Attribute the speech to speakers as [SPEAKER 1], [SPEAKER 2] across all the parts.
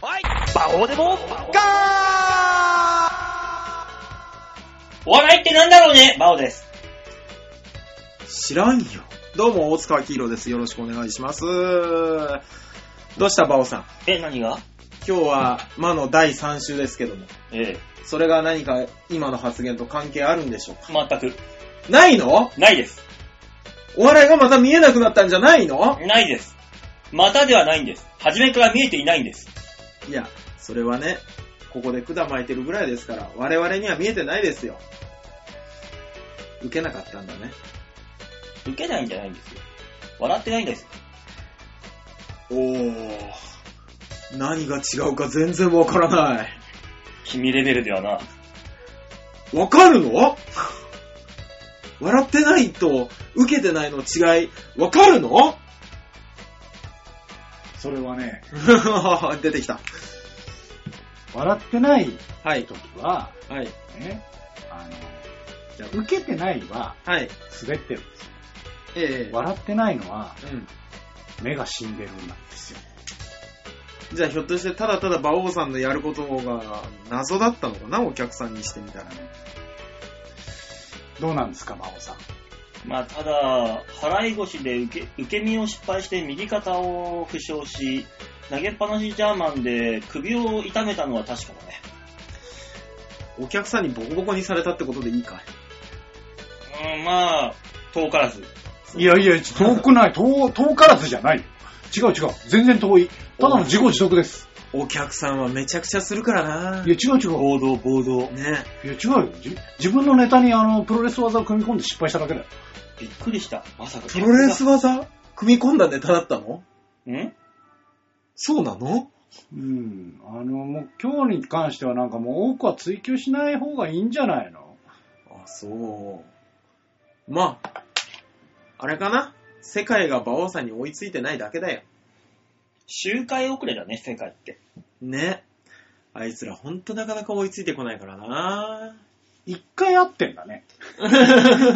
[SPEAKER 1] こうでも、ガ
[SPEAKER 2] お笑いってなんだろうね、バオです。
[SPEAKER 3] 知らんよ。どうも、大塚明宏です。よろしくお願いします。どうした、バオさん。
[SPEAKER 2] え、何が
[SPEAKER 3] 今日は、魔の第3週ですけども、
[SPEAKER 2] ええ。
[SPEAKER 3] それが何か今の発言と関係あるんでしょうか
[SPEAKER 2] 全く。
[SPEAKER 3] ないの
[SPEAKER 2] ないです。
[SPEAKER 3] お笑いがまた見えなくなったんじゃないの
[SPEAKER 2] ないです。またではないんです。初めから見えていないんです。
[SPEAKER 3] いや、それはね、ここで管巻いてるぐらいですから、我々には見えてないですよ。受けなかったんだね。
[SPEAKER 2] 受けないんじゃないんですよ。笑ってないんです。
[SPEAKER 3] おー。何が違うか全然わからない。
[SPEAKER 2] 君レベルではな。
[SPEAKER 3] わかるの 笑ってないと受けてないの違い、わかるの
[SPEAKER 1] それはね、
[SPEAKER 3] 出てきた。
[SPEAKER 1] 笑ってない
[SPEAKER 3] はい。
[SPEAKER 1] 時は、
[SPEAKER 3] はい。
[SPEAKER 1] ね、あの、じゃあ受けてないは
[SPEAKER 3] はい。
[SPEAKER 1] 滑ってるんですよ。
[SPEAKER 3] ええ
[SPEAKER 1] 笑ってないのは
[SPEAKER 3] うん。
[SPEAKER 1] 目が死んでるんですよ。
[SPEAKER 3] じゃあひょっとしてただただ馬王さんのやることが謎だったのかなお客さんにしてみたら。
[SPEAKER 1] どうなんですか、馬王さん。
[SPEAKER 2] まあ、ただ、払い腰で受け受け身を失敗して右肩を負傷し、投げっぱなしジャーマンで首を痛めたのは確かだね。
[SPEAKER 3] お客さんにボコボコにされたってことでいいか
[SPEAKER 2] うん、まあ、遠からず。
[SPEAKER 1] いやいや、 遠くない。遠、遠からずじゃないよ。違う違う。全然遠い。ただの自業自得です。
[SPEAKER 3] お客さんはめちゃくちゃするからない
[SPEAKER 1] や、違う違う。
[SPEAKER 2] 暴動、暴動。
[SPEAKER 3] ね
[SPEAKER 1] いや、違うよ。じ自分のネタにあの、プロレス技を組み込んで失敗しただけだよ。
[SPEAKER 2] びっくりした。まさか。
[SPEAKER 3] プロレス技組み込んだネタだったの
[SPEAKER 2] ん
[SPEAKER 3] そうなの
[SPEAKER 1] うん。あの、もう今日に関してはなんかもう多くは追求しない方がいいんじゃないの
[SPEAKER 3] あ、そう。まあ、あれかな世界が馬王さんに追いついてないだけだよ。
[SPEAKER 2] 周回遅れだね、世界って。
[SPEAKER 3] ね。あいつらほんとなかなか追いついてこないからな
[SPEAKER 1] 一回会ってんだね。一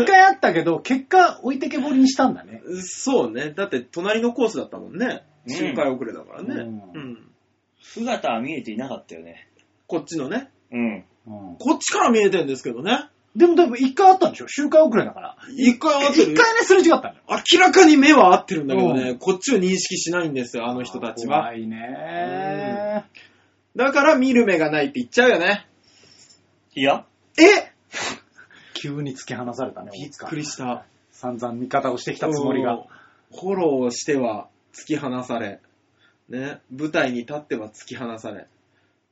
[SPEAKER 1] 回会ったけど、結果置いてけぼりにしたんだね。
[SPEAKER 3] そうね。だって隣のコースだったもんね。
[SPEAKER 2] うん
[SPEAKER 3] 周回遅れだからね。
[SPEAKER 1] うん
[SPEAKER 3] うん。
[SPEAKER 2] 姿は見えていなかったよね。
[SPEAKER 3] こっちのね。
[SPEAKER 2] うん。
[SPEAKER 1] うん。
[SPEAKER 3] こっちから見えてんですけどね。
[SPEAKER 1] でもでも一回会ったんでしょ周回遅れだから。
[SPEAKER 3] 一回合って
[SPEAKER 1] 一
[SPEAKER 3] る。
[SPEAKER 1] 回ね、すれ違ったんだよ。
[SPEAKER 3] 明らかに目は合ってるんだけどね、
[SPEAKER 1] う
[SPEAKER 3] こっちを認識しないんですよ、あの人たちは。
[SPEAKER 1] 怖いね
[SPEAKER 3] だから見る目がないって言っちゃうよね。
[SPEAKER 2] いや、
[SPEAKER 3] え
[SPEAKER 1] 急に突き放されたね、
[SPEAKER 3] びっ
[SPEAKER 1] 大塚
[SPEAKER 3] くりした。
[SPEAKER 1] 散々味方をしてきたつもりが
[SPEAKER 3] うん。。フォローしては突き放され、ね、舞台に立っては突き放され。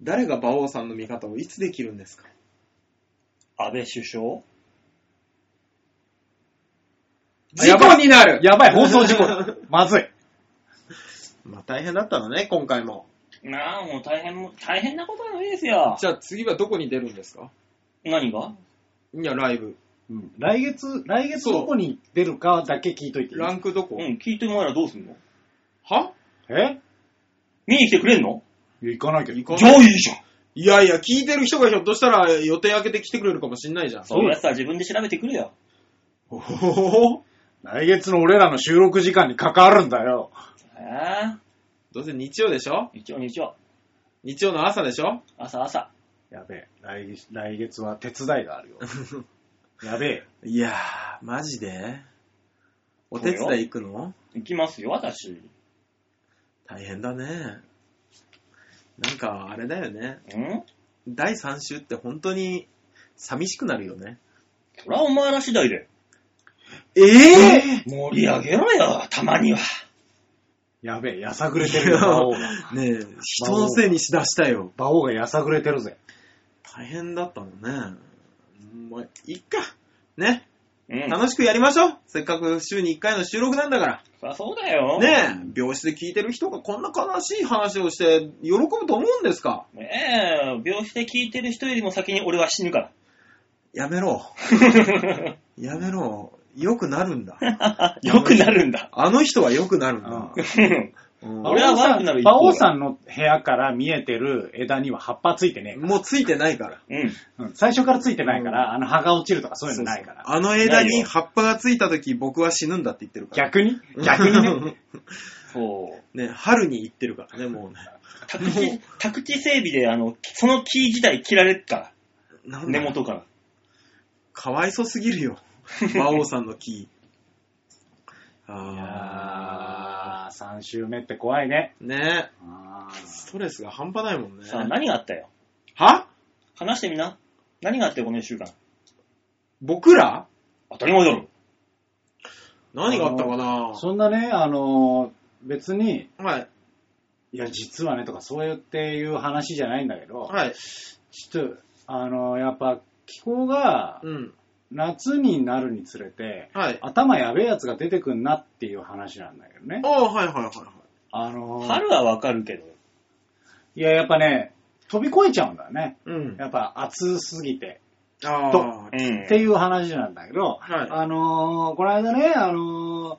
[SPEAKER 3] 誰が馬王さんの味方をいつできるんですか
[SPEAKER 2] 安倍首相
[SPEAKER 3] 事故になる
[SPEAKER 1] やばい、放送事故だ。まずい。
[SPEAKER 3] まあ大変だったのね、今回も。
[SPEAKER 2] なあ、もう大変も、大変なことはないですよ。
[SPEAKER 3] じゃあ次はどこに出るんですか
[SPEAKER 2] 何が
[SPEAKER 3] いや、ライブ。
[SPEAKER 1] うん来月、来月どこに出るかだけ聞いといていい
[SPEAKER 3] ランクどこ、
[SPEAKER 2] うん、聞いてもらえらどうすんの
[SPEAKER 3] は
[SPEAKER 1] え
[SPEAKER 2] 見に来てくれんの
[SPEAKER 1] いや行かないけど。
[SPEAKER 3] 行こう
[SPEAKER 2] じゃあいいじゃん。
[SPEAKER 3] いやいや、聞いてる人がひょっとしたら予定開けて来てくれるかもしんないじゃん。
[SPEAKER 2] そういうやつは自分で調べてくれよ。
[SPEAKER 3] おお
[SPEAKER 1] 来月の俺らの収録時間に関わるんだよ。
[SPEAKER 2] ええ
[SPEAKER 3] どうせ日曜でしょ
[SPEAKER 2] 一応一応、
[SPEAKER 3] 日曜の朝でしょ
[SPEAKER 2] 朝朝。
[SPEAKER 1] やべえ、来月来月は手伝いがあるよ。やべえ。
[SPEAKER 3] いやー、マジでお手伝い行くの
[SPEAKER 2] 行きますよ、私。
[SPEAKER 3] 大変だね。なんか、あれだよね。
[SPEAKER 2] うん
[SPEAKER 3] 第3週って本当に寂しくなるよね。
[SPEAKER 2] そらお前ら次第で。
[SPEAKER 3] ええ
[SPEAKER 2] 盛り上げろよ、たまには。
[SPEAKER 1] やべえ、やさぐれてるよ、馬王が。
[SPEAKER 3] ねえ、人のせいにしだしたよ。
[SPEAKER 1] 馬王がやさぐれてるぜ。
[SPEAKER 3] 大変だったもんね。もう、いっか。ね。
[SPEAKER 2] うん。
[SPEAKER 3] 楽しくやりましょう。せっかく週に1回の収録なんだから。
[SPEAKER 2] そりゃそうだよ。
[SPEAKER 3] ねえ、病室で聞いてる人がこんな悲しい話をして喜ぶと思うんですか
[SPEAKER 2] ねえ、病室で聞いてる人よりも先に俺は死ぬから。
[SPEAKER 3] やめ ろ。やめろ。良くなるんだ。
[SPEAKER 2] よくなるんだ。
[SPEAKER 3] あの人は良くなるんだ。
[SPEAKER 1] うん
[SPEAKER 3] うん
[SPEAKER 2] 俺は悪くなる一方
[SPEAKER 1] 馬王さんの部屋から見えてる枝には葉っぱついてねえか
[SPEAKER 3] もうついてないから。
[SPEAKER 2] うん。
[SPEAKER 1] ら。うん最初からついてないか
[SPEAKER 3] う
[SPEAKER 1] ら、あの葉が落ちるとかそういうのないから。
[SPEAKER 3] あの枝
[SPEAKER 2] ない
[SPEAKER 3] に
[SPEAKER 2] よ
[SPEAKER 3] 葉っぱがついた時僕は死ぬんだって言ってるから。
[SPEAKER 1] 逆に逆にね。
[SPEAKER 2] そう。
[SPEAKER 3] ね、春に行ってるからね、もうね。
[SPEAKER 2] 宅地、宅地整備で、あの、その木自体切られるか
[SPEAKER 3] な
[SPEAKER 2] ら、
[SPEAKER 3] んだ
[SPEAKER 2] 根元から。
[SPEAKER 3] かわいそすぎるよ。馬王さんの木。
[SPEAKER 1] い
[SPEAKER 3] あ
[SPEAKER 1] やー、3週目って怖いね。
[SPEAKER 3] ー。ね
[SPEAKER 1] あ
[SPEAKER 3] ストレスが半端ないもんね。
[SPEAKER 2] さあ、何があったよ
[SPEAKER 3] は
[SPEAKER 2] 話してみな。何があったよ、この一週間。
[SPEAKER 3] 僕ら
[SPEAKER 2] 当たり前だろ。
[SPEAKER 3] 何があったかな
[SPEAKER 1] ーそんなね、あのー別に、
[SPEAKER 3] はい。
[SPEAKER 1] いや、実はね、とか、そういうっていう話じゃないんだけど、
[SPEAKER 3] はい。
[SPEAKER 1] ちょっと、あのーやっぱ、気候が
[SPEAKER 3] うん。
[SPEAKER 1] 夏になるにつれて、
[SPEAKER 3] はい。
[SPEAKER 1] 頭やべえやつが出てくんなっていう話なんだけどね。
[SPEAKER 3] ああ、はいはいはいはい。
[SPEAKER 1] あのー
[SPEAKER 2] 春はわかるけど。
[SPEAKER 1] いや、やっぱね、飛び越えちゃうんだよね。
[SPEAKER 3] うん。
[SPEAKER 1] やっぱ暑すぎて。
[SPEAKER 3] ああ
[SPEAKER 1] と。
[SPEAKER 2] うん。
[SPEAKER 1] っていう話なんだけど、
[SPEAKER 3] はい
[SPEAKER 1] あのーこの間ね、あのー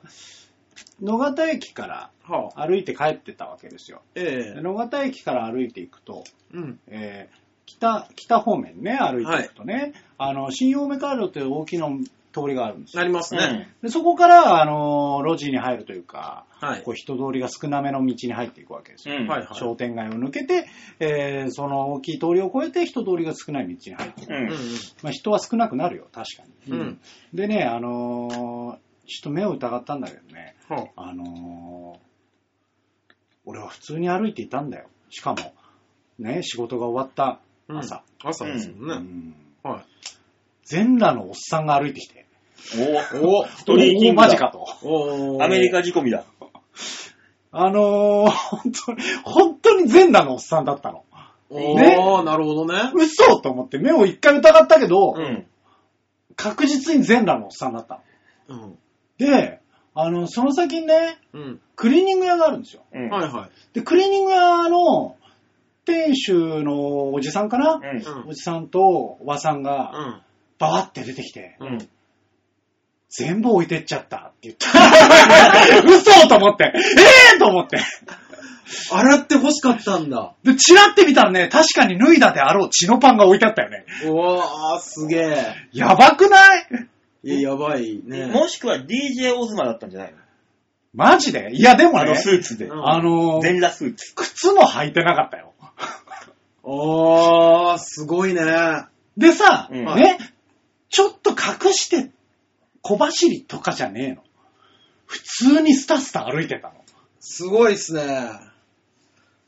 [SPEAKER 1] 野方駅から
[SPEAKER 3] はあ。
[SPEAKER 1] 歩いて帰ってたわけですよ。
[SPEAKER 3] ええ
[SPEAKER 1] で野方駅から歩いていくと、
[SPEAKER 3] うん。
[SPEAKER 1] えー北、北方面ね、歩いていくとね、あの、新青梅街道という大きな通りがあるんです
[SPEAKER 3] な
[SPEAKER 1] よ。
[SPEAKER 3] りますね。
[SPEAKER 1] でそこから、あのー路地に入るというか、
[SPEAKER 3] はい
[SPEAKER 1] こ。う人通りが少なめの道に入っていくわけですよ
[SPEAKER 2] うん。
[SPEAKER 3] はいはい。
[SPEAKER 1] 商店街を抜けて、えーその大きい通りを越えて人通りが少ない道に入っていく。
[SPEAKER 2] う。
[SPEAKER 3] うんん。
[SPEAKER 1] まあ、人は少なくなるよ、確かに。
[SPEAKER 3] うん。うん。
[SPEAKER 1] でね、あのーちょっと目を疑ったんだけどね、
[SPEAKER 3] は
[SPEAKER 1] あのー俺は普通に歩いていたんだよ。しかも、ね、仕事が終わった
[SPEAKER 3] あ。
[SPEAKER 1] 朝。。
[SPEAKER 3] 朝ですも
[SPEAKER 1] うん
[SPEAKER 3] ね。
[SPEAKER 1] ん
[SPEAKER 3] はい。
[SPEAKER 1] 全裸のおっさんが歩いてきて。
[SPEAKER 3] お
[SPEAKER 2] ストリーキングだ
[SPEAKER 1] おマジかと。
[SPEAKER 3] おお
[SPEAKER 2] アメリカ仕込みだ。
[SPEAKER 1] あのー本当に、本当に全裸のおっさんだったの。
[SPEAKER 3] お
[SPEAKER 1] ね
[SPEAKER 3] おなるほどね。
[SPEAKER 1] 嘘と思って目を一回疑ったけど、
[SPEAKER 2] うん。
[SPEAKER 1] 確実に全裸のおっさんだったの。
[SPEAKER 3] うん。
[SPEAKER 1] で、あの、その先にね、
[SPEAKER 3] うん。
[SPEAKER 1] クリーニング屋があるんですよ。
[SPEAKER 2] うん。
[SPEAKER 3] はいは
[SPEAKER 1] で、クリーニング屋の店主のおじさんか
[SPEAKER 2] う
[SPEAKER 1] な、
[SPEAKER 2] ん
[SPEAKER 3] い。うん。
[SPEAKER 1] おじさんとおばさんが
[SPEAKER 3] うん。
[SPEAKER 1] バーって出てきて、
[SPEAKER 2] うん。
[SPEAKER 1] 全部置いてっちゃ ったって言った。嘘と思って、ええー、と思って。
[SPEAKER 3] 洗って欲しかったんだ。
[SPEAKER 1] で、チラって見たらね、確かに脱いだであろう血のパンが置いてあったよね。
[SPEAKER 3] おー、すげえ。
[SPEAKER 1] やばくない
[SPEAKER 3] いや、やばいね。
[SPEAKER 2] もしくは DJ オズマだったんじゃないの
[SPEAKER 1] マジでいや、でも
[SPEAKER 2] あの
[SPEAKER 1] ね、
[SPEAKER 2] スーツで
[SPEAKER 3] う。ん
[SPEAKER 1] あの
[SPEAKER 2] 全裸スーツ。
[SPEAKER 1] 靴も履いてなかったよ。
[SPEAKER 3] おー、すごいね。
[SPEAKER 1] でさ、
[SPEAKER 2] うん
[SPEAKER 1] ね、ちょっと隠して小走りとかじゃねえの。普通にスタスタ歩いてたの。
[SPEAKER 3] すごいっすね。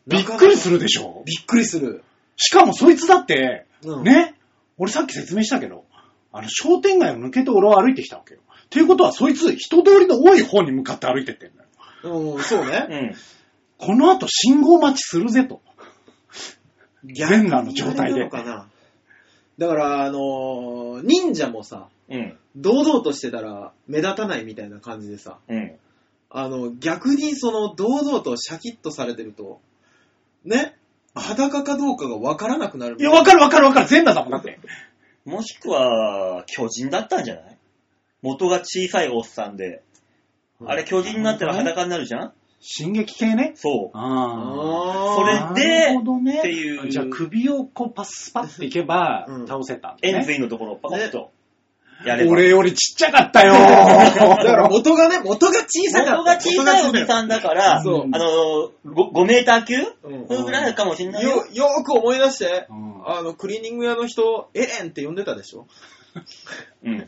[SPEAKER 1] びっくりす
[SPEAKER 3] る。
[SPEAKER 1] るでしょ
[SPEAKER 3] びっくりする。
[SPEAKER 1] しかもそいつだって、
[SPEAKER 3] うん
[SPEAKER 1] ね、俺さっき説明したけど、あの商店街を抜けて俺は歩いてきたわけよ。ということはそいつ人通りの多い方に向かって歩いてってんだよ。
[SPEAKER 3] うん、そう
[SPEAKER 2] う
[SPEAKER 3] ね。
[SPEAKER 2] ん。
[SPEAKER 1] この後信号待ちするぜと。全裸の状
[SPEAKER 3] 逆
[SPEAKER 1] 態
[SPEAKER 3] にな
[SPEAKER 1] で
[SPEAKER 3] の。かな。だから、あのー、忍者もさ、
[SPEAKER 2] うん。
[SPEAKER 3] 堂々としてたら目立たないみたいな感じでさ、
[SPEAKER 2] うん。
[SPEAKER 3] あの、逆にその堂々とシャキッとされてると、ね、裸かどうかがわからなくなるみ
[SPEAKER 1] い
[SPEAKER 3] たい
[SPEAKER 1] や、
[SPEAKER 3] な。
[SPEAKER 1] わかるわかるわかる。全裸だもんだって。
[SPEAKER 2] もしくは、巨人だったんじゃない元が小さいおっさんで。あれ、巨人になったら裸になるじゃん
[SPEAKER 1] 進撃系ね。
[SPEAKER 2] そう。
[SPEAKER 1] ああ。
[SPEAKER 2] それ
[SPEAKER 3] あー
[SPEAKER 2] で
[SPEAKER 1] なるほどね、
[SPEAKER 2] っていう
[SPEAKER 1] じゃあ首をこうパスパッといけば
[SPEAKER 3] うん
[SPEAKER 1] 倒せたんだ
[SPEAKER 2] エ
[SPEAKER 1] ね
[SPEAKER 2] ンゼイのところをパコッとやれば。
[SPEAKER 1] 俺よりちっちゃかったよ
[SPEAKER 3] だか ら元がね、元が小さか
[SPEAKER 2] 元
[SPEAKER 3] った。
[SPEAKER 2] が小さいおじさんだから、あ
[SPEAKER 3] そう
[SPEAKER 2] の、ご 5, メーター級
[SPEAKER 3] うん
[SPEAKER 2] それぐらいかもしんない
[SPEAKER 3] よ
[SPEAKER 2] よ。、
[SPEAKER 3] よーく思い出して、
[SPEAKER 1] うん
[SPEAKER 3] あの、クリーニング屋の人、エレンって呼んでたでしょ
[SPEAKER 2] うん。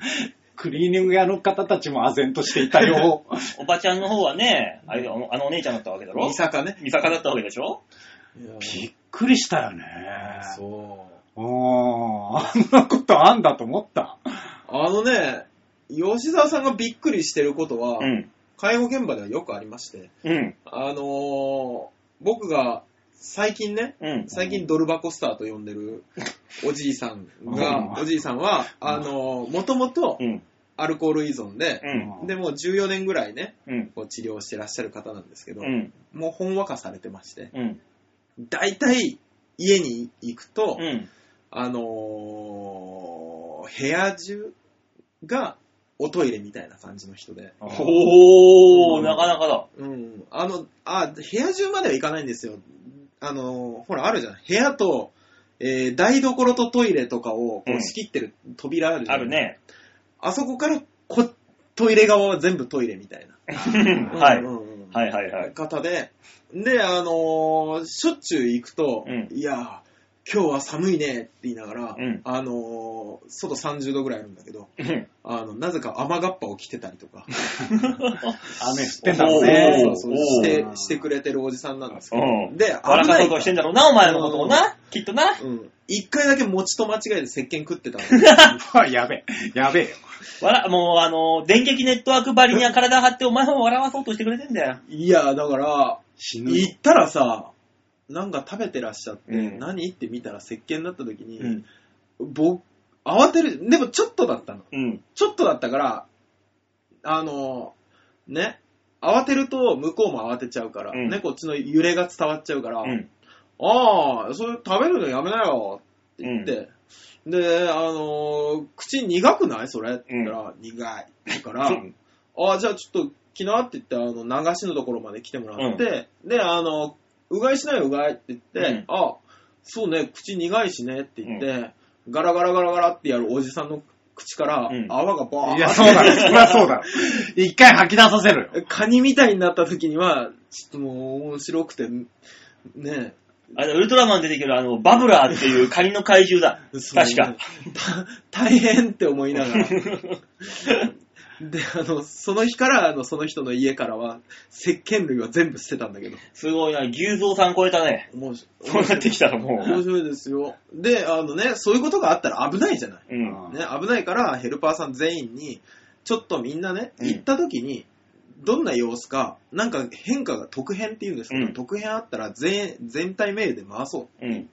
[SPEAKER 1] クリーニング屋の方たちも唖然としていたよ。
[SPEAKER 2] おばちゃんの方はね、あれあのあのお姉ちゃんだったわけだろ
[SPEAKER 3] 三坂ね。
[SPEAKER 2] 三坂だったわけでしょ
[SPEAKER 1] びっくりしたよね。
[SPEAKER 3] そう。
[SPEAKER 1] おーあんなことあんだと思った。
[SPEAKER 3] あのね、吉沢さんがびっくりしてることは、
[SPEAKER 2] うん。
[SPEAKER 3] 介護現場ではよくありまして、
[SPEAKER 2] うん。
[SPEAKER 3] あのー、僕が最近ね、
[SPEAKER 2] うん。
[SPEAKER 3] 最近ドル箱スターと呼んで るおじいさんが、
[SPEAKER 1] うん
[SPEAKER 3] おじいさんは、あのー、もともと
[SPEAKER 2] うん。
[SPEAKER 3] アルコール依存で、
[SPEAKER 2] うん。
[SPEAKER 1] うん
[SPEAKER 3] でもう14年ぐらいね、
[SPEAKER 2] うん。
[SPEAKER 3] こう治療してらっしゃる方なんですけど、
[SPEAKER 2] うん。
[SPEAKER 3] もうほんわかされてまして、
[SPEAKER 2] うん。
[SPEAKER 3] 大体家に行くと、
[SPEAKER 2] うん。
[SPEAKER 3] あのー部屋中がおトイレみたいな感じの人で、
[SPEAKER 2] おー、なかなかだ。
[SPEAKER 3] うん、あの、あ、部屋中までは行かないんですよ。あのーほら、あるじゃん。部屋と、えー台所とトイレとかをこ
[SPEAKER 2] うん
[SPEAKER 3] う仕切ってる扉あるじゃ
[SPEAKER 2] あ
[SPEAKER 3] ん。
[SPEAKER 2] る。ね。
[SPEAKER 3] あそこからこトイレ側は全部トイレみたいな。
[SPEAKER 2] は
[SPEAKER 3] う
[SPEAKER 2] い。
[SPEAKER 3] んうんうん
[SPEAKER 2] はいはいはい。
[SPEAKER 3] 方で、で、あのーしょっちゅう行くと、
[SPEAKER 2] うん
[SPEAKER 3] いやー、今日は寒いねって言いながら、
[SPEAKER 2] うん
[SPEAKER 3] あのー外30度ぐらいあるんだけど、
[SPEAKER 2] うん
[SPEAKER 3] あの、なぜか雨がっぱを着てたりとか、
[SPEAKER 1] 雨降ってたのね。
[SPEAKER 2] おー
[SPEAKER 3] そうそうして
[SPEAKER 1] おー
[SPEAKER 3] してくれてるおじさんなんですよ。
[SPEAKER 2] うん。
[SPEAKER 3] で、
[SPEAKER 2] 笑
[SPEAKER 3] 危
[SPEAKER 2] か
[SPEAKER 3] な
[SPEAKER 2] そう
[SPEAKER 3] い
[SPEAKER 2] としてんだろうな、お前のこともな。きっとな。
[SPEAKER 3] うん。一回だけ餅と間違えて石鹸食ってたの。
[SPEAKER 1] あ やべえ。やべえよ。
[SPEAKER 2] 笑、もうあの、電撃ネットワークばりには体張って、お前を笑わそうとしてくれてんだよ。
[SPEAKER 3] いや、だから、
[SPEAKER 1] 死ぬよ。
[SPEAKER 3] 行ったらさ、なんか食べてらっしゃって、
[SPEAKER 2] うん
[SPEAKER 3] 何って見たら石鹸だった時に、
[SPEAKER 2] うん。
[SPEAKER 3] 僕、慌てる、でもちょっとだったの。
[SPEAKER 2] うん。
[SPEAKER 3] ちょっとだったから、あの、ね、慌てると向こうも慌てちゃうから、
[SPEAKER 2] うん
[SPEAKER 3] ね、こっちの揺れが伝わっちゃうから、
[SPEAKER 2] うん。
[SPEAKER 3] ああ、それ食べるのやめなよって言って、で、あの、口苦くないそれって言ったら、苦い。だから、
[SPEAKER 2] うん
[SPEAKER 3] ああ、じゃあちょっと昨日って言って、あの、流しのところまで来てもらって、で、あの、うがいしないよ、うがいって言って、
[SPEAKER 2] うん
[SPEAKER 3] ああ、そうね、口苦いしねって言って、ガラガラガラガラってやるおじさんの口から、
[SPEAKER 2] うん
[SPEAKER 3] 泡がバー
[SPEAKER 1] いや、そうだろ。そりゃそうだ ろ。一回吐き出させるよ。
[SPEAKER 3] カニみたいになった時には、ちょっともう面白くて、ね
[SPEAKER 2] あれ、ウルトラマン出てくるあの、バブラーっていうカニの怪獣だ。
[SPEAKER 3] そう
[SPEAKER 2] 確か。
[SPEAKER 3] た大変って思いながら。で、あの、その日から、あの、その人の家からは、石鹸類は全部捨てたんだけど。
[SPEAKER 2] すごいな、牛蔵さん超えたね。
[SPEAKER 3] もう、
[SPEAKER 2] そうなってきたらも
[SPEAKER 3] 面
[SPEAKER 2] う。
[SPEAKER 3] 白いですよ。で、あのね、そういうことがあったら危ないじゃない。
[SPEAKER 2] うん。
[SPEAKER 3] ね、危ないから、ヘルパーさん全員に、ちょっとみんなね、
[SPEAKER 2] うん
[SPEAKER 3] 行った時に、どんな様子か、なんか変化が特変っていうんですけど、
[SPEAKER 2] うん
[SPEAKER 3] 特変あったら全、全体メールで回そう。
[SPEAKER 2] うん。
[SPEAKER 1] うん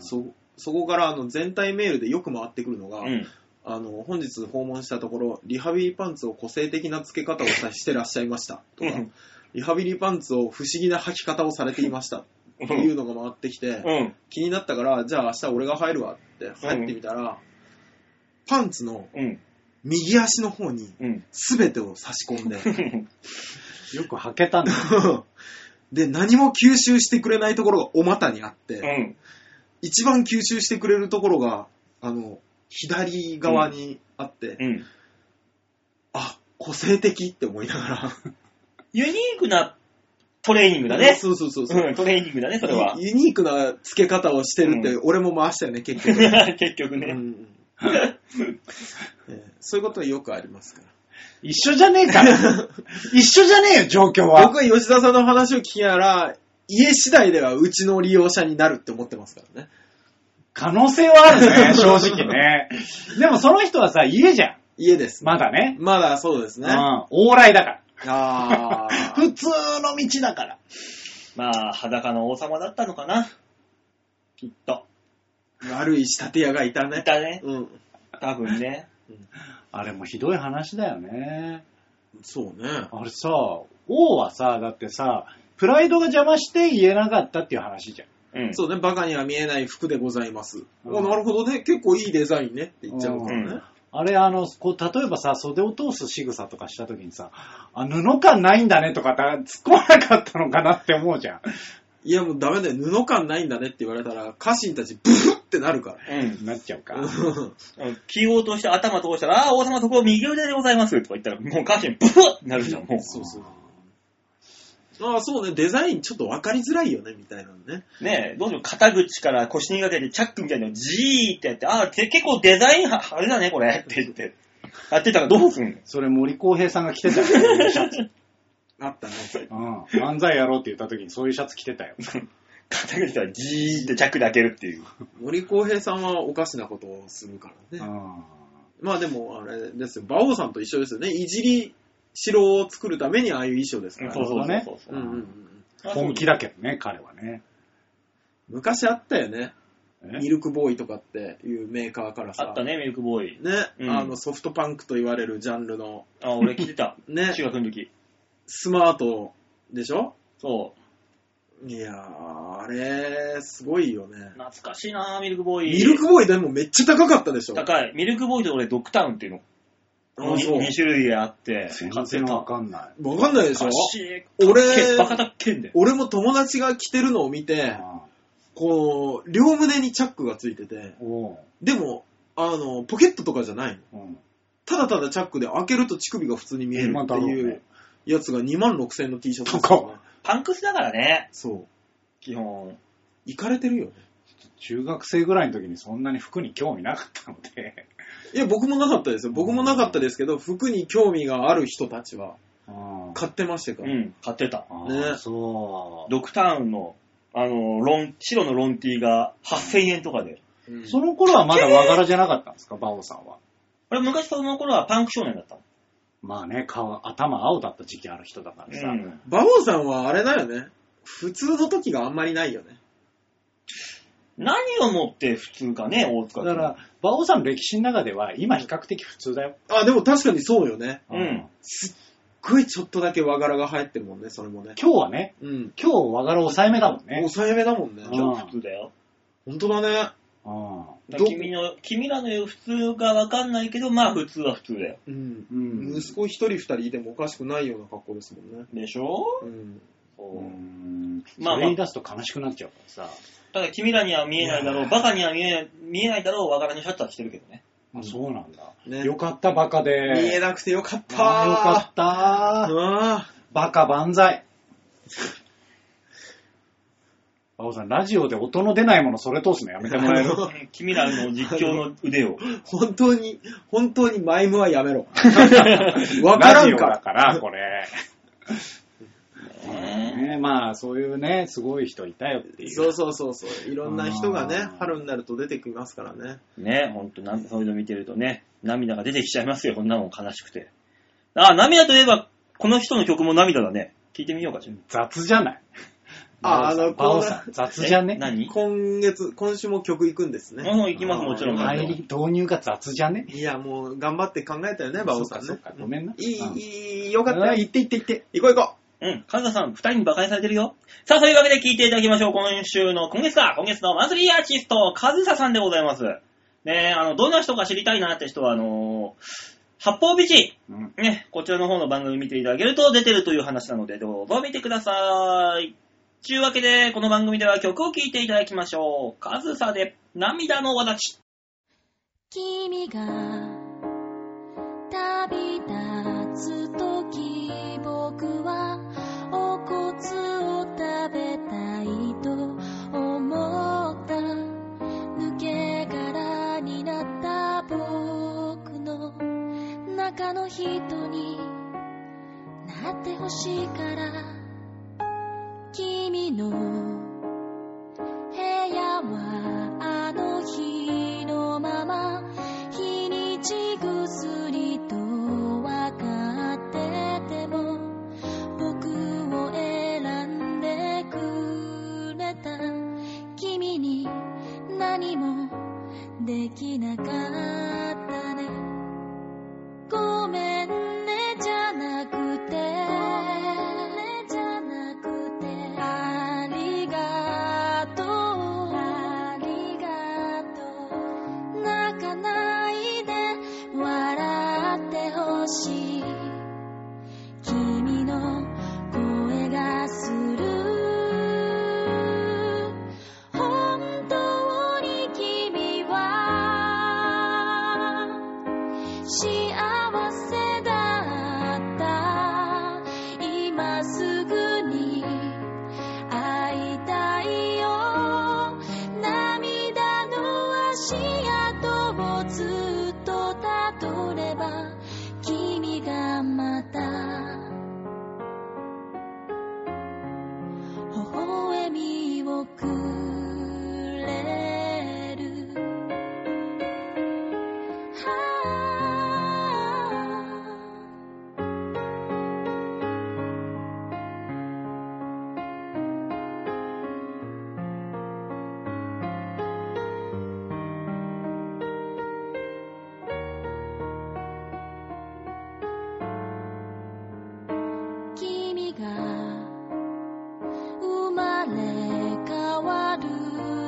[SPEAKER 3] そ、そこから、あの、全体メールでよく回ってくるのが、
[SPEAKER 2] うん。
[SPEAKER 3] あの、本日訪問したところ、リハビリパンツを個性的な付け方をさしてらっしゃいました。とか
[SPEAKER 2] うん、
[SPEAKER 3] リハビリパンツを不思議な履き方をされていました。っていうのが回ってきて、
[SPEAKER 2] うん。
[SPEAKER 3] 気になったから、じゃあ明日俺が入るわって入ってみたら、パンツの
[SPEAKER 2] うん。
[SPEAKER 3] 右足の方に
[SPEAKER 2] うん。
[SPEAKER 3] 全てを差し込 んで、
[SPEAKER 1] よく吐けたんだ。
[SPEAKER 3] で、何も吸収してくれないところがお股にあって、
[SPEAKER 2] うん。
[SPEAKER 3] 一番吸収してくれるところが、あの、左側にあって、
[SPEAKER 2] うん。
[SPEAKER 3] あ、個性的って思いながら。
[SPEAKER 2] ユニークなトレーニングだね。
[SPEAKER 3] そうそうそうそう。
[SPEAKER 2] うん、トレーニングだね、それは。
[SPEAKER 3] ユユニークな付け方をしてるって、
[SPEAKER 2] う
[SPEAKER 3] 俺も回したよね、結局。
[SPEAKER 2] 結局
[SPEAKER 3] う
[SPEAKER 2] ね。
[SPEAKER 3] んええそういうことはよくありますか
[SPEAKER 1] 一緒じゃねえ から。一緒じゃねえよ、状況
[SPEAKER 3] ら。
[SPEAKER 1] は
[SPEAKER 3] 僕。は吉田さんの話を聞きながら、家次第ではうちの利用者になるって思ってますからね。
[SPEAKER 1] 可能性はあるね、正直ね。でもその人はさ、家じゃん。
[SPEAKER 3] 家です。
[SPEAKER 1] まだね。
[SPEAKER 3] まだそうですね。あ
[SPEAKER 1] うん。往来だから。
[SPEAKER 3] あ ー。
[SPEAKER 1] 普通の道だから。
[SPEAKER 2] まあ、裸の王様だったのかな。きっと。
[SPEAKER 3] 悪い仕立て屋がいた
[SPEAKER 2] い
[SPEAKER 3] ね。
[SPEAKER 2] たね。
[SPEAKER 3] うん。
[SPEAKER 2] 多分ね。
[SPEAKER 1] あれもひどい話だよね。
[SPEAKER 3] そうね。
[SPEAKER 1] あれさ、王はさ、だってさ、プライドが邪魔して言えなかったっていう話じゃん。
[SPEAKER 2] うん。
[SPEAKER 3] そうね、バカには見えない服でございます。
[SPEAKER 1] う
[SPEAKER 3] あ
[SPEAKER 1] ん
[SPEAKER 3] なるほどね、結構いいデザインねって言っちゃうからね。
[SPEAKER 2] うん
[SPEAKER 1] あれ、あの、こう、例えばさ、袖を通す仕草とかした時にさ、あ、布感ないんだねとかだ、突っ込まなかったのかなって思うじゃん。
[SPEAKER 3] いやもうダメだよ、布感ないんだねって言われたら、家臣たちブフってなるか
[SPEAKER 2] うん。
[SPEAKER 1] なっちゃうか。
[SPEAKER 3] ら。う
[SPEAKER 2] うん着ようとして頭通したら、あー王様そこ右腕でございますとか言ったら、もう歌詞にブフッってなるじゃん、も
[SPEAKER 3] ん そうそう。ああ、そうね、デザインちょっと分かりづらいよね、みたいなのね。
[SPEAKER 2] う。ねえ、どうしよう、肩口から腰にかけてチャックみたいなのをジーってやって、あーけ結構デザインは、あれだね、これって言って。やってたらどうすんの
[SPEAKER 1] それ森公平さんが着てたよ、そういうシャツ。
[SPEAKER 3] あったね。
[SPEAKER 1] うん。漫才やろうって言った時にそういうシャツ着てたよ。
[SPEAKER 2] 肩口からジーってチャックで開けるっていう。
[SPEAKER 3] 森公平さんはおかしなことをするからね。
[SPEAKER 1] うん。
[SPEAKER 3] まあでも、あれですよ、馬王さんと一緒ですよね。いじり城を作るためにああいう衣装ですから、
[SPEAKER 2] そうそうそうそううん
[SPEAKER 3] うんうん
[SPEAKER 1] 本気だけどね、彼はね。
[SPEAKER 3] 昔あったよね。
[SPEAKER 1] え
[SPEAKER 3] ミルクボーイとかっていうメーカーからさ。
[SPEAKER 2] あったね、ミルクボーイ。
[SPEAKER 3] ね。
[SPEAKER 2] うん
[SPEAKER 3] あの、ソフトパンクと言われるジャンルの、
[SPEAKER 2] あ、俺着てた。
[SPEAKER 3] ね、
[SPEAKER 2] 中学の時。
[SPEAKER 3] スマートでしょ
[SPEAKER 2] そ
[SPEAKER 3] いやー、あれ、すごいよね
[SPEAKER 2] う。。懐かしいなミルクボーイ。
[SPEAKER 3] ミルクボーイでもめっちゃ高かったでしょ
[SPEAKER 2] 高い。ミルクボーイと俺ドクタウンっていうの。
[SPEAKER 3] あそう
[SPEAKER 2] 2, 種類あって。
[SPEAKER 1] 全然わかんない。
[SPEAKER 3] わかんないでしょ
[SPEAKER 2] 懐かしい
[SPEAKER 3] 俺
[SPEAKER 2] バカだっけんだよ。
[SPEAKER 3] 俺も友達が着てるのを見て、こう、両胸にチャックがついてて、
[SPEAKER 1] うんおう
[SPEAKER 3] でも、あの、ポケットとかじゃないの。
[SPEAKER 1] うん
[SPEAKER 3] ただただチャックで開けると乳首が普通に見える
[SPEAKER 1] まあ
[SPEAKER 3] って
[SPEAKER 1] だろう
[SPEAKER 3] い
[SPEAKER 1] ね
[SPEAKER 3] うやつが2万6千の T シャツ
[SPEAKER 1] 高っ
[SPEAKER 2] パンクスだからね、
[SPEAKER 3] そう。
[SPEAKER 2] 基本。
[SPEAKER 3] 行かれてるよね。
[SPEAKER 1] 中学生ぐらいの時にそんなに服に興味なかったので、
[SPEAKER 3] いや、僕もなかったですよ。僕もなかったですけど、服に興味がある人たちは
[SPEAKER 1] うん
[SPEAKER 3] 買ってましたか
[SPEAKER 2] う
[SPEAKER 3] ら。
[SPEAKER 2] ん、買ってた。
[SPEAKER 1] あ
[SPEAKER 3] ね
[SPEAKER 1] ーそう。
[SPEAKER 2] ドクターウンの、あの、ロン、白のロンティーが8000円とかで。
[SPEAKER 3] うん
[SPEAKER 1] その頃はまだ和柄じゃなかったんですか、バオさんは。
[SPEAKER 2] 俺昔その頃はパンク少年だった
[SPEAKER 1] まあね、顔、頭青だった時期ある人だからさ。
[SPEAKER 2] の。うん。
[SPEAKER 3] 馬王さんはあれだよね。普通の時があんまりないよね。
[SPEAKER 2] 何をもって普通かね、大塚
[SPEAKER 1] だから、バオさんの歴史の中では、今比較的普通だよ。
[SPEAKER 3] あ、でも確かにそうよね。
[SPEAKER 2] うん
[SPEAKER 3] すっごいちょっとだけ和柄が入ってるもんね、それもね。
[SPEAKER 1] 今日はね、
[SPEAKER 3] うん。
[SPEAKER 1] 今日和柄抑えめだもんね。
[SPEAKER 3] 抑えめだもんね。
[SPEAKER 1] うん
[SPEAKER 2] 今日普通だよ。
[SPEAKER 3] ほんとだね。
[SPEAKER 1] う
[SPEAKER 2] だから君の、君らの言う普通がわかんないけど、まあ普通は普通だよ。
[SPEAKER 3] うん。
[SPEAKER 1] ん。
[SPEAKER 3] 息子一人二人いてもおかしくないような格好ですもんね。
[SPEAKER 2] でしょ
[SPEAKER 3] うん。
[SPEAKER 2] そうう。
[SPEAKER 1] ん。
[SPEAKER 2] まあまあ
[SPEAKER 1] それ言い出すと悲しくなっちゃうからさ。
[SPEAKER 2] ただ君らには見えないだろ、
[SPEAKER 1] いうやー
[SPEAKER 2] バカには見えない、見えないだろう、わからのシャッターしてるけどね。
[SPEAKER 3] うん
[SPEAKER 1] あそうなんだ。
[SPEAKER 3] ね
[SPEAKER 1] よかった、バカで。
[SPEAKER 3] 見えなくてよかった
[SPEAKER 1] あーよか
[SPEAKER 3] た
[SPEAKER 1] った。
[SPEAKER 3] あ
[SPEAKER 1] バカ万歳。バオさん、ラジオで音の出ないものそれ通すのやめてもらえる
[SPEAKER 2] 君らの実況の腕 を。
[SPEAKER 3] ー本当に、本当にマイムはやめ ろ。 わから
[SPEAKER 1] ラジ
[SPEAKER 3] ん
[SPEAKER 1] オだ
[SPEAKER 3] か
[SPEAKER 1] から、これ。
[SPEAKER 2] ね
[SPEAKER 1] ね、まあ、そういうね、すごい人いたよっていう。
[SPEAKER 3] そうそうそうそう。いろんな人がね
[SPEAKER 1] あー、
[SPEAKER 3] 春になると出てきますからね。
[SPEAKER 2] ね、ほんと、なんそういうの見てるとね、涙が出てきちゃいますよ、こんなもん悲しくて。あ、涙といえば、この人の曲も涙だね。聞いてみようか、じゃ
[SPEAKER 1] 雑じゃない
[SPEAKER 3] ああの
[SPEAKER 1] バオさん、雑じゃ
[SPEAKER 2] え
[SPEAKER 1] ね
[SPEAKER 2] 何
[SPEAKER 3] 今月、今週も曲行くんですね。
[SPEAKER 2] もう行きます、もちろん。
[SPEAKER 1] 入り、導入が雑じゃね
[SPEAKER 3] いや、もう頑張って考えたよね、バオさん
[SPEAKER 1] そっ
[SPEAKER 3] ね
[SPEAKER 1] かそっか。ごめんない
[SPEAKER 3] い
[SPEAKER 1] うん
[SPEAKER 3] いい、よかった
[SPEAKER 1] あ
[SPEAKER 3] よ。
[SPEAKER 1] 言って言って言って。
[SPEAKER 3] 行こう行こ
[SPEAKER 2] うん、カズさん、二人に馬鹿にされてるよ。さあ、そういうわけで聞いていただきましょう。今週の、今月か、今月のマンスリーアーティスト、カズサさんでございます。ねえ、あの、どんな人か知りたいなって人は、あの八方美人、
[SPEAKER 1] うん
[SPEAKER 2] ね、こちらの方の番組見ていただけると出てるという話なので、どうぞ見てください。ちゅうわけで、この番組では曲を聴いていただきましょう。カズサで、涙のわだち。
[SPEAKER 4] 君が旅立つ時僕はお骨を食べたいと思った抜け殻になった僕の中の人になってほしいから君の部屋はあの日のまま日にちぐすりと分かってても僕を選んでくれた君に何もできなかったねごめんねじゃなくてじゃなくてありがとうありがとう泣かないで笑ってほしい君の声がする本当に君は幸せだった今すぐに会いたいよ涙の足跡をずっとたどれば君がまた微笑みをくれる「はあ君が」生まれ変わる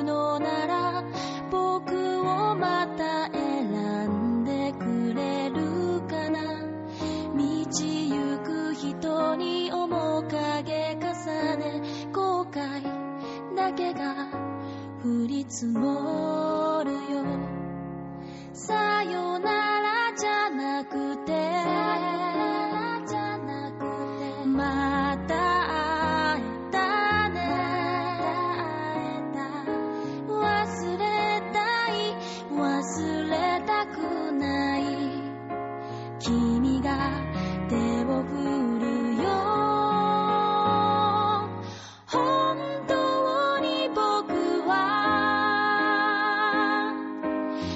[SPEAKER 4] のなら僕をまた選んでくれるかな道行く人に面影重ね後悔だけが降り積もるよさよならじゃなくてまた会えたね忘れたい忘れたくない君が手を振るよ本当に僕は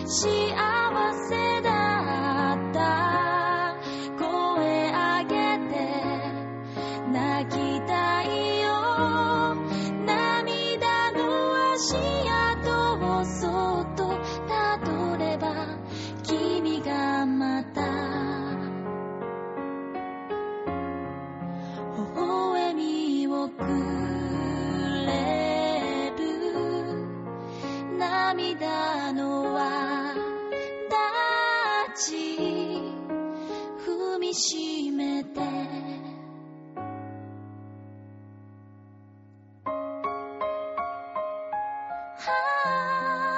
[SPEAKER 4] 幸せだった声あげて泣きたいよ涙の足跡をそっとたどれば君がまた微笑みをくれる涙の輪たち踏みしめては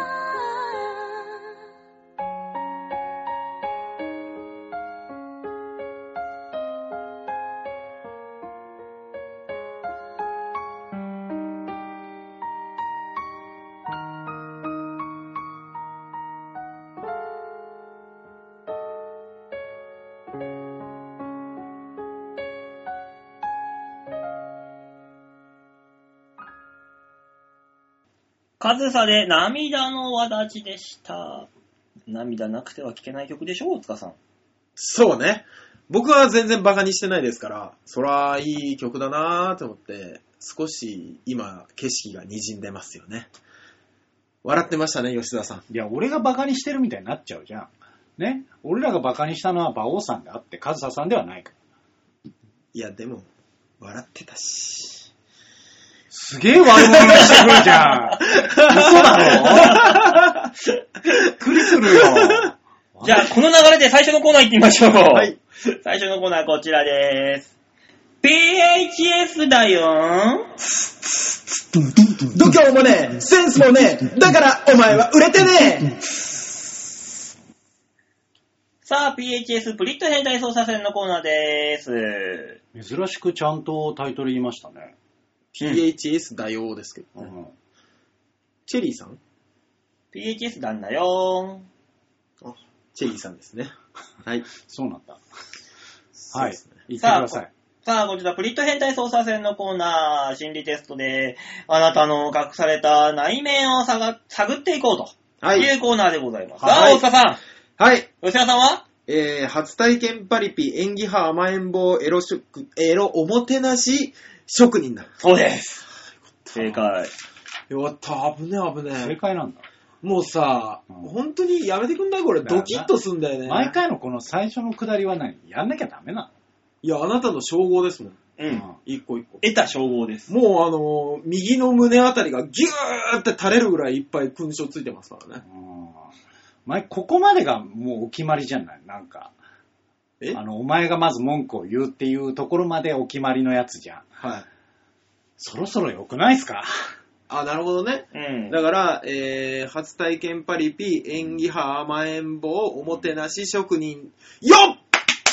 [SPEAKER 2] カズサで涙の輪立ちでした。涙なくては聴けない曲でしょ、大塚さん。
[SPEAKER 3] そうね。僕は全然バカにしてないですから、そらいい曲だなーと思って、少し今、景色が滲んでますよね。笑ってましたね、吉田さん。
[SPEAKER 1] いや、俺がバカにしてるみたいになっちゃうじゃん。ね俺らがバカにしたのは馬王さんであって、カズサさんではないから。
[SPEAKER 3] いや、でも、笑ってたし。
[SPEAKER 1] すげえ悪者にしてくるじゃん。嘘だろびっくりするよ。
[SPEAKER 2] じゃあ、この流れで最初のコーナー行ってみましょう。
[SPEAKER 3] はい。
[SPEAKER 2] 最初のコーナーこちらでーす。PHS だよ
[SPEAKER 3] 度胸もねえ、センスもねえ、だからお前は売れてね
[SPEAKER 2] さあ、PHS プリット変態操作戦のコーナーでーす。
[SPEAKER 1] 珍しくちゃんとタイトル言いましたね。
[SPEAKER 3] え !PHS だよーですけど、ね
[SPEAKER 1] うん
[SPEAKER 3] チェリーさん
[SPEAKER 2] PHS なんだよ
[SPEAKER 3] あ、チェリーさんですね。はい。
[SPEAKER 1] そうなんだ。
[SPEAKER 3] そう
[SPEAKER 1] はい。
[SPEAKER 3] です
[SPEAKER 1] 行
[SPEAKER 3] ね
[SPEAKER 1] ってください。
[SPEAKER 2] さあ、こちら、プリット変態操作戦のコーナー、心理テストで、あなたの隠された内面を探探っていこうと。。
[SPEAKER 3] はいい。
[SPEAKER 2] うコーナーでございます。さあ、
[SPEAKER 3] はい
[SPEAKER 2] 大塚さん。
[SPEAKER 3] はい。
[SPEAKER 2] 吉田さんは
[SPEAKER 3] えー、初体験パリピ、演技派、甘えん坊、エロ職、エロおもてなし職人だ。
[SPEAKER 2] そうです。正解。
[SPEAKER 3] よかった、危ね危
[SPEAKER 1] 正
[SPEAKER 3] ね。
[SPEAKER 1] 解なんだ。
[SPEAKER 3] もうさ、
[SPEAKER 1] うん
[SPEAKER 3] 本当にやめてくんないこれ、
[SPEAKER 1] だよ
[SPEAKER 3] ド
[SPEAKER 1] な
[SPEAKER 3] キッとすんだよね。
[SPEAKER 1] 毎。回のこの最初のくだりは何やんなきゃダメない
[SPEAKER 3] や、あなたの称号ですもん。
[SPEAKER 2] う
[SPEAKER 1] の。
[SPEAKER 2] ん。
[SPEAKER 3] 一個一個。
[SPEAKER 2] 得た称号です。
[SPEAKER 3] もうあのー右の胸あたりがギューって垂れるぐらいいっぱい勲章ついてますからね。
[SPEAKER 1] うん前、ここまでがもうお決まりじゃないなんか。
[SPEAKER 3] え
[SPEAKER 1] あの、お前がまず文句を言うっていうところまでお決まりのやつじゃん。
[SPEAKER 3] はい。
[SPEAKER 1] そろそろ良くないっすか
[SPEAKER 3] あ、なるほどね。
[SPEAKER 2] うん。
[SPEAKER 3] だから、えー、初体験パリピ、演技派、甘えん坊、おもてなし職人。よっ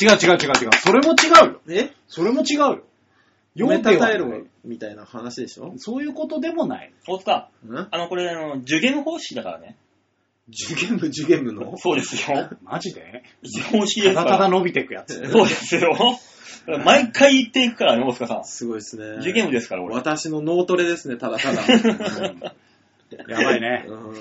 [SPEAKER 1] 違う違う違う違う。それも違うよ。
[SPEAKER 3] え
[SPEAKER 1] それも違うよ。
[SPEAKER 3] 褒めた
[SPEAKER 1] ては
[SPEAKER 3] た
[SPEAKER 1] な
[SPEAKER 3] え
[SPEAKER 1] い
[SPEAKER 3] ろみたいな話でしょ
[SPEAKER 1] そういうことでもない。
[SPEAKER 2] 大塚、
[SPEAKER 3] ん
[SPEAKER 2] あの、これ、あの、受験方式だからね。
[SPEAKER 3] 受験部、受験部の
[SPEAKER 2] そうですよ。
[SPEAKER 1] マジで
[SPEAKER 2] 受験方式で
[SPEAKER 1] た
[SPEAKER 2] すか
[SPEAKER 1] だただ
[SPEAKER 2] ら。
[SPEAKER 1] 伸びてくやつ。
[SPEAKER 2] そうですよ。毎回言っていくからね、大塚さん。
[SPEAKER 3] すごいですね。
[SPEAKER 2] 受験部ですから、俺。
[SPEAKER 3] 私の脳トレですね、ただただ。
[SPEAKER 1] やばいね。
[SPEAKER 3] う
[SPEAKER 1] うんん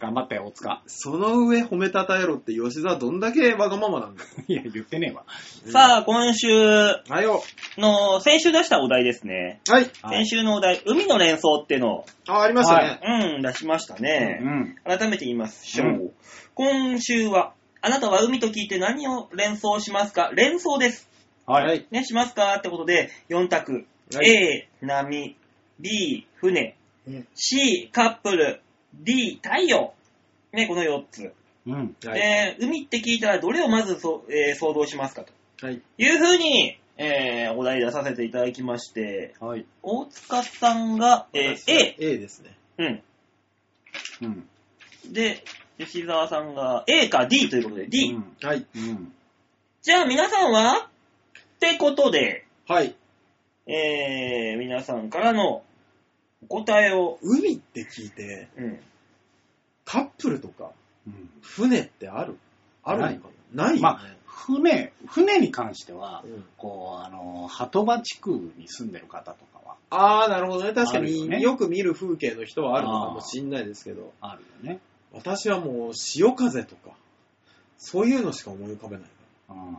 [SPEAKER 1] 頑張ったよ、大塚。
[SPEAKER 3] その上褒めたたえろって吉沢どんだけわがままなんだよ。
[SPEAKER 1] いや、言ってねえわ。
[SPEAKER 2] さあ、今週
[SPEAKER 3] はよ。
[SPEAKER 2] の、先週出したお題ですね。
[SPEAKER 3] はい。
[SPEAKER 1] は
[SPEAKER 2] 先
[SPEAKER 1] い
[SPEAKER 2] 週のお題、海の連想っていうのを、
[SPEAKER 3] あ、ありました
[SPEAKER 1] は
[SPEAKER 3] ね。
[SPEAKER 2] うん、出しましたね。
[SPEAKER 1] うん。
[SPEAKER 2] 改めて言いましょう。
[SPEAKER 1] うん
[SPEAKER 2] 今週は、あなたは海と聞いて何を連想しますか連想です。
[SPEAKER 1] はい。
[SPEAKER 3] はい。
[SPEAKER 2] ね、しますかってことで、4択。
[SPEAKER 3] はい
[SPEAKER 2] A、波。B、船
[SPEAKER 3] うん。
[SPEAKER 2] C、カップル。D、太陽。ね、この4つ。
[SPEAKER 1] うん。
[SPEAKER 3] はい。
[SPEAKER 2] えー海って聞いたらどれをまずそ、えー想像しますかと
[SPEAKER 3] はい。
[SPEAKER 2] いうふうに、えーお題出させていただきまして、
[SPEAKER 1] はい。
[SPEAKER 2] 大塚さんが、えー A。
[SPEAKER 3] A ですね。
[SPEAKER 2] うん。
[SPEAKER 1] うん。
[SPEAKER 2] で、吉沢さんが A か D ということで D。
[SPEAKER 1] うん
[SPEAKER 3] はい。
[SPEAKER 1] うん。
[SPEAKER 2] じゃあ皆さんはってことで、
[SPEAKER 3] はい。
[SPEAKER 2] えー、皆さんからのお答えを、
[SPEAKER 3] 海って聞いて、
[SPEAKER 2] うん、
[SPEAKER 3] カップルとか、
[SPEAKER 1] うん
[SPEAKER 3] 船ってあるあるのかなないよね。
[SPEAKER 1] ま船、船に関しては
[SPEAKER 3] う、ん
[SPEAKER 1] こう、あの、鳩場地区に住んでる方とかは
[SPEAKER 3] ああ、なるほどね。確か
[SPEAKER 1] あるよね
[SPEAKER 3] によく見る風景の人はあるのかもしんないですけど、
[SPEAKER 1] あるよね。
[SPEAKER 3] 私はもう潮風とか、そういうのしか思い浮かべない。
[SPEAKER 1] うん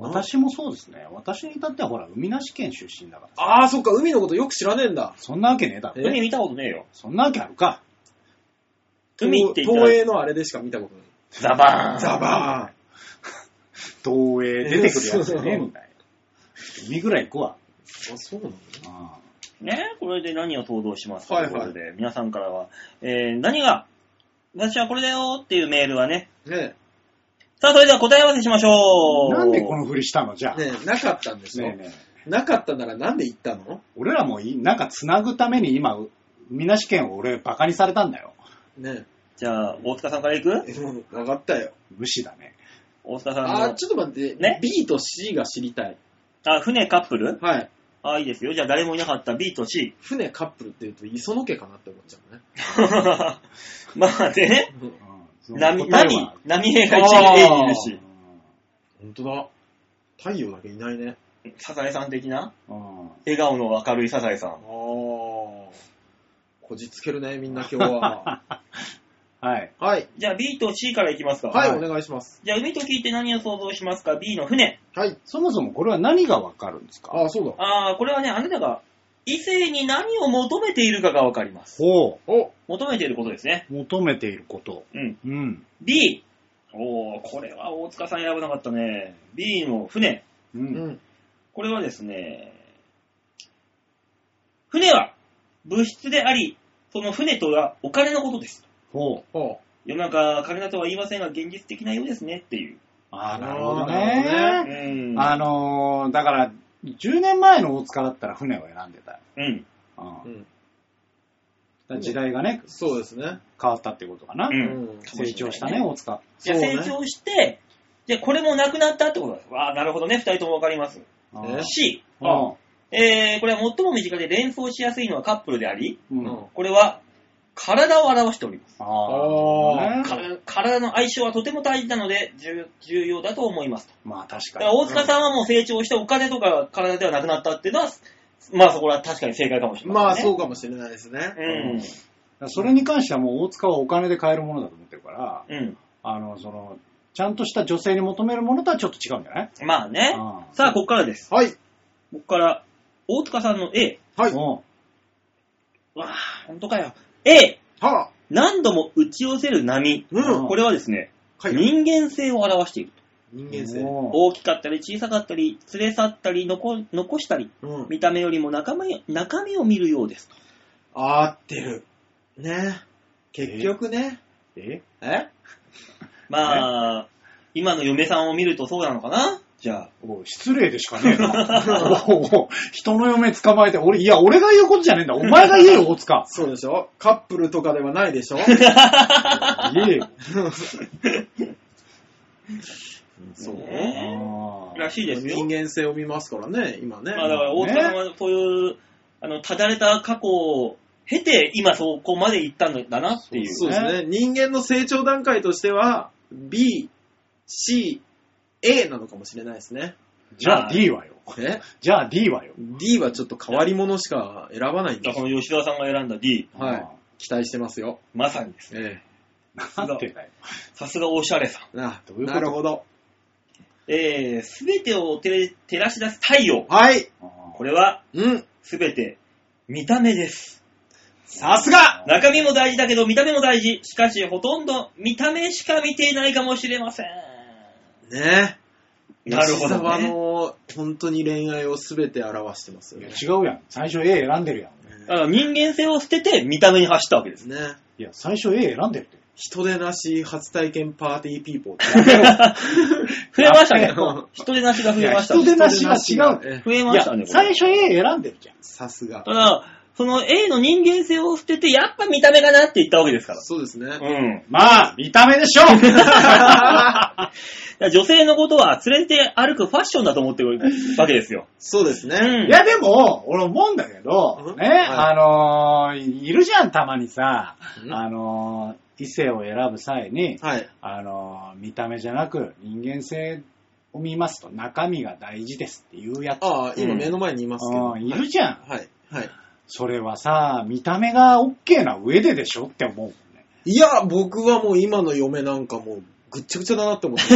[SPEAKER 1] 私もそうですね。私に至ってはほら、海なし県出身だからさ。
[SPEAKER 3] ああ、そっか、海のことよく知らねえんだ。
[SPEAKER 1] そんなわけねえだろ
[SPEAKER 3] え。
[SPEAKER 2] 海見たことねえよ。
[SPEAKER 1] そんなわけあるか。
[SPEAKER 2] 海って言った
[SPEAKER 3] 東
[SPEAKER 2] ら、
[SPEAKER 3] 映のあれでしか見たことない。
[SPEAKER 2] ザバーン。
[SPEAKER 3] ザバーン
[SPEAKER 1] 東映出てくるやつね、みたいな。海ぐらい行くわ。
[SPEAKER 3] あ、そうなの
[SPEAKER 1] あ
[SPEAKER 2] ね、これで何を登場しますか
[SPEAKER 3] はい
[SPEAKER 2] とい
[SPEAKER 3] はいう
[SPEAKER 2] ことで、皆さんからは、えー、何が、私はこれだよっていうメールはね。
[SPEAKER 3] ね
[SPEAKER 2] さあ、それでは答え合わせしましょ
[SPEAKER 1] あ
[SPEAKER 2] う。
[SPEAKER 1] なんでこのふりしたのじゃあ。
[SPEAKER 3] え、
[SPEAKER 1] ね
[SPEAKER 3] ねえ、なかったんでしょ、
[SPEAKER 1] えねえ。
[SPEAKER 3] なかったならなんで行ったの
[SPEAKER 1] 俺らもいなんか繋ぐために今、海なし県を俺バカにされたんだよ。
[SPEAKER 3] ね
[SPEAKER 2] じゃあ、大塚さんからいく
[SPEAKER 3] え、えもう分かったよ。
[SPEAKER 1] 無視だね。
[SPEAKER 2] 大塚さんの。
[SPEAKER 3] あー、ちょっと待って、
[SPEAKER 2] ね
[SPEAKER 3] B と C が知りたい。
[SPEAKER 2] あ、船カップル
[SPEAKER 3] はい。
[SPEAKER 2] あ、いいですよ。じゃあ誰もいなかった B と C。
[SPEAKER 3] 船カップルって言うと磯野家かなって思っちゃうね。
[SPEAKER 2] まあね、
[SPEAKER 3] うん
[SPEAKER 1] うん
[SPEAKER 2] 波、
[SPEAKER 1] 答えは
[SPEAKER 2] 波、波平が一位 A にいる
[SPEAKER 1] う
[SPEAKER 2] し、
[SPEAKER 3] 本当だ。太陽だけいないね。
[SPEAKER 2] サザエさん的なん
[SPEAKER 1] うん
[SPEAKER 2] 笑顔の明るいサザエさ
[SPEAKER 3] あ
[SPEAKER 2] ん。
[SPEAKER 3] こじつけるね、みんな今日 は。
[SPEAKER 1] はい。
[SPEAKER 3] はい。
[SPEAKER 2] じゃあ B と C からいきますか。
[SPEAKER 3] はい、
[SPEAKER 1] はい
[SPEAKER 3] お願いします。
[SPEAKER 2] じゃあ海と聞いて何を想像しますか ?B の船。
[SPEAKER 3] はい。
[SPEAKER 1] そもそもこれは何がわかるんです
[SPEAKER 3] あ
[SPEAKER 1] か
[SPEAKER 3] ー、そうだ。
[SPEAKER 2] ああ、これはね、あなたが異性に何を求めているかがわかります。
[SPEAKER 1] ほ
[SPEAKER 3] お、
[SPEAKER 2] 求めていることですね。
[SPEAKER 1] う。求めていること。
[SPEAKER 2] うん。
[SPEAKER 1] うん。
[SPEAKER 2] B。おー、これは大塚さん選ばなかったね。B の船。
[SPEAKER 1] う。
[SPEAKER 3] うんん。
[SPEAKER 2] これはですね、船は物質であり、その船とはお金のことです。
[SPEAKER 1] ほう。
[SPEAKER 3] おう
[SPEAKER 2] 世の中、金だとは言いませんが、現実的なようですねっていう。
[SPEAKER 1] ああ、
[SPEAKER 3] な
[SPEAKER 1] な
[SPEAKER 3] る
[SPEAKER 1] る
[SPEAKER 3] ほ
[SPEAKER 1] ほ
[SPEAKER 3] ど
[SPEAKER 1] ど
[SPEAKER 3] ね
[SPEAKER 1] ね。
[SPEAKER 2] うん。
[SPEAKER 1] あのー、だから、10年前の大塚だったら船を選んでたよ。
[SPEAKER 2] うん。
[SPEAKER 1] うん
[SPEAKER 3] う
[SPEAKER 1] だか
[SPEAKER 3] ん。
[SPEAKER 1] ら時代がね、
[SPEAKER 3] そうですね。
[SPEAKER 1] 変わったってことかな。
[SPEAKER 2] うん
[SPEAKER 3] うん
[SPEAKER 2] かもれない
[SPEAKER 1] 成長したね、。大塚。
[SPEAKER 2] いや、
[SPEAKER 3] そう
[SPEAKER 2] 成
[SPEAKER 3] ね
[SPEAKER 2] 長して、じゃこれもなくなったってことです。わあ、なるほどね。二人ともわかります。
[SPEAKER 1] あ
[SPEAKER 3] え
[SPEAKER 1] ー
[SPEAKER 2] C。
[SPEAKER 1] あ
[SPEAKER 2] えー、これは最も身近で連想しやすいのはカップルであり、
[SPEAKER 1] ー。う
[SPEAKER 3] うん
[SPEAKER 1] ん。
[SPEAKER 2] これは体を表しております。
[SPEAKER 1] あ
[SPEAKER 3] あ
[SPEAKER 1] あ。
[SPEAKER 2] か体の相性はとても大事なので、重重要だと思います。
[SPEAKER 1] まあ確
[SPEAKER 2] だか
[SPEAKER 1] かに
[SPEAKER 2] ら。大塚さんはもう成長してお金とか体ではなくなったっていうのは、まあそこは確かに正解かもしれ
[SPEAKER 3] ま
[SPEAKER 2] な
[SPEAKER 3] あ、
[SPEAKER 2] い、ね。
[SPEAKER 3] そうかもしれないですね。
[SPEAKER 2] うん。
[SPEAKER 1] だからそれに関してはもう大塚はお金で買えるものだと思ってるから、
[SPEAKER 2] うん。
[SPEAKER 1] あの、その、ちゃんとした女性に求めるものとはちょっと違うんじゃない
[SPEAKER 2] まあね。
[SPEAKER 1] ああ
[SPEAKER 2] さあ、ここからです。
[SPEAKER 3] はい。
[SPEAKER 2] ここから、大塚さんの A。
[SPEAKER 3] はい。は
[SPEAKER 1] も
[SPEAKER 2] わあ、本当かよ。A。
[SPEAKER 3] あ。
[SPEAKER 2] 何度も打ち寄せる波。
[SPEAKER 3] うん。
[SPEAKER 2] これはですね、
[SPEAKER 3] はい。
[SPEAKER 2] 人間性を表している。
[SPEAKER 1] う
[SPEAKER 3] 人間性。
[SPEAKER 1] も
[SPEAKER 2] 大きかったり小さかったり、連れ去ったり残、残したり、
[SPEAKER 3] うん。
[SPEAKER 2] 見た目よりも中身中身を見るようです。
[SPEAKER 3] 合ってる。ね結局ね。
[SPEAKER 1] うえ
[SPEAKER 3] え
[SPEAKER 2] まあ、今の嫁さんを見るとそうなのかなじゃあ。
[SPEAKER 1] おい失礼でしかねえな。おいおい人の嫁捕まえて、俺、いや、俺が言うことじゃねえんだ。お前が言えよ、大塚。
[SPEAKER 3] そうでしょカップルとかではないでしょ
[SPEAKER 1] 言えよ。
[SPEAKER 3] そう。
[SPEAKER 2] ね
[SPEAKER 1] あ
[SPEAKER 2] ら
[SPEAKER 1] あ
[SPEAKER 2] しいですよ。
[SPEAKER 3] 人間性を見ますからね、今ね。
[SPEAKER 2] まあだから大塚さんはそういう、あの、ただれた過去を経て、今そこまで行ったんだなっていう。
[SPEAKER 3] そうですね。人間の成長段階としては、B、C、A なのかもしれないですね。
[SPEAKER 1] じゃあ D はよ。
[SPEAKER 3] え
[SPEAKER 1] じゃあ D はよ。
[SPEAKER 3] ?D はちょっと変わり者しか選ばない
[SPEAKER 2] だ
[SPEAKER 3] んで
[SPEAKER 2] からその吉田さんが選んだ D、
[SPEAKER 3] はい期待してますよ。
[SPEAKER 2] まさにですね。
[SPEAKER 3] え
[SPEAKER 1] なんてだよ。
[SPEAKER 2] さすがオシャレさん。
[SPEAKER 3] え。な
[SPEAKER 1] どういうこと
[SPEAKER 3] なるほど。
[SPEAKER 2] えー、すべてを照照らし出す太陽。
[SPEAKER 3] はい。
[SPEAKER 2] これは、
[SPEAKER 3] うん。
[SPEAKER 2] すべて、見た目です。
[SPEAKER 3] さすが
[SPEAKER 2] 中身も大事だけど、見た目も大事。しかし、ほとんど見た目しか見ていないかもしれません。
[SPEAKER 3] ねえ。
[SPEAKER 2] なるほど、
[SPEAKER 3] 吉沢
[SPEAKER 2] ね。
[SPEAKER 3] の本当に恋愛を全て表してますよ
[SPEAKER 1] いや
[SPEAKER 3] ね。
[SPEAKER 1] 違うやん。最初 A 選んでるやん。
[SPEAKER 2] だから人間性を捨てて、見た目に走ったわけです。
[SPEAKER 3] ね
[SPEAKER 1] いや、最初 A 選んでるって。
[SPEAKER 3] 人でなし初体験パーティーピーポーって。
[SPEAKER 2] 増えましたね
[SPEAKER 1] やめ。
[SPEAKER 2] 人手なしが増えました
[SPEAKER 1] 人
[SPEAKER 2] ね
[SPEAKER 1] で。なしは違う。
[SPEAKER 3] ええ
[SPEAKER 2] 増え
[SPEAKER 1] い
[SPEAKER 2] ましたね、
[SPEAKER 1] や、
[SPEAKER 2] これ
[SPEAKER 1] 最初 A 選んでるじゃん。
[SPEAKER 3] さすが
[SPEAKER 2] た。だ、その A の人間性を捨てて、やっぱ見た目かなって言ったわけですから。
[SPEAKER 3] そうですね。
[SPEAKER 2] うん。
[SPEAKER 1] まあ、見た目でしょ
[SPEAKER 2] だから女性のことは連れて歩くファッションだと思ってるわけですよ。
[SPEAKER 3] そうですね。
[SPEAKER 1] いや、でも、俺思うんだけど
[SPEAKER 3] う、ん
[SPEAKER 1] ね、
[SPEAKER 3] はい
[SPEAKER 1] あのーいるじゃん、たまにさ、あのー異性を選ぶ際に、
[SPEAKER 3] はい。
[SPEAKER 1] あのー見た目じゃなく人間性を見ますと中身が大事ですっていうやつ。
[SPEAKER 3] ああ、
[SPEAKER 2] う
[SPEAKER 3] 今
[SPEAKER 2] ん
[SPEAKER 3] 目の前にいますけ
[SPEAKER 1] う
[SPEAKER 3] ど。
[SPEAKER 1] ん、いるじゃん。
[SPEAKER 3] はい。はい。
[SPEAKER 1] それはさ、見た目が OK な上ででしょって思うもんね。
[SPEAKER 3] いや、僕はもう今の嫁なんかもう、ぐっちゃぐちゃだなって思 って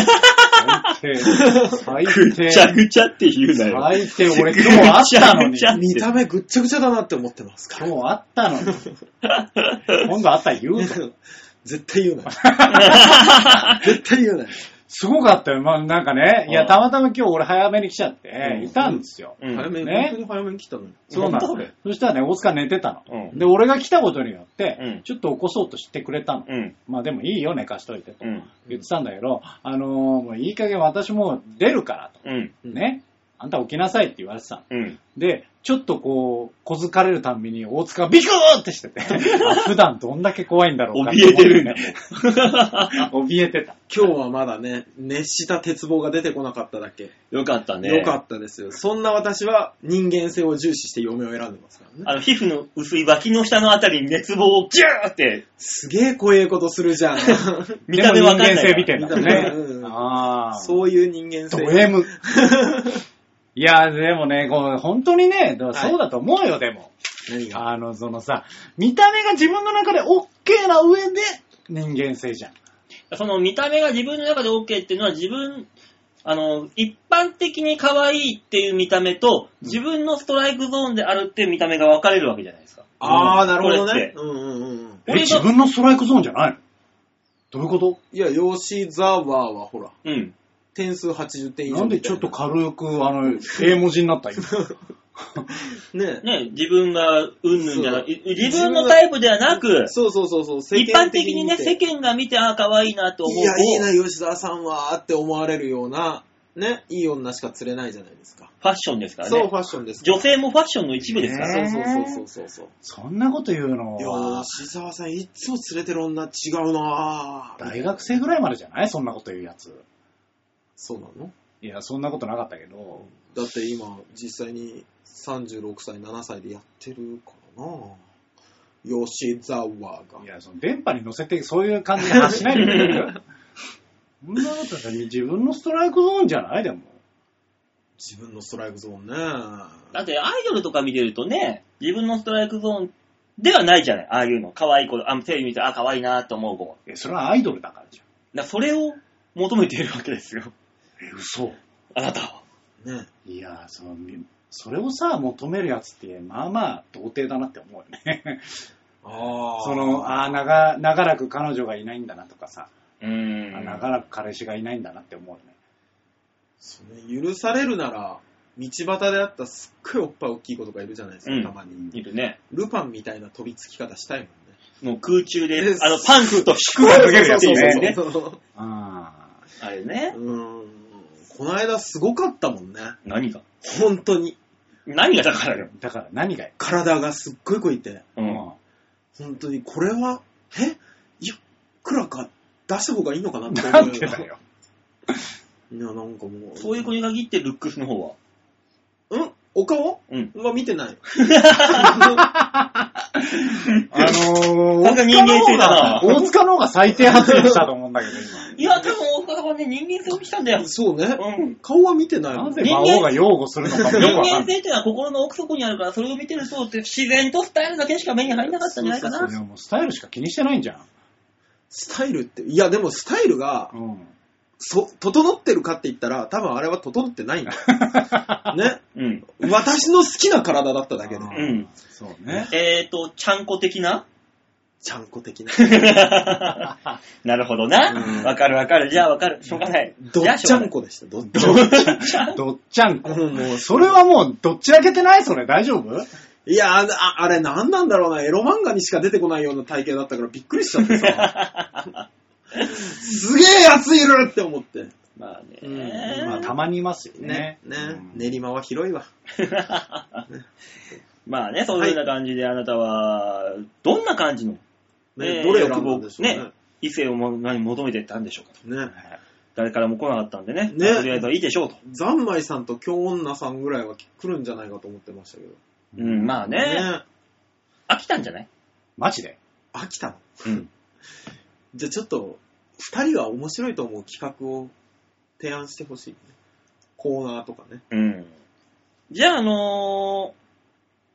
[SPEAKER 3] ます。
[SPEAKER 1] 最低。最
[SPEAKER 2] ぐ
[SPEAKER 1] 低。
[SPEAKER 2] ちゃぐちゃって言うなよ。
[SPEAKER 1] 最低。俺今日あったの
[SPEAKER 2] ぐ
[SPEAKER 1] に。
[SPEAKER 2] ちゃぐちゃ
[SPEAKER 3] 見た目ぐっちゃぐちゃだなって思ってますから。
[SPEAKER 1] 今日あったの に。今度あったら言うぞ。
[SPEAKER 3] 絶対 言うなよ。絶対言うなよ。
[SPEAKER 1] すごかったよ。まあなんかね、いや、
[SPEAKER 2] うん
[SPEAKER 1] たまたま今日俺早めに来ちゃって、
[SPEAKER 3] うん
[SPEAKER 1] いたんですよ。
[SPEAKER 2] うん
[SPEAKER 3] 早めに、
[SPEAKER 1] ね
[SPEAKER 3] 本当に早めに来たのに。
[SPEAKER 1] そうな
[SPEAKER 2] 本
[SPEAKER 1] の
[SPEAKER 2] 当だ。
[SPEAKER 1] そしたらね、大塚寝てたの。
[SPEAKER 2] うん
[SPEAKER 1] で、俺が来たことによって、
[SPEAKER 2] うん
[SPEAKER 1] ちょっと起こそうとしてくれたの。
[SPEAKER 2] うん。
[SPEAKER 1] まあでもいいよ、寝かしといてと
[SPEAKER 2] うん。
[SPEAKER 1] 言ってたんだけど、あのーもういい加減私もう出るからと。
[SPEAKER 2] うん。
[SPEAKER 3] うん
[SPEAKER 1] ね。あんた起きなさいって言われてたの。
[SPEAKER 2] うん。
[SPEAKER 1] で、ちょっとこう、小づかれるたんびに大塚がビクーってしてて、 あ普段どんだけ怖いんだろうか
[SPEAKER 2] 怯えてるんだ
[SPEAKER 1] と思 ってね。怯えてた。
[SPEAKER 3] 今日はまだね、熱した鉄棒が出てこなかっただけ。
[SPEAKER 2] よかったね。
[SPEAKER 3] よかったですよ。そんな私は人間性を重視して嫁を選んでますからね。
[SPEAKER 2] あの、皮膚の薄い脇の下のあたりに熱望をギューって、
[SPEAKER 3] すげえ怖えことする じゃん。
[SPEAKER 2] 見た目わかんないから
[SPEAKER 1] でも人間性見てんだもんね
[SPEAKER 3] う。ん
[SPEAKER 1] ああ。
[SPEAKER 3] そういう人間
[SPEAKER 1] ド
[SPEAKER 3] 性。
[SPEAKER 1] M。いや、でもね、こう本当にね、だからそうだと思うよ、でも。
[SPEAKER 3] 何が
[SPEAKER 1] あの、そのさ、見た目が自分の中で OK な上で人間性じゃん。
[SPEAKER 2] その見た目が自分の中で OK っていうのは自分、あの、一般的に可愛いっていう見た目と、自分のストライクゾーンであるっていう見た目が分かれるわけじゃないですか。
[SPEAKER 3] ああ、なるほどね。
[SPEAKER 2] こ
[SPEAKER 3] うんうんうんうん。
[SPEAKER 1] え、
[SPEAKER 2] 俺が
[SPEAKER 1] 自分のストライクゾーンじゃないのどういうこと
[SPEAKER 3] いや、吉沢はほら、
[SPEAKER 2] うん。
[SPEAKER 3] 点数80点以上。
[SPEAKER 1] なんでちょっと軽く、あの、英文字になった今。
[SPEAKER 3] ね
[SPEAKER 2] ね、自分がうんぬんじゃなく、
[SPEAKER 3] そう
[SPEAKER 2] い自分のタイプではなく、
[SPEAKER 3] そうそうそうそう。世
[SPEAKER 2] 一
[SPEAKER 3] 間
[SPEAKER 2] 般的にね、世
[SPEAKER 3] 見て
[SPEAKER 2] 間が見て、ああ、可愛いなと思う。
[SPEAKER 3] いや、いいな、吉沢さんは、って思われるような、ね、いい女しか釣れないじゃないですか。
[SPEAKER 2] ファッションですから
[SPEAKER 3] そう、
[SPEAKER 2] ね
[SPEAKER 3] フ。ァッションですから。
[SPEAKER 2] 女性もファッションの一部ですから。
[SPEAKER 1] ね
[SPEAKER 3] そうそうそうそうそう
[SPEAKER 1] そんなこと言う
[SPEAKER 3] そ
[SPEAKER 1] の
[SPEAKER 3] う。いや
[SPEAKER 1] は、
[SPEAKER 3] 吉沢さん、いつも釣れてる女違うなぁ。
[SPEAKER 1] 大学生ぐらいまでじゃないそんなこと言うやつ。
[SPEAKER 3] そうなの
[SPEAKER 1] いや、そんなことなかったけど。
[SPEAKER 3] だって今、実際に36歳、7歳でやってるからなぁ。吉沢が。
[SPEAKER 1] いや、その電波に乗せてそういう感じで発しないでくれるそんなことだ自分のストライクゾーンじゃないでも。
[SPEAKER 3] 自分のストライクゾーンね
[SPEAKER 2] だってアイドルとか見てるとね、自分のストライクゾーンではないじゃない。ああいうの。可愛い子、あのテレビ見て、あ、可愛いなと思う子。
[SPEAKER 1] え、それはアイドルだからじゃん。
[SPEAKER 2] だからそれを求めているわけですよ。
[SPEAKER 1] え、嘘。
[SPEAKER 2] あなたは。
[SPEAKER 3] ね
[SPEAKER 1] いや、その、みそれをさ、求めるやつって、まあまあ、童貞だなって思うよね。
[SPEAKER 3] ああ
[SPEAKER 1] その、ああ、長、長らく彼女がいないんだなとかさ、
[SPEAKER 2] うーん
[SPEAKER 1] あ長らく彼氏がいないんだなって思うよね。
[SPEAKER 3] その許されるなら道端であったすっごいおっぱい大きい子とかいるじゃないですか、
[SPEAKER 2] うん
[SPEAKER 3] たまに
[SPEAKER 2] いるね。
[SPEAKER 3] ルパンみたいな飛びつき方したいもんね
[SPEAKER 2] もう空中で
[SPEAKER 3] で、
[SPEAKER 2] あの、パンツと服を脱げるやつ
[SPEAKER 1] そうそう
[SPEAKER 2] ね
[SPEAKER 1] そう
[SPEAKER 2] ね。
[SPEAKER 3] そうそう
[SPEAKER 1] ああ。
[SPEAKER 2] あれね。
[SPEAKER 3] うーんこの間すごかったもんね
[SPEAKER 2] 何が
[SPEAKER 3] 本当に
[SPEAKER 2] 何がだからよ。
[SPEAKER 1] だから何がよ。
[SPEAKER 3] 体がすっごいこいて
[SPEAKER 2] う。
[SPEAKER 1] うん
[SPEAKER 3] 本当にこれはえいくらか出した方がいいのかなって思う
[SPEAKER 1] なんてだよ。
[SPEAKER 3] いやなんかもう
[SPEAKER 2] そういう子
[SPEAKER 3] に
[SPEAKER 2] に限ってルックスの方は。
[SPEAKER 3] うんお顔
[SPEAKER 2] うん。
[SPEAKER 3] は見てない
[SPEAKER 1] あ のー、
[SPEAKER 2] なんか人間性だな
[SPEAKER 1] 大塚の方が最低発言したと思うんだけど、
[SPEAKER 2] いや、多分大阪はね、人間性を見たんだよ。
[SPEAKER 3] そうね
[SPEAKER 2] うん。
[SPEAKER 3] 顔は見てないも
[SPEAKER 1] 今。なんぜ魔王が擁護するのかもよ
[SPEAKER 2] 人
[SPEAKER 1] く
[SPEAKER 2] 間
[SPEAKER 1] わかんない。
[SPEAKER 2] 性っていうのは心の奥底にあるから、それを見てると、自然とスタイルだけしか目に入らなかったんじゃないか
[SPEAKER 3] そ
[SPEAKER 2] な。
[SPEAKER 1] いやもうスタイルしか気にしてないんじゃん。
[SPEAKER 3] スタイルって、いやでもスタイルが、
[SPEAKER 1] うん。
[SPEAKER 3] そ、整ってるかって言ったら、多分あれは整ってないんだ。ね。
[SPEAKER 2] うん。
[SPEAKER 3] 私の好きな体だっただけで
[SPEAKER 1] あ。ー
[SPEAKER 2] うん
[SPEAKER 1] そうね。
[SPEAKER 2] えーと、ちゃんこ的な
[SPEAKER 3] ちゃんこ的 な。
[SPEAKER 2] なるほどな
[SPEAKER 3] うん。
[SPEAKER 2] わかるわかる。じゃあわかる。しょうがない。
[SPEAKER 3] ど
[SPEAKER 2] じゃ
[SPEAKER 3] っ
[SPEAKER 2] あし
[SPEAKER 3] ち
[SPEAKER 2] ょ
[SPEAKER 3] ゃ
[SPEAKER 2] うがなんい。
[SPEAKER 3] こでした。どっちゃん
[SPEAKER 1] どっちゃん、どっちゃん
[SPEAKER 3] こ。
[SPEAKER 1] こ。
[SPEAKER 3] うんもう
[SPEAKER 1] それはもう、どっち上げてないそれ、大丈夫
[SPEAKER 3] いや、あああれ何なんだろうな。エロ漫画にしか出てこないような体型だったからびっくりしちゃってさ。 すげえやついるって思って。
[SPEAKER 2] まあね、
[SPEAKER 3] うん
[SPEAKER 1] まあ、たまにいますよね。
[SPEAKER 3] ね。ね
[SPEAKER 1] う。ん
[SPEAKER 3] 練馬は広いわ。
[SPEAKER 2] まあね、そういうような感じであなたは、どんな感じの
[SPEAKER 3] ね
[SPEAKER 2] ね
[SPEAKER 3] どれを選んだんでしょうね。
[SPEAKER 2] ね異性をも何求めてたんでしょうかと。
[SPEAKER 3] ね
[SPEAKER 2] はい誰からも来なかったんでね、ま
[SPEAKER 3] ね
[SPEAKER 2] あとりあえずはいいでしょうと。
[SPEAKER 3] 三昧さんと京女さんぐらいは来るんじゃないかと思ってましたけど。
[SPEAKER 2] うん、まあね、飽きたんじゃない
[SPEAKER 1] マジで
[SPEAKER 3] 飽きたの
[SPEAKER 2] うん。
[SPEAKER 3] じゃあちょっと、二人が面白いと思う企画を提案してほしい、ね。コーナーとかね。
[SPEAKER 2] うん。じゃあ、あの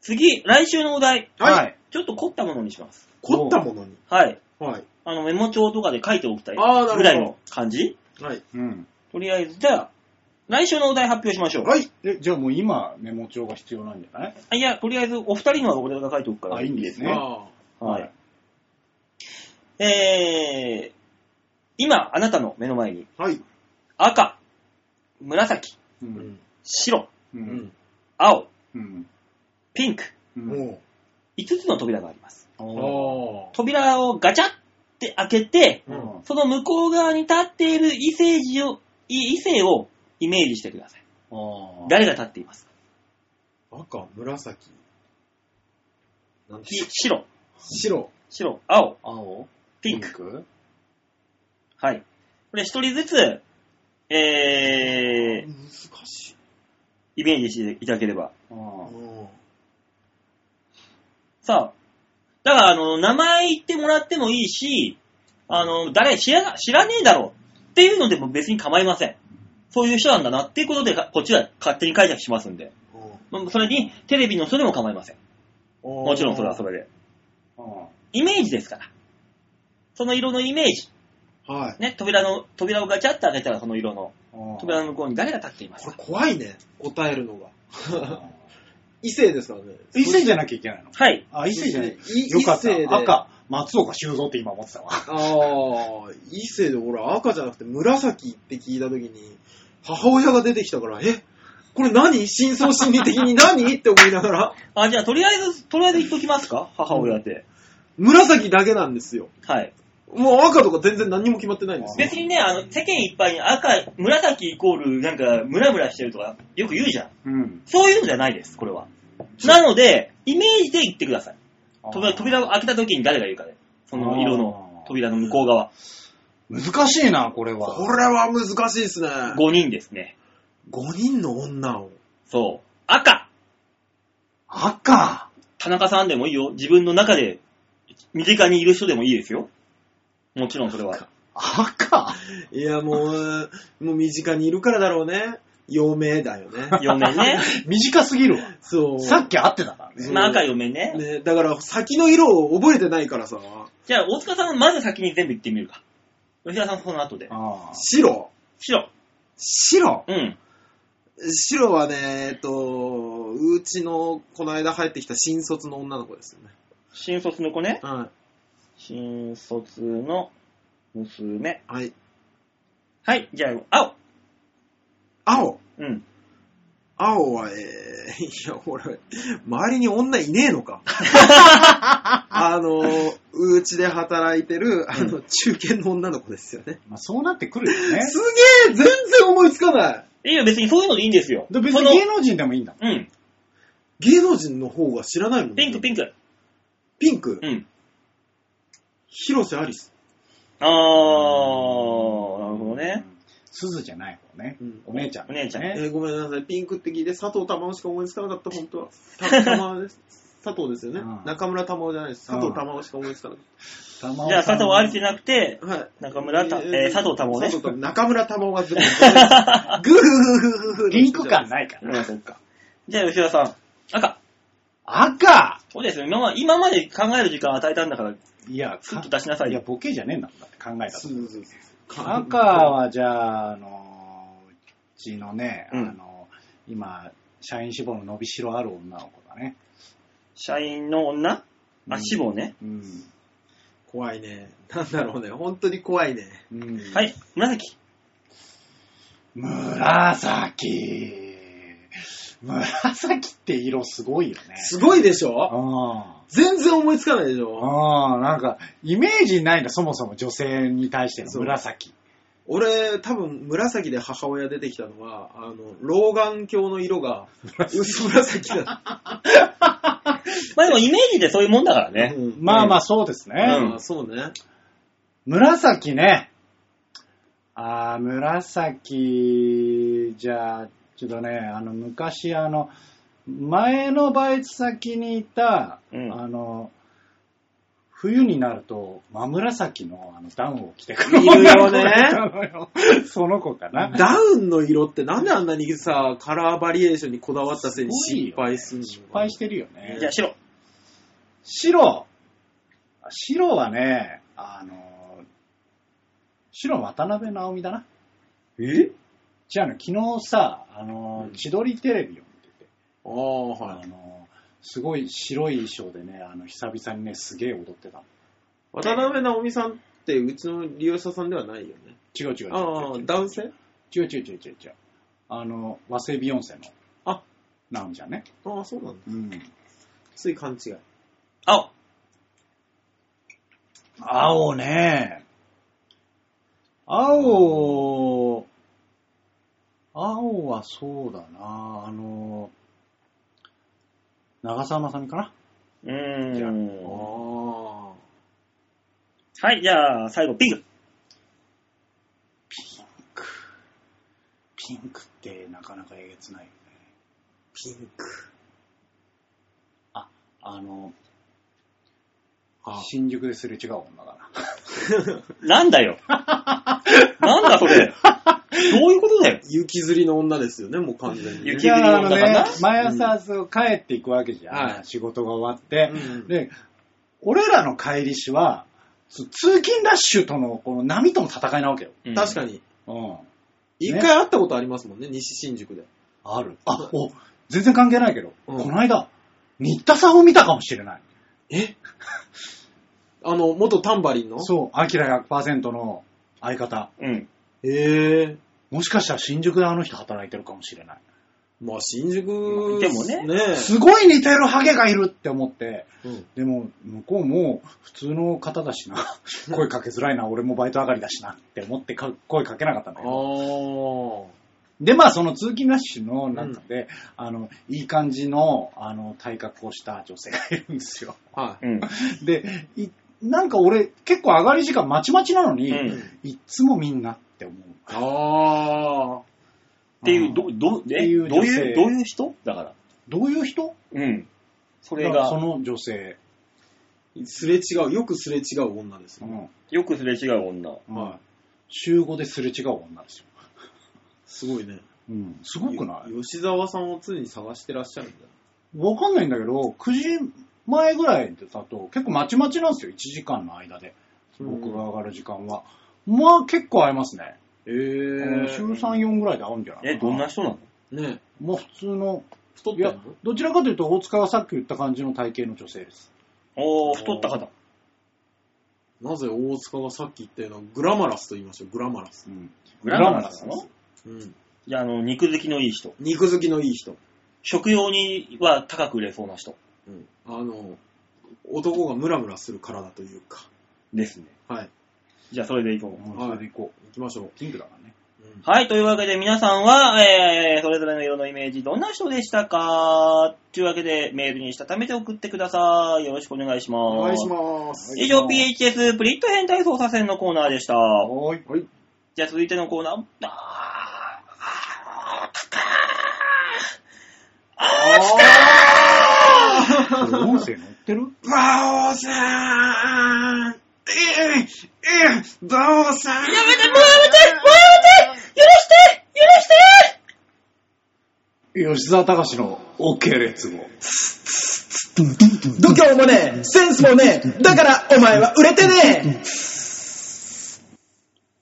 [SPEAKER 2] ー次、来週のお題、
[SPEAKER 3] はい
[SPEAKER 1] い。
[SPEAKER 2] ちょっと凝ったものにします。
[SPEAKER 3] 凝ったものに。
[SPEAKER 2] はい。
[SPEAKER 3] はい。
[SPEAKER 2] あの、メモ帳とかで書いておきたい
[SPEAKER 3] あーなるほど
[SPEAKER 2] ぐらいの感じ
[SPEAKER 3] はい。
[SPEAKER 1] うん。
[SPEAKER 2] とりあえず、じゃあ、来週のお題発表しましょう。
[SPEAKER 3] はい。
[SPEAKER 1] え、じゃあもう今、メモ帳が必要なんじゃない
[SPEAKER 2] あいや、とりあえず、お二人のは俺が書いておくから。
[SPEAKER 1] あ、いいんですね。
[SPEAKER 3] あ
[SPEAKER 2] はい。えー、今、あなたの目の前に、
[SPEAKER 3] あ。はい。
[SPEAKER 2] 赤、紫、
[SPEAKER 1] う。
[SPEAKER 3] うんん。
[SPEAKER 2] 白、
[SPEAKER 1] う。
[SPEAKER 3] うんん。
[SPEAKER 2] 青、
[SPEAKER 1] うん。
[SPEAKER 2] ピンク、
[SPEAKER 1] うん。
[SPEAKER 3] も
[SPEAKER 2] 5つの扉があります。
[SPEAKER 3] う。
[SPEAKER 1] お
[SPEAKER 3] あ
[SPEAKER 1] ー
[SPEAKER 2] 扉をガチャって開けて、
[SPEAKER 3] あ。うん。
[SPEAKER 2] その向こう側に立っている異性児を、い異性をイメージしてください。
[SPEAKER 1] あ
[SPEAKER 2] 誰が立っていますか
[SPEAKER 3] 赤、紫。なんで
[SPEAKER 2] き
[SPEAKER 3] しょう
[SPEAKER 2] 白、
[SPEAKER 3] 白。
[SPEAKER 2] 白、青、
[SPEAKER 1] 青
[SPEAKER 2] ピンク。
[SPEAKER 1] ク
[SPEAKER 2] はい。これ一人ずつ、えー、
[SPEAKER 3] 難しい。
[SPEAKER 2] イメージしていただければ。
[SPEAKER 1] あ
[SPEAKER 3] う
[SPEAKER 1] ー
[SPEAKER 3] ん。
[SPEAKER 2] さあ、だから、あの、名前言ってもらってもいいし、あの、誰知ら、知らねえだろうっていうのでも別に構いません。そういう人なんだなっていうことで、かこっちは勝手に解釈しますんで。まあそれに、テレビの人でも構いません。も
[SPEAKER 3] も
[SPEAKER 2] ちろんそれはそれで。
[SPEAKER 1] あー
[SPEAKER 2] イメージですから。その色のイメージ。
[SPEAKER 3] はい。
[SPEAKER 2] ね、扉の、扉をガチャって開けたらその色の、
[SPEAKER 1] あー
[SPEAKER 2] 扉の向こうに誰が立っています
[SPEAKER 3] これ
[SPEAKER 2] か
[SPEAKER 3] 怖いね、答えるのが。
[SPEAKER 1] あ
[SPEAKER 3] 異性ですからね。
[SPEAKER 1] ー異性じ
[SPEAKER 3] ゃ
[SPEAKER 1] ゃなきゃいけないの
[SPEAKER 2] はい。
[SPEAKER 1] あ、異性じゃない。
[SPEAKER 3] い
[SPEAKER 1] よかっ
[SPEAKER 3] 異性で
[SPEAKER 1] た。赤、松岡修造って今思ってたわ。
[SPEAKER 3] ああ、異性で俺赤じゃなくて紫って聞いたときに、母親が出てきたから、えこれ何真相心理的に何って思いながら、
[SPEAKER 2] あ、じゃあ、とりあえず、とりあえず言っときますか母親って。
[SPEAKER 3] 紫だけなんですよ。
[SPEAKER 2] はい。
[SPEAKER 3] もう赤とか全然何も決まってないんですよ
[SPEAKER 2] 別。にね、あの、世間一般に赤い、紫イコール、なんか、ムラムラしてるとか、よく言うじゃん。
[SPEAKER 1] うん。
[SPEAKER 2] そういうのじゃないです、これは。なので、イメージで言ってください。扉
[SPEAKER 1] あ
[SPEAKER 2] 扉を開けた時に誰がいるかで。その色の
[SPEAKER 1] あー
[SPEAKER 2] 扉の向こう側。
[SPEAKER 1] ー難しいな、これは。
[SPEAKER 3] これは難しいですね。
[SPEAKER 2] 5人ですね。
[SPEAKER 3] 5人の女を。
[SPEAKER 2] そう。赤、
[SPEAKER 1] 赤。
[SPEAKER 2] 田中さんでもいいよ。自分の中で、身近にいる人でもいいですよ。もちろんそれ は。
[SPEAKER 1] 赤
[SPEAKER 3] いや、もう、もう身近にいるからだろうね。嫁だよね。
[SPEAKER 2] 4面 ね。
[SPEAKER 1] 短すぎるわ。
[SPEAKER 3] そう。
[SPEAKER 1] さっき合ってたからね。
[SPEAKER 2] まあ赤4面ね。
[SPEAKER 3] ね、だから先の色を覚えてないからさ、
[SPEAKER 2] じゃあ、大塚さんはまず先に全部言ってみるか。吉田さんその後で。
[SPEAKER 1] あー
[SPEAKER 3] 白。
[SPEAKER 2] 白。
[SPEAKER 3] 白
[SPEAKER 2] うん。
[SPEAKER 3] 白はね、えっと、うちのこの間入ってきた新卒の女の子ですよね。
[SPEAKER 2] 新卒の子ね。
[SPEAKER 3] は
[SPEAKER 2] 新卒の娘。
[SPEAKER 3] い。はい。
[SPEAKER 2] はい。じゃあ、
[SPEAKER 3] 青。
[SPEAKER 2] 青。うん。
[SPEAKER 3] 青は、えー、いや、俺、周りに女いねえ のか。あの、うちで働いてる、あの、中堅の女の子ですよね。
[SPEAKER 1] まあ、そうなってくるよね。
[SPEAKER 3] すげえ全然思いつかない
[SPEAKER 2] いいよ、別にそういうのでいいんですよ。
[SPEAKER 1] で別
[SPEAKER 2] その
[SPEAKER 1] に芸能人でもいいんだも
[SPEAKER 2] うん。
[SPEAKER 3] 芸能人の方が知らないもん、ね。
[SPEAKER 2] ピンク、ピンク。
[SPEAKER 3] ピンク。
[SPEAKER 2] うん。
[SPEAKER 3] 広瀬アリス。
[SPEAKER 2] あー、なるほど
[SPEAKER 1] ん。
[SPEAKER 2] ね。
[SPEAKER 1] 鈴じゃない方ね。
[SPEAKER 3] うん
[SPEAKER 1] お姉ちゃん。
[SPEAKER 2] お姉ちゃん
[SPEAKER 3] え
[SPEAKER 1] ね。
[SPEAKER 3] ーごめんなさい、ピンクって聞いて佐藤珠緒しか思いつかなかった、本当は。た珠緒です。佐藤ですよね。
[SPEAKER 1] うん
[SPEAKER 3] 中村珠緒じゃないです。佐藤珠緒しか思いつかなかっ
[SPEAKER 2] じゃあ、佐藤ありじゃ
[SPEAKER 1] な。
[SPEAKER 2] なくて、
[SPEAKER 3] た。はい。
[SPEAKER 2] 中村たえー佐藤珠緒ね
[SPEAKER 3] 佐藤珠緒中村珠緒がずっと。グーフフフフ
[SPEAKER 1] リンク感ないから。
[SPEAKER 2] うん、そっか。じゃあ、吉田さん。赤。
[SPEAKER 1] 赤
[SPEAKER 2] そうですよ。今ま今まで考える時間与えたんだから、
[SPEAKER 1] いや、
[SPEAKER 2] スッと出しなさ
[SPEAKER 1] い
[SPEAKER 2] い
[SPEAKER 1] や、
[SPEAKER 2] よ。
[SPEAKER 1] ボケじゃねえんだもんだって考えた
[SPEAKER 3] そ
[SPEAKER 1] と
[SPEAKER 3] う。そうそうそう
[SPEAKER 1] 赤。はじゃあ、あのー、うちのね、
[SPEAKER 2] うん
[SPEAKER 1] あのー、今、社員志望の伸びしろある女の子だね。
[SPEAKER 2] 社員の女
[SPEAKER 1] う
[SPEAKER 2] あ、
[SPEAKER 1] ん
[SPEAKER 2] 志望ね。
[SPEAKER 1] うん。
[SPEAKER 3] 怖いね。なんだろうね。本当に怖いね。
[SPEAKER 1] うん、
[SPEAKER 2] は。い。紫。
[SPEAKER 1] 紫。紫って色すごいよね。
[SPEAKER 3] すごいでしょ
[SPEAKER 1] あ
[SPEAKER 3] 全然思いつかないでし
[SPEAKER 1] あ。
[SPEAKER 3] ょ
[SPEAKER 1] ああ、なんか、イメージないんだ、そもそも女性に対しての紫。
[SPEAKER 3] 俺、多分、紫で母親出てきたのは、あの、老眼鏡の色が、薄紫だっ
[SPEAKER 2] まあでもイメージでそういうもんだから
[SPEAKER 3] た。
[SPEAKER 2] ね。
[SPEAKER 3] うん
[SPEAKER 1] まあまあ、そうですね。
[SPEAKER 3] うんそうね。
[SPEAKER 1] 紫ね。あー、紫、じゃあ、ちょっとね、あの、昔、あの、前のバイト先にいた、
[SPEAKER 2] うん
[SPEAKER 1] あの、冬になると、真紫のあのダウンを着てく
[SPEAKER 3] いるよね
[SPEAKER 1] 女の子がいたのよ その子かな。
[SPEAKER 3] ダウンの色ってなんであんなにさ、カラーバリエーションにこだわったせいに
[SPEAKER 1] すごいよ
[SPEAKER 3] 失敗するの
[SPEAKER 1] 失敗してるよね
[SPEAKER 2] じゃ。あ白。
[SPEAKER 1] 白。白はね、あの、白渡辺直美だな。
[SPEAKER 3] え
[SPEAKER 1] じゃあね、昨日さ、あの
[SPEAKER 3] う、ん
[SPEAKER 1] 千鳥テレビを見てて、
[SPEAKER 3] ああ、は
[SPEAKER 1] あ
[SPEAKER 3] い。
[SPEAKER 1] の、すごい白い衣装でね、あの、久々にね、すげえ踊ってたの。
[SPEAKER 3] 渡辺直美さんってうちの利用者さんではないよね。
[SPEAKER 1] 違う違う違う違う。
[SPEAKER 3] ああ、男性
[SPEAKER 1] 違う違う違う違う違う。あの、和製ビヨンセの。
[SPEAKER 3] あ
[SPEAKER 1] 直美ちゃんね。
[SPEAKER 3] ああ、そうなんだ。
[SPEAKER 1] うん。
[SPEAKER 3] つい勘違い。
[SPEAKER 2] 青。
[SPEAKER 1] 青ね。青、青はそうだな。あの、長澤まさみかな。
[SPEAKER 2] うーん。
[SPEAKER 3] ああ。
[SPEAKER 2] はい、じゃあ最後、ピンク。
[SPEAKER 1] ピンクってなかなかえげつないよね。
[SPEAKER 3] ピンク。
[SPEAKER 1] あの、
[SPEAKER 3] あ
[SPEAKER 1] 新宿ですれ違う女だな。
[SPEAKER 2] なんだよ。なんだそれ。どういうことだ よ。
[SPEAKER 3] 雪釣りの女ですよね、もう完全にね。
[SPEAKER 2] 雪
[SPEAKER 1] じゃあ、あの
[SPEAKER 2] 雪降りの
[SPEAKER 1] ね
[SPEAKER 2] 女か、
[SPEAKER 1] 毎朝そう帰っていくわけじゃん。
[SPEAKER 3] はい
[SPEAKER 1] 仕事が終わって、
[SPEAKER 3] うん
[SPEAKER 1] で、俺らの帰りしは、そう通勤ラッシュとのこの波との戦いなわけよ。
[SPEAKER 3] 確か
[SPEAKER 2] に。
[SPEAKER 3] に。
[SPEAKER 1] うん。
[SPEAKER 3] 一回会ったことありますもんね、西新宿で。
[SPEAKER 1] ある。あ、お、全然関係ないけど、
[SPEAKER 3] うん
[SPEAKER 1] この間、新田さんを見たかもしれない。
[SPEAKER 3] えあの、元タンバリンの
[SPEAKER 1] そう、アキラ100%の相方。
[SPEAKER 2] うん。
[SPEAKER 3] ええ
[SPEAKER 1] もしかしたら新宿であの人働いてるかもしれない。
[SPEAKER 3] まあ、新宿
[SPEAKER 2] でもね
[SPEAKER 1] すごい似てるハゲがいるって思って、
[SPEAKER 3] うん
[SPEAKER 1] でも、向こうも普通の方だ しな、声かけづらいな、俺もバイト上がりだしなって思ってか声かけなかったんだ
[SPEAKER 3] あ
[SPEAKER 1] けど。
[SPEAKER 3] ー
[SPEAKER 1] で、まあ、その通勤ラッシュの中で、あの、いい感じの、あの、体格をした女性がいるんですよ。
[SPEAKER 3] は
[SPEAKER 2] うん。
[SPEAKER 1] で、いなんか俺、結構上がり時間まちまちなのに、
[SPEAKER 2] うん
[SPEAKER 3] い。
[SPEAKER 1] いっつもみんなって思う。っ
[SPEAKER 3] ああ。
[SPEAKER 2] っていう、ど、ど、
[SPEAKER 1] って
[SPEAKER 2] え、
[SPEAKER 1] いう
[SPEAKER 2] ど
[SPEAKER 1] 女
[SPEAKER 2] う
[SPEAKER 1] 性
[SPEAKER 2] いう、どういう人だから。
[SPEAKER 1] どういう人
[SPEAKER 2] うん。そ
[SPEAKER 1] そ
[SPEAKER 2] れが
[SPEAKER 1] そ、の女性。
[SPEAKER 3] すれ違う、よくすれ違う女です
[SPEAKER 1] う
[SPEAKER 3] よ。
[SPEAKER 1] ん。
[SPEAKER 2] よくすれ違う女。
[SPEAKER 1] はい。週5ですれ違う女ですよ。
[SPEAKER 3] すごいね。
[SPEAKER 1] うん。すごくない
[SPEAKER 3] よ吉沢さんを常に探してらっしゃるんだよ。
[SPEAKER 1] わかんないんだけど、9時前ぐらいだと結構まちまちなんですよ、1時間の間で。
[SPEAKER 3] うん
[SPEAKER 1] 僕が上がる時間は。まあ結構会えますね。
[SPEAKER 3] え
[SPEAKER 1] うん週3、4ぐらいで会うんじゃないか
[SPEAKER 2] え、どんな人なの
[SPEAKER 3] ね
[SPEAKER 1] もう普通の、
[SPEAKER 3] 太っ
[SPEAKER 1] い
[SPEAKER 3] てん
[SPEAKER 1] や
[SPEAKER 3] の、
[SPEAKER 1] どちらかというと大塚がさっき言った感じの体型の女性です。
[SPEAKER 2] おー、太った方。
[SPEAKER 3] なぜ大塚がさっき言ったようなグラマラスと言いましょう、グラマラス。
[SPEAKER 1] うん。
[SPEAKER 2] グラマラスな
[SPEAKER 1] グラマラ
[SPEAKER 2] の
[SPEAKER 1] ス
[SPEAKER 3] うん。
[SPEAKER 2] じゃあ、あの、肉好きのいい人。
[SPEAKER 3] 肉好きのいい人。
[SPEAKER 2] 食用には高く売れそうな人。
[SPEAKER 3] うん。あの、男がムラムラする体というか。
[SPEAKER 2] ですね。
[SPEAKER 3] はい。
[SPEAKER 2] じゃあ、それでいこう。
[SPEAKER 1] うんそれでいこ
[SPEAKER 3] 行きましょう
[SPEAKER 1] う。。ピンクだからね。
[SPEAKER 3] うん
[SPEAKER 2] はい、というわけで皆さんは、えー、それぞれの色のイメージ、どんな人でしたかというわけで、メールにしたためて送ってください。よろしくお願いします。
[SPEAKER 3] お願いします。
[SPEAKER 2] 以上、PHS プリット変態操作戦のコーナーでした。
[SPEAKER 1] お ーい。
[SPEAKER 3] はい。
[SPEAKER 2] じゃあ、続いてのコーナー。あ
[SPEAKER 3] あ
[SPEAKER 1] これ音声乗ってる
[SPEAKER 3] ー魔王さんえいえい馬王さんやめてもう
[SPEAKER 1] 吉沢隆の OK 列を。
[SPEAKER 5] 度胸もねえ、センスもねえ、だからお前は売れてね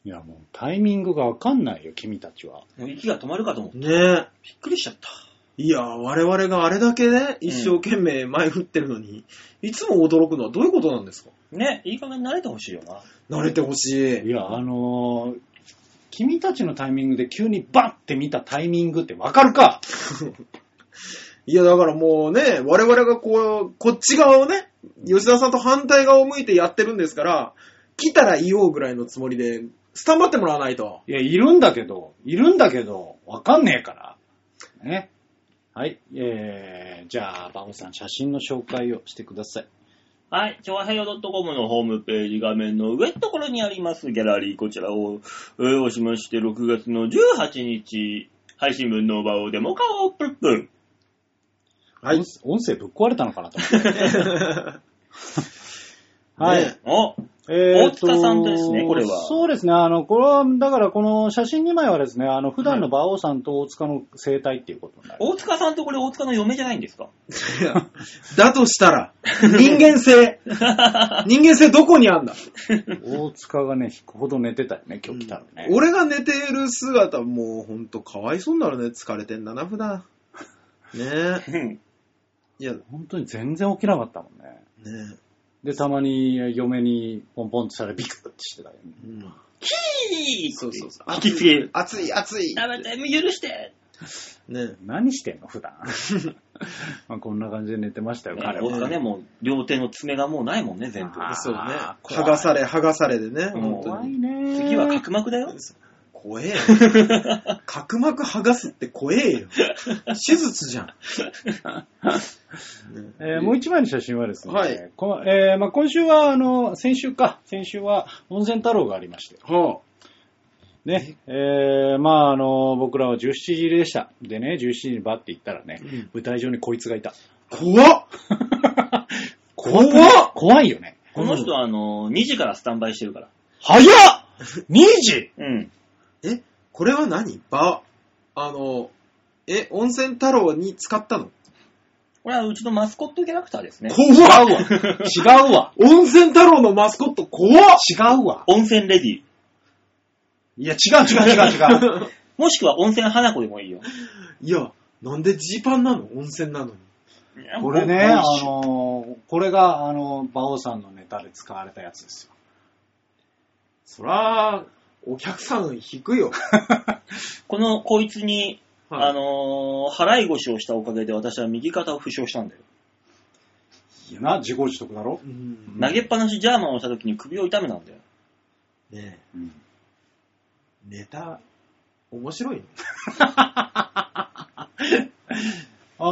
[SPEAKER 1] いやもうタイミングがわかんないよ、君たちは。
[SPEAKER 2] もう息が止まるかと思って。
[SPEAKER 3] ねえ。
[SPEAKER 2] びっくりしちゃった。
[SPEAKER 3] いや、我々があれだけね、一生懸命前振ってるのに、いつも驚くのはどういうことなんですか
[SPEAKER 2] ね、いい加減慣れてほしいよな。
[SPEAKER 3] 慣れてほし
[SPEAKER 1] い
[SPEAKER 3] い。
[SPEAKER 1] や、あのー君たちのタイミングで急にバッて見たタイミングってわかるか
[SPEAKER 3] いや、だからもうね、我々がこう、こっち側をね、吉田さんと反対側を向いてやってるんですから、来たら言おうぐらいのつもりで、スタンバってもらわないと。
[SPEAKER 1] いや、いるんだけど、いるんだけど、わかんねえから。ね。はい。えー、じゃあ、バオさん、写真の紹介をしてください。
[SPEAKER 2] はい。超平洋 .com のホームページ画面の上のところにありますギャラリー、こちらをえー押しまして、6月の18日、配信分の場をデモ化をプップン。
[SPEAKER 3] はい
[SPEAKER 1] 音。音声ぶっ壊れたのかなと思って。 はい。
[SPEAKER 3] ね
[SPEAKER 2] お
[SPEAKER 1] えー
[SPEAKER 2] 大塚さんですね
[SPEAKER 1] と
[SPEAKER 2] これは
[SPEAKER 1] そうですね。あの、これは、だからこの写真2枚はですね、あの、普段の馬王さんと大塚の生態っていうことになる。
[SPEAKER 2] 大塚さんとこれ大塚の嫁じゃないんですか
[SPEAKER 3] だとしたら、人間性。人間性どこにあんだ
[SPEAKER 1] 大塚がね、引くほど寝てたよね、今日来たのね。
[SPEAKER 3] 俺が寝てる姿もうほんとかわいそうになるね。疲れてんだな、普段。ねえ。
[SPEAKER 2] うん
[SPEAKER 3] いや、
[SPEAKER 1] 本当に全然起きなかったもんね。
[SPEAKER 3] ね
[SPEAKER 1] で、たまに嫁にポンポンってしたらビクッてしてたよね。
[SPEAKER 3] え。うん
[SPEAKER 2] キー
[SPEAKER 3] そうそうそう。
[SPEAKER 2] 引き継ぎ。
[SPEAKER 3] 熱い、熱い。
[SPEAKER 2] やめて、許して。
[SPEAKER 3] ね
[SPEAKER 1] 何してんの 普段。まあこんな感じで寝てましたよ、彼
[SPEAKER 2] 大
[SPEAKER 1] は。
[SPEAKER 2] 塚ね、もう両手の爪がもうないもんね、全部。
[SPEAKER 1] あ
[SPEAKER 3] え。
[SPEAKER 1] ー
[SPEAKER 3] そうね。
[SPEAKER 1] 怖い
[SPEAKER 3] 剥がされ、剥がされでね。
[SPEAKER 2] うん
[SPEAKER 3] 本当
[SPEAKER 1] 怖い
[SPEAKER 3] に。
[SPEAKER 1] ね。
[SPEAKER 2] 次は角膜だよ。
[SPEAKER 3] 怖 えよ。角膜剥がすって怖えよ。手術じゃん。ね
[SPEAKER 1] えーもう一枚の写真はですね、
[SPEAKER 3] はい
[SPEAKER 1] こえーまあ、今週は、あの、先週か、先週は温泉太郎がありまして、
[SPEAKER 3] は
[SPEAKER 1] ね、えーまあ、あの、僕らは17時入りでした。でね、17時にバッて行ったらね、
[SPEAKER 3] うん
[SPEAKER 1] 舞台上にこいつがいた。
[SPEAKER 3] あ、怖っ怖っ
[SPEAKER 1] 怖いよね。
[SPEAKER 2] この人は、あの、2時からスタンバイしてるから。
[SPEAKER 1] 早っ !2 時
[SPEAKER 2] うん。
[SPEAKER 3] え、これは何ば、あの、え、温泉太郎に使ったの
[SPEAKER 2] これはうちのマスコットキャラクターですね。
[SPEAKER 3] 怖っ
[SPEAKER 1] 違うわ
[SPEAKER 3] 温泉太郎のマスコット怖っ
[SPEAKER 1] 違うわ
[SPEAKER 2] 温泉レディー。
[SPEAKER 1] いや、違う違う違う違う。
[SPEAKER 2] もしくは温泉花子でもいいよ。
[SPEAKER 3] いや、なんでジーパンなの温泉なのに。
[SPEAKER 1] これね、
[SPEAKER 2] もう
[SPEAKER 1] あの、これが、あの、馬王さんのネタで使われたやつですよ。
[SPEAKER 3] そら、お客さん引く よ。
[SPEAKER 2] このこいつに、
[SPEAKER 3] はい
[SPEAKER 2] あのー払い腰をしたおかげで私は右肩を負傷したんだよ。
[SPEAKER 1] いやな、自業自得だろ
[SPEAKER 3] う、ん
[SPEAKER 2] 投げっぱなしジャーマンをした時に首を痛めたんだよ。
[SPEAKER 3] ねえ
[SPEAKER 1] うん
[SPEAKER 3] ネタ、面白いね。
[SPEAKER 1] あ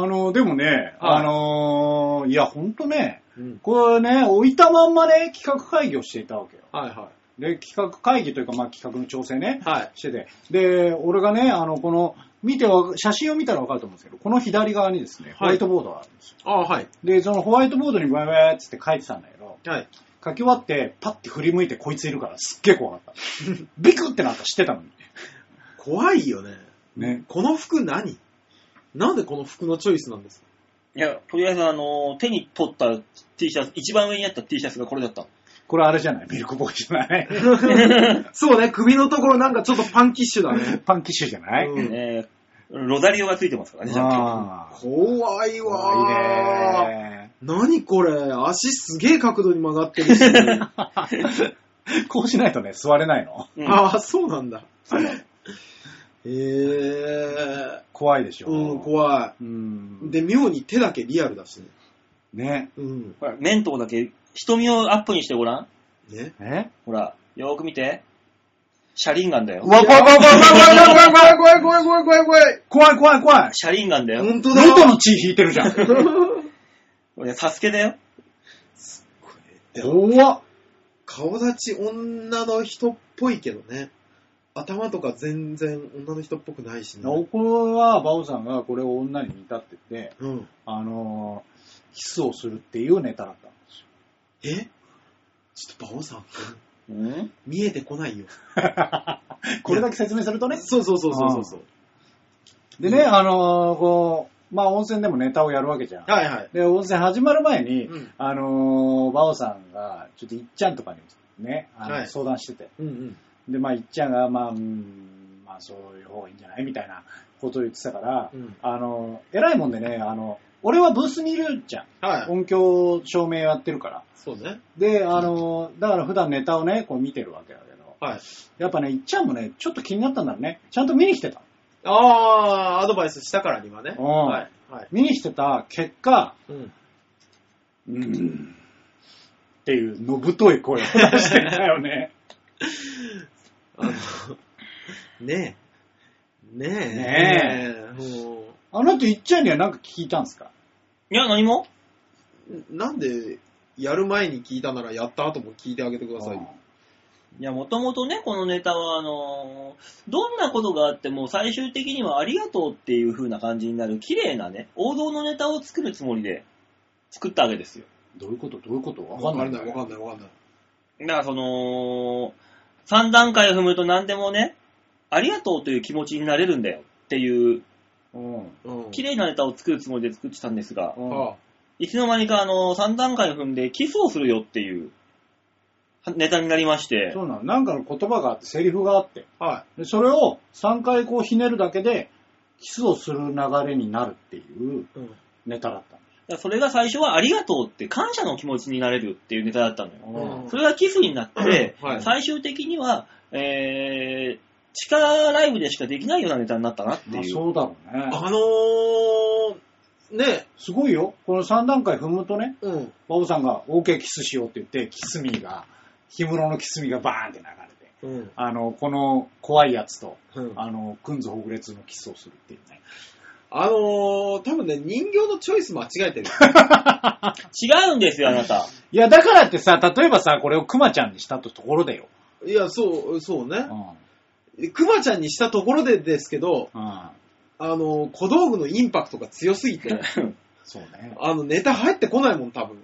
[SPEAKER 1] の、でもね、
[SPEAKER 3] はい
[SPEAKER 1] あのーいや、ほんとね、
[SPEAKER 3] うん。
[SPEAKER 1] これね、置いたまんまね、企画会議をしていたわけよ。
[SPEAKER 3] はいは
[SPEAKER 1] で、企画会議というか、まあ、企画の調整ね
[SPEAKER 3] い。、はい。
[SPEAKER 1] してて。で、俺がね、あの、この、見てわ、写真を見たらわかると思うんですけど、この左側にですね、ホワイトボードがあるんですよ。
[SPEAKER 3] ああ、はい。
[SPEAKER 1] で、そのホワイトボードにバイバイっつって書いてたんだけど、
[SPEAKER 3] はい。
[SPEAKER 1] 書き終わって、パッて振り向いてこいついるから、すっげえ怖 かった。ビクってなんか知ってたのに。
[SPEAKER 3] 怖いよね。
[SPEAKER 1] ね。
[SPEAKER 3] この服何なんでこの服のチョイスなんですか
[SPEAKER 2] いや、とりあえずあのー手に取った T シャツ、一番上にあった T シャツがこれだった。
[SPEAKER 1] これあれじゃないミルクボーイじゃない
[SPEAKER 3] そうね、首のところなんかちょっとパンキッシュだね。
[SPEAKER 1] パンキッシュじゃない、
[SPEAKER 3] うん
[SPEAKER 2] ねロザリオがついてますからね、ちゃんと
[SPEAKER 1] ああ。
[SPEAKER 3] 怖い
[SPEAKER 1] 怖
[SPEAKER 3] わー
[SPEAKER 1] いね
[SPEAKER 3] 何これ足すげえ角度に曲がってる し。
[SPEAKER 1] こうしないとね、座れないの。
[SPEAKER 2] うん
[SPEAKER 3] ああ、そうなんだ。へえ
[SPEAKER 1] 怖いでしょ。
[SPEAKER 3] うん、怖
[SPEAKER 1] うん
[SPEAKER 3] い。で、妙に手だけリアルだしね。
[SPEAKER 1] ね。
[SPEAKER 3] うん。
[SPEAKER 2] ほら、面頭だけ瞳をアップにしてごらん。
[SPEAKER 3] ね。
[SPEAKER 1] え
[SPEAKER 2] ほら、よーく見て。シャリンガンだよ。
[SPEAKER 1] わ、怖い怖い怖い
[SPEAKER 3] 怖い怖い怖い怖い怖い怖い
[SPEAKER 1] 怖い怖い怖い
[SPEAKER 2] シャリンガンだよ。
[SPEAKER 3] 本当だ。
[SPEAKER 1] 喉の血引いてるじゃん。
[SPEAKER 2] いやサスケだよ。
[SPEAKER 3] でも
[SPEAKER 1] 怖っ。
[SPEAKER 3] 顔立ち女の人っぽいけどね。頭とか全然女の人っぽくないしね。
[SPEAKER 1] 僕は、バオさんがこれを女に見立ってて、
[SPEAKER 3] うん。
[SPEAKER 1] あのー、キスをするっていうネタだったんですよ。
[SPEAKER 3] えちょっと馬王さん、
[SPEAKER 2] うん
[SPEAKER 3] 見えてこないよ。
[SPEAKER 1] これだけ説明するとね。
[SPEAKER 3] そうそうそうそうそうそう。
[SPEAKER 1] でね、あのー、こう、まあ温泉でもネタをやるわけじゃん。
[SPEAKER 3] はいはい。
[SPEAKER 1] で、温泉始まる前に、
[SPEAKER 3] うん
[SPEAKER 1] あのー、バオさんが、ちょっといっちゃんとかにね、あの
[SPEAKER 3] はい
[SPEAKER 1] 相談してて。
[SPEAKER 3] うんうん。
[SPEAKER 1] で、まあ、いっちゃんが、まあ、うん、まあ、そういう方がいいんじゃないみたいなことを言ってたから、
[SPEAKER 3] うん
[SPEAKER 1] あの、偉いもんでね、あの、俺はブースにいるじゃん。
[SPEAKER 3] はい。
[SPEAKER 1] 音響、照明やってるから。
[SPEAKER 3] そうね。
[SPEAKER 1] で、あの、だから普段ネタをね、こう見てるわけだけど、
[SPEAKER 3] はい。
[SPEAKER 1] やっぱね、いっちゃんもね、ちょっと気になったんだろうね。ちゃんと見に来てた。
[SPEAKER 3] ああ、アドバイスしたからにはね。
[SPEAKER 1] うん
[SPEAKER 3] はい。はい。
[SPEAKER 1] 見に来てた結果、
[SPEAKER 3] うん。
[SPEAKER 1] うん、 っていう、のぶとい声を出してたよね。
[SPEAKER 3] あの、ねえ。ねえ。
[SPEAKER 1] ね
[SPEAKER 3] え。もう、
[SPEAKER 1] あの人、いっちゃんには何か聞いたんですか
[SPEAKER 2] いや、何も
[SPEAKER 3] なんで、やる前に聞いたなら、やった後も聞いてあげてくださいよ。
[SPEAKER 2] いや、もともとね、このネタは、あのーどんなことがあっても最終的にはありがとうっていう風な感じになる綺麗なね、王道のネタを作るつもりで作ったわけですよ。
[SPEAKER 1] どういうことどういうこと
[SPEAKER 3] わかんない、
[SPEAKER 1] わ
[SPEAKER 3] わかんない、わかんな
[SPEAKER 2] だ
[SPEAKER 3] い。
[SPEAKER 2] からその、3段階踏むと何でもね、ありがとうという気持ちになれるんだよっていう、
[SPEAKER 1] うん。
[SPEAKER 3] うん。
[SPEAKER 2] 綺麗なネタを作るつもりで作ってたんですが、
[SPEAKER 1] うん
[SPEAKER 3] あ
[SPEAKER 2] いつの間にかあの、3段階踏んでキスをするよっていうネタになりまして、
[SPEAKER 1] そうなの。なんかの言葉があって、セリフがあって。
[SPEAKER 3] あは
[SPEAKER 1] でそれを3回こうひねるだけで、キスをする流れになるっていう
[SPEAKER 3] い。うん。
[SPEAKER 1] ネタだった
[SPEAKER 2] だからそれが最初はありがとうって感謝の気持ちになれるっていうネタだったのよ。
[SPEAKER 1] の
[SPEAKER 3] うん
[SPEAKER 1] よ。
[SPEAKER 2] それがキスになって、
[SPEAKER 3] はい
[SPEAKER 2] 最終的には、えー、地下ライブでしかできないようなネタになったなって
[SPEAKER 1] まあ
[SPEAKER 2] いう。
[SPEAKER 1] そうだろうね。
[SPEAKER 3] あのー、ね
[SPEAKER 1] すごいよ。この3段階踏むとね、
[SPEAKER 3] え。うん。
[SPEAKER 1] バボさんが OK キスしようって言って、キスミーが、氷室のキスミーがバーンって流れて、
[SPEAKER 3] うん。
[SPEAKER 1] あの、この怖いやつと、
[SPEAKER 3] うん
[SPEAKER 1] あの、くんずほぐれつのキスをするっていうね。
[SPEAKER 3] あのー、多分ね、人形のチョイス間違え てる。
[SPEAKER 2] 違うんですよ、あなた。
[SPEAKER 1] いや、だからってさ、例えばさ、これをクマちゃんにしたところでよ。
[SPEAKER 3] いや、そう、そうね
[SPEAKER 1] う。ん。うん。
[SPEAKER 3] クマちゃんにしたところでですけど、あのー、小道具のインパクトが強すぎ て、
[SPEAKER 1] そうね。
[SPEAKER 3] あの、ネタ入ってこないもん、多分。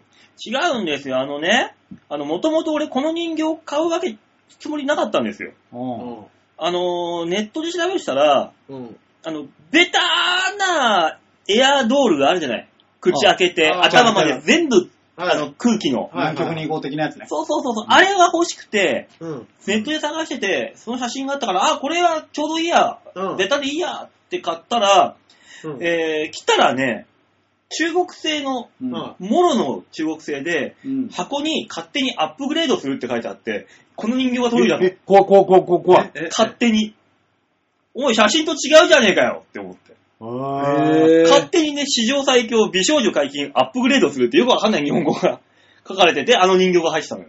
[SPEAKER 2] 違うんですよ、あのね、あの、もともと俺この人形を買うわけ、つもりなかったんですよ。
[SPEAKER 1] うん。
[SPEAKER 3] う
[SPEAKER 2] あのー、ネットで調べしたら、
[SPEAKER 3] ん。うん。
[SPEAKER 2] あの、ベターなエアドールがあるじゃない。口開けて、
[SPEAKER 3] ああ
[SPEAKER 2] 頭ま
[SPEAKER 3] あ
[SPEAKER 2] で
[SPEAKER 3] る
[SPEAKER 2] 全部、
[SPEAKER 3] はい
[SPEAKER 2] あの、空気の。
[SPEAKER 3] はい
[SPEAKER 1] 南極に行こう的なやつね。
[SPEAKER 2] そうそうそうそう、あれが欲しくて、
[SPEAKER 3] うん。
[SPEAKER 2] ネットで探してて、その写真があったから、あ、これはちょうどいいや、
[SPEAKER 3] うん
[SPEAKER 2] ベタでいいやって買ったら、
[SPEAKER 3] うん。
[SPEAKER 2] えー、来たらね、中国製の、
[SPEAKER 1] うん
[SPEAKER 3] うん
[SPEAKER 2] もろの中国製で、
[SPEAKER 1] うん。
[SPEAKER 2] 箱に勝手にアップグレードするって書いてあって、この人形が届いたの。
[SPEAKER 1] え、怖い怖い怖い怖い怖い。
[SPEAKER 3] え
[SPEAKER 2] 勝手に。おい、写真と違うじゃねえかよって思って。
[SPEAKER 1] へ
[SPEAKER 3] えー
[SPEAKER 2] 勝手にね、史上最強美少女解禁アップグレードするってよくわかんない日本語が 書かれてて、あの人形が入ってたのよ。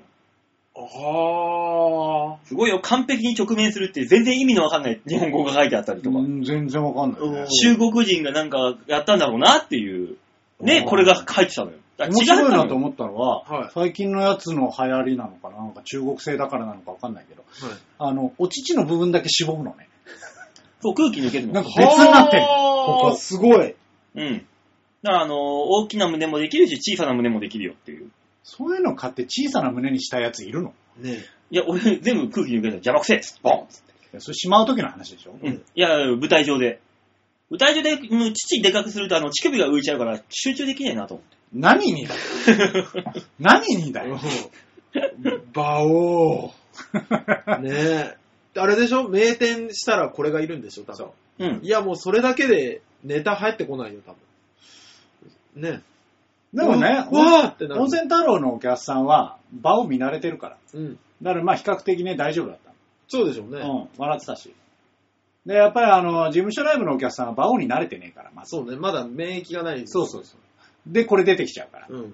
[SPEAKER 3] ああ。
[SPEAKER 2] すごいよ、完璧に直面するって全然意味のわかんない日本語が書いてあったりとか。
[SPEAKER 1] うん全然わかんないね
[SPEAKER 3] うん。
[SPEAKER 2] 中国人がなんかやったんだろうなっていう、
[SPEAKER 1] う
[SPEAKER 2] ね、
[SPEAKER 1] ん
[SPEAKER 2] これが入ってたのよ。だから
[SPEAKER 1] 面白いなと
[SPEAKER 2] 違ったのよ
[SPEAKER 1] 思ったのは、
[SPEAKER 3] はい
[SPEAKER 1] 最近のやつの流行りなのかな、なんか中国製だからなのかわかんないけど、
[SPEAKER 3] はい。
[SPEAKER 1] あの、お乳の部分だけ絞むのね。
[SPEAKER 2] そう、空気抜ける
[SPEAKER 1] なん
[SPEAKER 2] の
[SPEAKER 1] か。別になってる。
[SPEAKER 3] は
[SPEAKER 1] こ
[SPEAKER 3] あ
[SPEAKER 1] こ
[SPEAKER 3] すごい。
[SPEAKER 2] うん。だから、あのー大きな胸もできるし、小さな胸もできるよっていう。
[SPEAKER 1] そういうの買って小さな胸にしたやついるの
[SPEAKER 3] ね
[SPEAKER 2] いや、俺、全部空気抜けたら邪魔くせえっつってボンっつって。
[SPEAKER 1] いやそれしまう時の話でしょ、
[SPEAKER 2] うん。いや、舞台上で。舞台上で、うん父でかくすると、あの、乳首が浮いちゃうから、集中できねえなと思って。
[SPEAKER 1] 何にだよ 何にだよ
[SPEAKER 3] え。バオー。ねえ。あれでしょ名店したらこれがいるんでしょ多分。
[SPEAKER 2] うん
[SPEAKER 3] い。や、もうそれだけでネタ入ってこないよ、多分。ね
[SPEAKER 1] でもね、
[SPEAKER 3] うわうわーってなる
[SPEAKER 1] 温泉太郎のお客さんは場を見慣れてるから。
[SPEAKER 3] え。うん。
[SPEAKER 1] だからまあ比較的ね、大丈夫だった
[SPEAKER 3] そうでしょうね。
[SPEAKER 1] の。うん、笑ってたし。で、やっぱりあの、事務所ライブのお客さんは場をに慣れてねえから、まず。
[SPEAKER 3] そうね。まだ免疫がない。
[SPEAKER 1] そうそうそう。で、これ出てきちゃうから。
[SPEAKER 3] うん。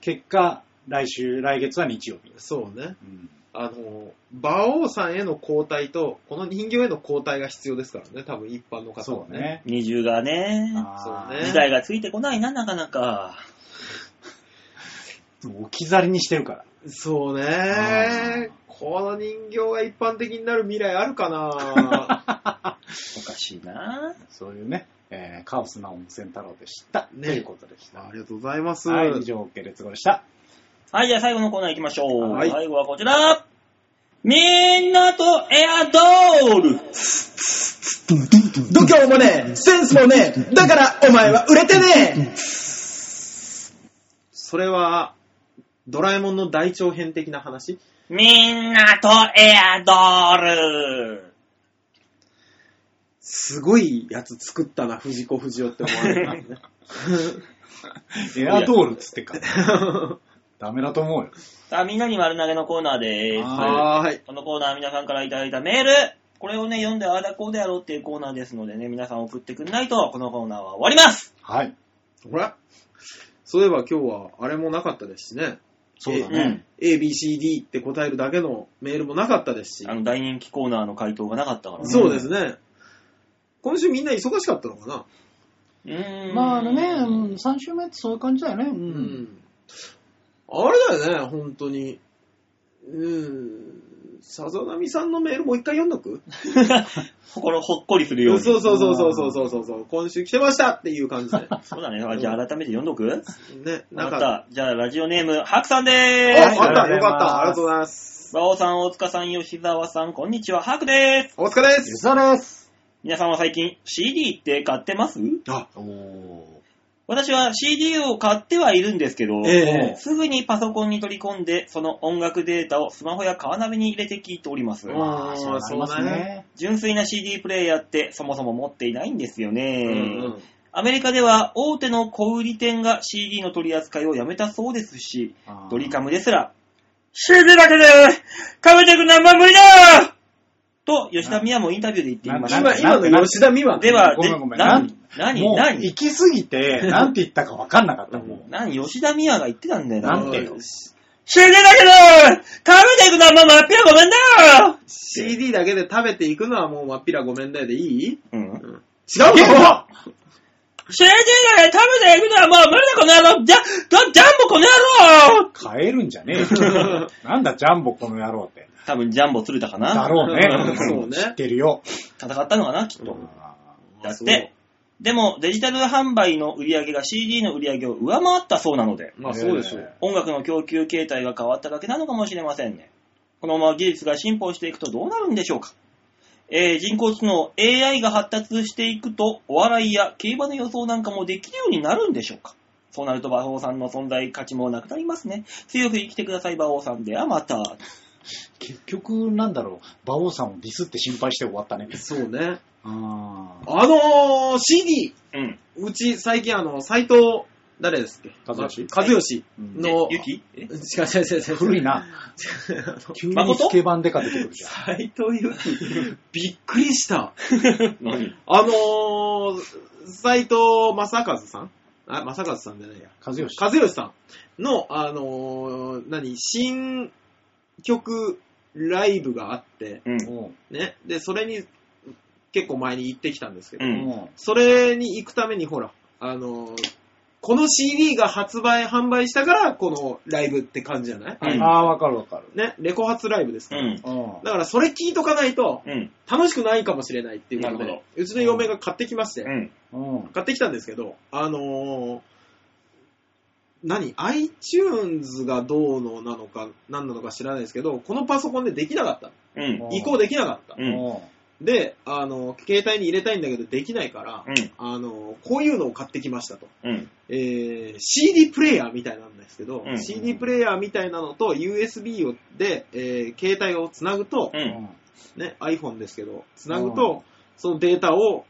[SPEAKER 1] 結果、来週、来月は日曜日。
[SPEAKER 3] そうね。
[SPEAKER 1] うん、
[SPEAKER 3] あの、馬王さんへの交代と、この人形への交代が必要ですからね、多分一般の方
[SPEAKER 1] そ
[SPEAKER 3] は
[SPEAKER 1] う
[SPEAKER 3] ね。
[SPEAKER 1] ね。
[SPEAKER 2] 二重がね、
[SPEAKER 1] あー
[SPEAKER 3] そうね
[SPEAKER 2] 時代がついてこないな、なかなか。
[SPEAKER 1] もう置き去りにしてるから。
[SPEAKER 3] そうね
[SPEAKER 1] あー
[SPEAKER 3] この人形が一般的になる未来あるかな
[SPEAKER 2] おかしいな。
[SPEAKER 1] そういうね、えーカオスな温泉太郎でした。
[SPEAKER 3] ね
[SPEAKER 1] ということでした。
[SPEAKER 3] りがとうございます
[SPEAKER 1] はい、以上、系列語でした。
[SPEAKER 2] はい、じゃあ最後のコーナー行きましょう。
[SPEAKER 3] はい
[SPEAKER 2] 最後はこちら。みんなとエアドール
[SPEAKER 5] 度胸もねえ、センスもねえ、だからお前は売れてね
[SPEAKER 3] それは、ドラえもんの大長編的な話
[SPEAKER 2] みんなとエアドール
[SPEAKER 3] すごいやつ作ったな、藤子不二雄って思われるね。
[SPEAKER 1] エアドールっつってっから。 ダメだと思うよ。
[SPEAKER 2] さあ、みんなに丸投げのコーナーでー
[SPEAKER 3] はーい
[SPEAKER 2] す。。このコーナーは皆さんからいただいたメールこれをね、読んでああだこうでやろうっていうコーナーですのでね、皆さん送ってくんないと、このコーナーは終わります
[SPEAKER 1] はい。
[SPEAKER 3] ほら。そういえば今日はあれもなかったですしね。
[SPEAKER 1] そうだ
[SPEAKER 2] う
[SPEAKER 1] ね。
[SPEAKER 2] ん。
[SPEAKER 3] ABCD って答えるだけのメールもなかったですし
[SPEAKER 2] あ、の、大人気コーナーの回答がなかったからね。
[SPEAKER 3] そうですね。今週みんな忙しかったのかな
[SPEAKER 2] うーん。
[SPEAKER 1] まああのね、うん、3週目ってそういう感じだよね。
[SPEAKER 3] う
[SPEAKER 1] う。
[SPEAKER 3] んあれだよね、本当に。うん。さざなみさんのメールもう一回読んどく
[SPEAKER 2] 心ほっこりするように。
[SPEAKER 3] そうそうそうそうそうそうそうそう。今週来てましたっていう感じ で。
[SPEAKER 2] そうだね。あじゃあ改めて読んどく
[SPEAKER 3] ね、な
[SPEAKER 2] わ
[SPEAKER 3] ん
[SPEAKER 2] かっ
[SPEAKER 3] か。
[SPEAKER 2] た。じゃあ、ラジオネーム、ハクさん
[SPEAKER 3] お
[SPEAKER 2] で
[SPEAKER 1] は
[SPEAKER 2] ー
[SPEAKER 1] い
[SPEAKER 2] す。
[SPEAKER 3] あった、
[SPEAKER 1] ありがとうござい
[SPEAKER 3] よ
[SPEAKER 1] ます
[SPEAKER 3] かった。ありがとうございます。
[SPEAKER 2] 馬王さん、大塚さん、吉沢さん、こんにちは、ハクでーす。
[SPEAKER 3] お疲れで
[SPEAKER 1] ゆ
[SPEAKER 3] す。
[SPEAKER 1] さです。
[SPEAKER 2] 皆さんは最近 CD って買ってます
[SPEAKER 3] あ、
[SPEAKER 1] おお。
[SPEAKER 2] 私は CD を買ってはいるんですけど、
[SPEAKER 3] ええ
[SPEAKER 2] すぐにパソコンに取り込んで、その音楽データをスマホやカーナビに入れて聞いております。
[SPEAKER 3] うん
[SPEAKER 1] まあ、そうなりますね。
[SPEAKER 2] 純粋な CD プレイヤーってそもそも持っていないんですよね。
[SPEAKER 3] うんうん
[SPEAKER 2] アメリカでは大手の小売店が CD の取り扱いをやめたそうですし、ドリカムですら、CD だけで食べていく何万無理だと吉田美也もインタビューで言っていまし
[SPEAKER 1] なん
[SPEAKER 2] た。
[SPEAKER 3] 今、今の吉田美和。
[SPEAKER 2] では、
[SPEAKER 1] ごめ
[SPEAKER 2] で
[SPEAKER 1] んごめん
[SPEAKER 2] 何何
[SPEAKER 1] もう、
[SPEAKER 2] 何
[SPEAKER 1] 行き過ぎて、なんて言ったか分かんなかった、もう。
[SPEAKER 2] 何吉田美也が言ってたんだよ
[SPEAKER 3] あ
[SPEAKER 2] な。
[SPEAKER 1] なん
[SPEAKER 3] の
[SPEAKER 1] てよ
[SPEAKER 2] CD だけど食べていくのはまあまっぴらごめんだ
[SPEAKER 3] CD だけで食べていくのはもうまっぴらごめんだよでいい
[SPEAKER 2] うん。
[SPEAKER 3] 違うぞ
[SPEAKER 2] CD だけで食べていくのはもう無理だこの野郎じゃ、じゃんぼこの野郎
[SPEAKER 1] 変えるんじゃねえよ。なんだ、ジャンボこの野郎って。
[SPEAKER 2] 多分ジャンボ鶴田かな
[SPEAKER 1] だろうね。
[SPEAKER 3] そうね
[SPEAKER 1] 知ってるよ。
[SPEAKER 2] 戦ったのかなきっと。だって、でもデジタル販売の売り上げが CD の売り上げを上回ったそうなので、
[SPEAKER 3] まあそうでしょ
[SPEAKER 1] ね
[SPEAKER 3] う。
[SPEAKER 2] 音楽の供給形態が変わっただけなのかもしれませんね。このまま技術が進歩していくとどうなるんでしょうか。えー人工知能 AI が発達していくと、お笑いや競馬の予想なんかもできるようになるんでしょうか。そうなると馬王さんの存在価値もなくなりますね。強く生きてください馬王さんではまた。
[SPEAKER 1] 結局、なんだろう、馬王さんをディスって心配して終わったね。
[SPEAKER 3] そうね。
[SPEAKER 1] あー
[SPEAKER 3] あのー、CD、
[SPEAKER 2] うん。
[SPEAKER 3] うち最近あの、斎藤、誰ですっけ
[SPEAKER 1] 和義
[SPEAKER 3] 和義
[SPEAKER 1] うん
[SPEAKER 3] の、
[SPEAKER 2] ゆきえ
[SPEAKER 3] 違う違う違う違う。
[SPEAKER 1] 古いな。
[SPEAKER 3] 違う。あの
[SPEAKER 1] 急に
[SPEAKER 2] 誠
[SPEAKER 1] スケバンデカ出てくるじゃん。
[SPEAKER 3] 斎藤佑樹、びっくりした。
[SPEAKER 2] 何
[SPEAKER 3] あのー、斎藤正和さんあ、正和さんじゃないや。
[SPEAKER 1] 和義。
[SPEAKER 3] 和義さんの、あのー、何、新曲ライブがあって、
[SPEAKER 2] うん。
[SPEAKER 3] ね。で、それに、結構前に行ってきたんですけど、
[SPEAKER 2] うん
[SPEAKER 1] も
[SPEAKER 3] それに行くために、ほら、あのー、この CD が発売、販売したから、このライブって感じじゃない、
[SPEAKER 1] う
[SPEAKER 2] うん
[SPEAKER 1] ああ、わかるわかる。
[SPEAKER 3] ね、レコ発ライブです
[SPEAKER 2] う
[SPEAKER 3] から。
[SPEAKER 2] ん。
[SPEAKER 1] うん
[SPEAKER 3] だから、それ聞いとかないと、
[SPEAKER 2] うん。
[SPEAKER 3] 楽しくないかもしれないっていうこと
[SPEAKER 2] なる
[SPEAKER 3] で、うちの嫁が買ってきまして、
[SPEAKER 2] うん。
[SPEAKER 1] うん。
[SPEAKER 3] 買ってきたんですけど、あのー、何 ?iTunes がどうのなのか、何なのか知らないですけど、このパソコンでできなかった。
[SPEAKER 2] うん。
[SPEAKER 1] うん
[SPEAKER 3] 移行できなかった。
[SPEAKER 2] うん。うん。
[SPEAKER 3] で、あのー、携帯に入れたいんだけどできないから、あのー、こういうのを買ってきましたと。
[SPEAKER 2] うん。
[SPEAKER 3] えー CD プレイヤーみたいなんですけど、
[SPEAKER 2] うん
[SPEAKER 3] CD プレイヤーみたいなのと USB をで、えー携帯をつなぐと、
[SPEAKER 2] うん。
[SPEAKER 3] ね、iPhone ですけど、つなぐと、そのデータを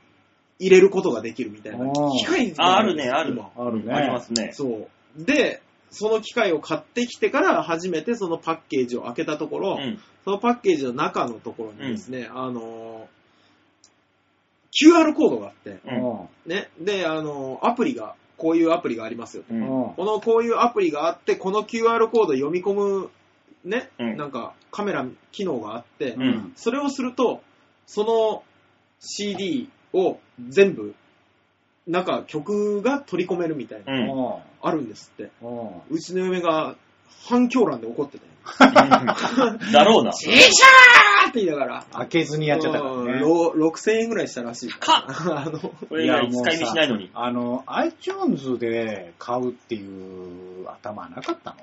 [SPEAKER 3] 入れることができるみたいな
[SPEAKER 1] うん
[SPEAKER 3] 機械が
[SPEAKER 2] ああるねある
[SPEAKER 3] 今
[SPEAKER 1] あるね。
[SPEAKER 2] ありますね。
[SPEAKER 3] そう。で、その機械を買ってきてから初めてそのパッケージを開けたところ、
[SPEAKER 2] うん。
[SPEAKER 3] そのパッケージの中のところにですね、あのー QR コードがあって、
[SPEAKER 1] うん。
[SPEAKER 3] ね、で、あのーアプリが、こういうアプリがありますよ。
[SPEAKER 2] う。
[SPEAKER 1] う
[SPEAKER 2] う
[SPEAKER 1] ん
[SPEAKER 2] ん。
[SPEAKER 1] ん。
[SPEAKER 3] この、こういうアプリがあって、この QR コード読み込む、ね、
[SPEAKER 2] うん
[SPEAKER 3] なんかカメラ機能があって、
[SPEAKER 2] うんうん
[SPEAKER 3] それをすると、その CD を全部、中、曲が取り込めるみたいな、
[SPEAKER 2] うん。
[SPEAKER 3] あるんですって。
[SPEAKER 1] うん。
[SPEAKER 3] うちの嫁が反響欄で怒ってたよ。
[SPEAKER 2] だろうな。
[SPEAKER 3] ちいちゃーって言いながら。
[SPEAKER 1] 開けずにやっちゃったから
[SPEAKER 3] うん
[SPEAKER 1] ね。
[SPEAKER 3] ろ6000円ぐらいしたらしい。
[SPEAKER 2] か
[SPEAKER 3] あの、
[SPEAKER 2] これ以外使い道しないのに。
[SPEAKER 1] あの、iTunes で買うっていう頭はなかったの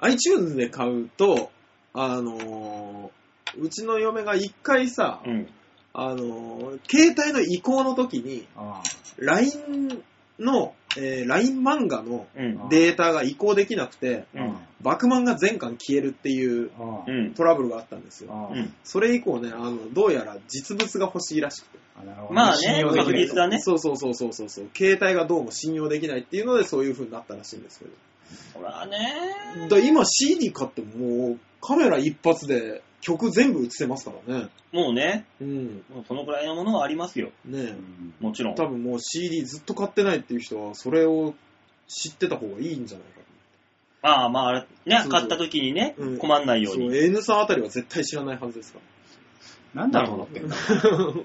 [SPEAKER 3] iTunes で買うと、あのーうちの嫁が一回さ、
[SPEAKER 2] うん。
[SPEAKER 3] あのー携帯の移行の時に、
[SPEAKER 1] あ
[SPEAKER 3] LINE の、えー LINE 漫画の
[SPEAKER 2] うん。
[SPEAKER 3] データが移行できなくて、
[SPEAKER 1] あうん。
[SPEAKER 3] バクマンが全巻消えるっていう
[SPEAKER 1] うん
[SPEAKER 2] う。ん。
[SPEAKER 3] トラブルがあったんですよ。
[SPEAKER 1] あ
[SPEAKER 2] うん。
[SPEAKER 3] それ以降ね、あの、どうやら実物が欲しいらしくて。
[SPEAKER 1] あなるほど
[SPEAKER 2] まあね
[SPEAKER 1] 信用でき
[SPEAKER 2] 確
[SPEAKER 1] ない
[SPEAKER 2] 率だね
[SPEAKER 3] そうそうそうそうそうそう。携帯がどうも信用できないっていうので、そういう風になったらしいんですけど。
[SPEAKER 2] ほらね。
[SPEAKER 3] だから今 CD 買ってもうカメラ一発で曲全部映せますからね。
[SPEAKER 2] もうね、
[SPEAKER 3] うん。
[SPEAKER 2] もうそのくらいのものはありますよ。
[SPEAKER 3] ね
[SPEAKER 1] うん
[SPEAKER 2] もちろ
[SPEAKER 3] え。
[SPEAKER 2] ん。
[SPEAKER 3] 多分もう CD ずっと買ってないっていう人は、それを知ってた方がいいんじゃないか
[SPEAKER 2] ああ、まあ、あれね
[SPEAKER 3] そう、そう
[SPEAKER 2] 買った時にね
[SPEAKER 3] うん、
[SPEAKER 2] 困んないよう
[SPEAKER 3] そう、
[SPEAKER 2] に。
[SPEAKER 3] N さんあたりは絶対知らないはずですか
[SPEAKER 1] なんだと思
[SPEAKER 2] なるほど
[SPEAKER 1] ってんだ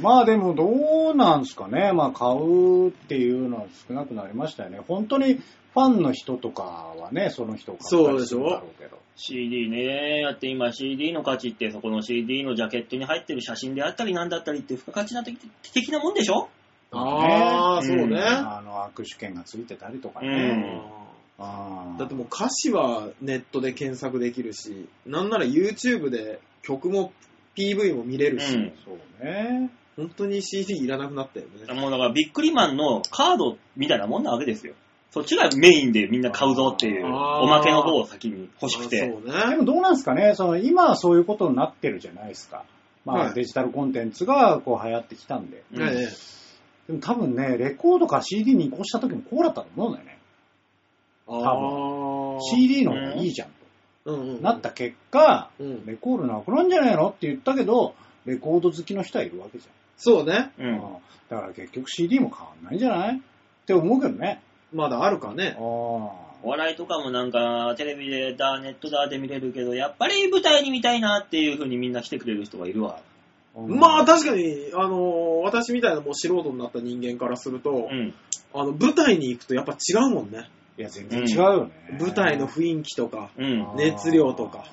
[SPEAKER 1] まあでもどうなんですかね。まあ買うっていうのは少なくなりましたよね。本当にファンの人とかはね、その人を買ったりするんだろうけど。
[SPEAKER 2] CD ね、だって今 CD の価値って、そこの CD のジャケットに入ってる写真であったりなんだったりって、付加価値な的的なもんでしょ
[SPEAKER 3] ああ、そう
[SPEAKER 2] ね
[SPEAKER 3] ね。
[SPEAKER 1] あの握手券がついてたりとか
[SPEAKER 2] う
[SPEAKER 1] ね。
[SPEAKER 2] ん
[SPEAKER 1] あー
[SPEAKER 3] だってもう歌詞はネットで検索できるし、なんなら YouTube で曲も PV も見れるし、
[SPEAKER 2] うん
[SPEAKER 1] そうね。
[SPEAKER 3] 本当に CD いらなくなったよね。
[SPEAKER 2] もうだから、ビックリマンのカードみたいなもんなわけですよ。そっちがメインでみんな買うぞっていう、
[SPEAKER 3] あー
[SPEAKER 2] おまけの方を先に欲しく
[SPEAKER 3] あ
[SPEAKER 2] て。
[SPEAKER 3] そう
[SPEAKER 1] で
[SPEAKER 3] ね。
[SPEAKER 1] もどうなんですかね。その今はそういうことになってるじゃないですか。まあ、
[SPEAKER 3] はい
[SPEAKER 1] デジタルコンテンツがこう流行ってきたんで。
[SPEAKER 2] うん
[SPEAKER 3] ねえ
[SPEAKER 1] でも多分ね、レコードか CD に移行した時もこうだったと思うんだよね。
[SPEAKER 3] ああ。
[SPEAKER 1] CD の方がいいじゃんと。
[SPEAKER 3] うんうんうん
[SPEAKER 1] なった結果、
[SPEAKER 3] うん
[SPEAKER 1] レコードなくなんじゃないのって言ったけど、レコード好きの人はいるわけじ
[SPEAKER 3] そうね。
[SPEAKER 2] う
[SPEAKER 1] ゃん。
[SPEAKER 2] ん。
[SPEAKER 1] うんだから結局 CD も変わんないんじゃないって思うけどね。
[SPEAKER 3] まだあるかね。
[SPEAKER 2] お笑いとかもなんか、テレビでだ、ネットだで見れるけど、やっぱり舞台に見たいなっていう風にみんな来てくれる人がいるわ。
[SPEAKER 3] まあ
[SPEAKER 1] だ、
[SPEAKER 3] 確かに、あのー私みたいなもう素人になった人間からすると
[SPEAKER 2] う、ん。
[SPEAKER 3] あの、舞台に行くとやっぱ違うもんね。
[SPEAKER 1] いや全然違うよね。
[SPEAKER 3] 舞台の雰囲気とか。
[SPEAKER 2] うん。
[SPEAKER 3] 熱量とか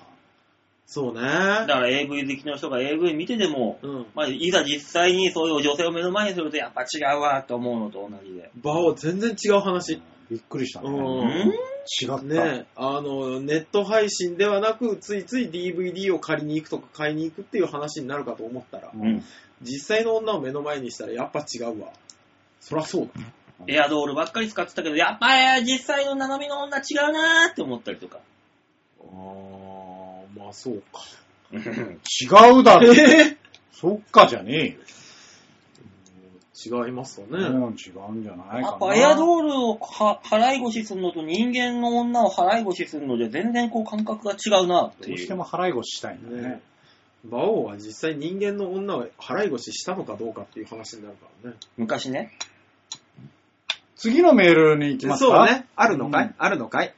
[SPEAKER 3] そうね。
[SPEAKER 2] だから AV 好きの人が AV 見てても、
[SPEAKER 3] うん。
[SPEAKER 2] まあ、いざ実際にそういう女性を目の前にすると、やっぱ違うわと思うのと同じで。
[SPEAKER 3] 場を全然違う話。
[SPEAKER 1] びっくりしたね。
[SPEAKER 3] うん
[SPEAKER 2] うん
[SPEAKER 1] 違った。
[SPEAKER 3] ね、あの、ネット配信ではなく、ついつい DVD を借りに行くとか買いに行くっていう話になるかと思ったら、
[SPEAKER 1] うん
[SPEAKER 3] 実際の女を目の前にしたらやっぱ違うわ。そらそうだ。
[SPEAKER 2] エアドールばっかり使ってたけど、やっぱり実際の斜めの女違うなーって思ったりとか。
[SPEAKER 3] あー、まあそうか。
[SPEAKER 1] 違うだろ。
[SPEAKER 3] え
[SPEAKER 1] そっかじゃね
[SPEAKER 3] ー、違いますか
[SPEAKER 1] えよ。
[SPEAKER 3] ね。
[SPEAKER 1] うん違うんじゃない
[SPEAKER 2] や
[SPEAKER 1] か
[SPEAKER 2] っ
[SPEAKER 1] な。
[SPEAKER 2] ぱエアドールをは払い腰するのと人間の女を払い腰するので全然こう感覚が違うなって
[SPEAKER 1] どう
[SPEAKER 2] い
[SPEAKER 1] して
[SPEAKER 2] う。
[SPEAKER 1] も払い腰したいんだ
[SPEAKER 3] ね
[SPEAKER 1] ね。
[SPEAKER 3] 馬王は実際人間の女を払い腰したのかどうかっていう話になるからね。
[SPEAKER 2] 昔ね。
[SPEAKER 1] 次のメールに行きますか。
[SPEAKER 3] そう。ね。あるのかい、
[SPEAKER 1] うん
[SPEAKER 3] あるのかい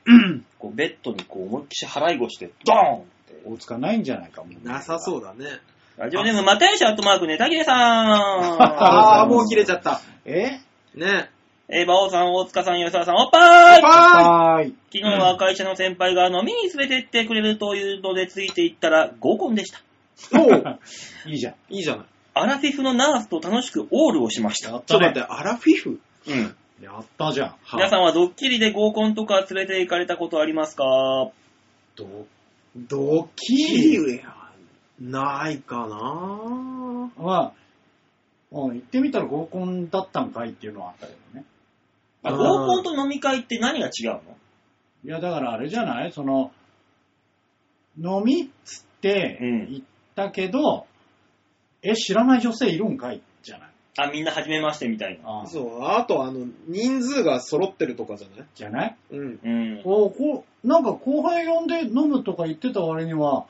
[SPEAKER 2] こうベッドにこう思いっきし払い腰でドーンって。
[SPEAKER 1] 大塚ないんじゃないかも。
[SPEAKER 3] なさそう
[SPEAKER 1] う。
[SPEAKER 3] だね。
[SPEAKER 2] ラジオネーム、またよしアットマークネタギレさん。
[SPEAKER 3] あー、もう切れちゃった。
[SPEAKER 1] え
[SPEAKER 3] ね。
[SPEAKER 2] えー、馬王さん、大塚さん、吉沢さん、おっぱーい
[SPEAKER 3] は
[SPEAKER 1] はーい。
[SPEAKER 2] 昨日は会社の先輩が飲みに連れてってくれるというのでついて行ったら合コンでした。
[SPEAKER 3] ーいおう
[SPEAKER 1] いいじゃん。
[SPEAKER 3] いいじゃない。
[SPEAKER 2] アラフィフのナースと楽しくオールをしました。
[SPEAKER 3] ちょっと待って、アラフィフ
[SPEAKER 2] うん。
[SPEAKER 1] やったじゃん。
[SPEAKER 2] 皆さんはドッキリで合コンとか連れて行かれたことありますか
[SPEAKER 3] ドドッキリはないかな
[SPEAKER 1] まあ、うん行ってみたら合コンだったんかいっていうのはあったけどね。
[SPEAKER 2] あ
[SPEAKER 3] あー
[SPEAKER 2] 合コンと飲み会って何が違うの
[SPEAKER 1] いや、だからあれじゃないその、飲みっつって
[SPEAKER 2] うん
[SPEAKER 1] 行ったけど、え、知らない女性いるんかいじゃない。
[SPEAKER 2] あ、みんな初めましてみたいな。
[SPEAKER 1] あう。
[SPEAKER 3] そう、あとあの、人数が揃ってるとかじゃない
[SPEAKER 1] じゃない
[SPEAKER 3] うん。
[SPEAKER 2] うん。
[SPEAKER 1] おこうなんか後輩呼んで飲むとか言ってた割には、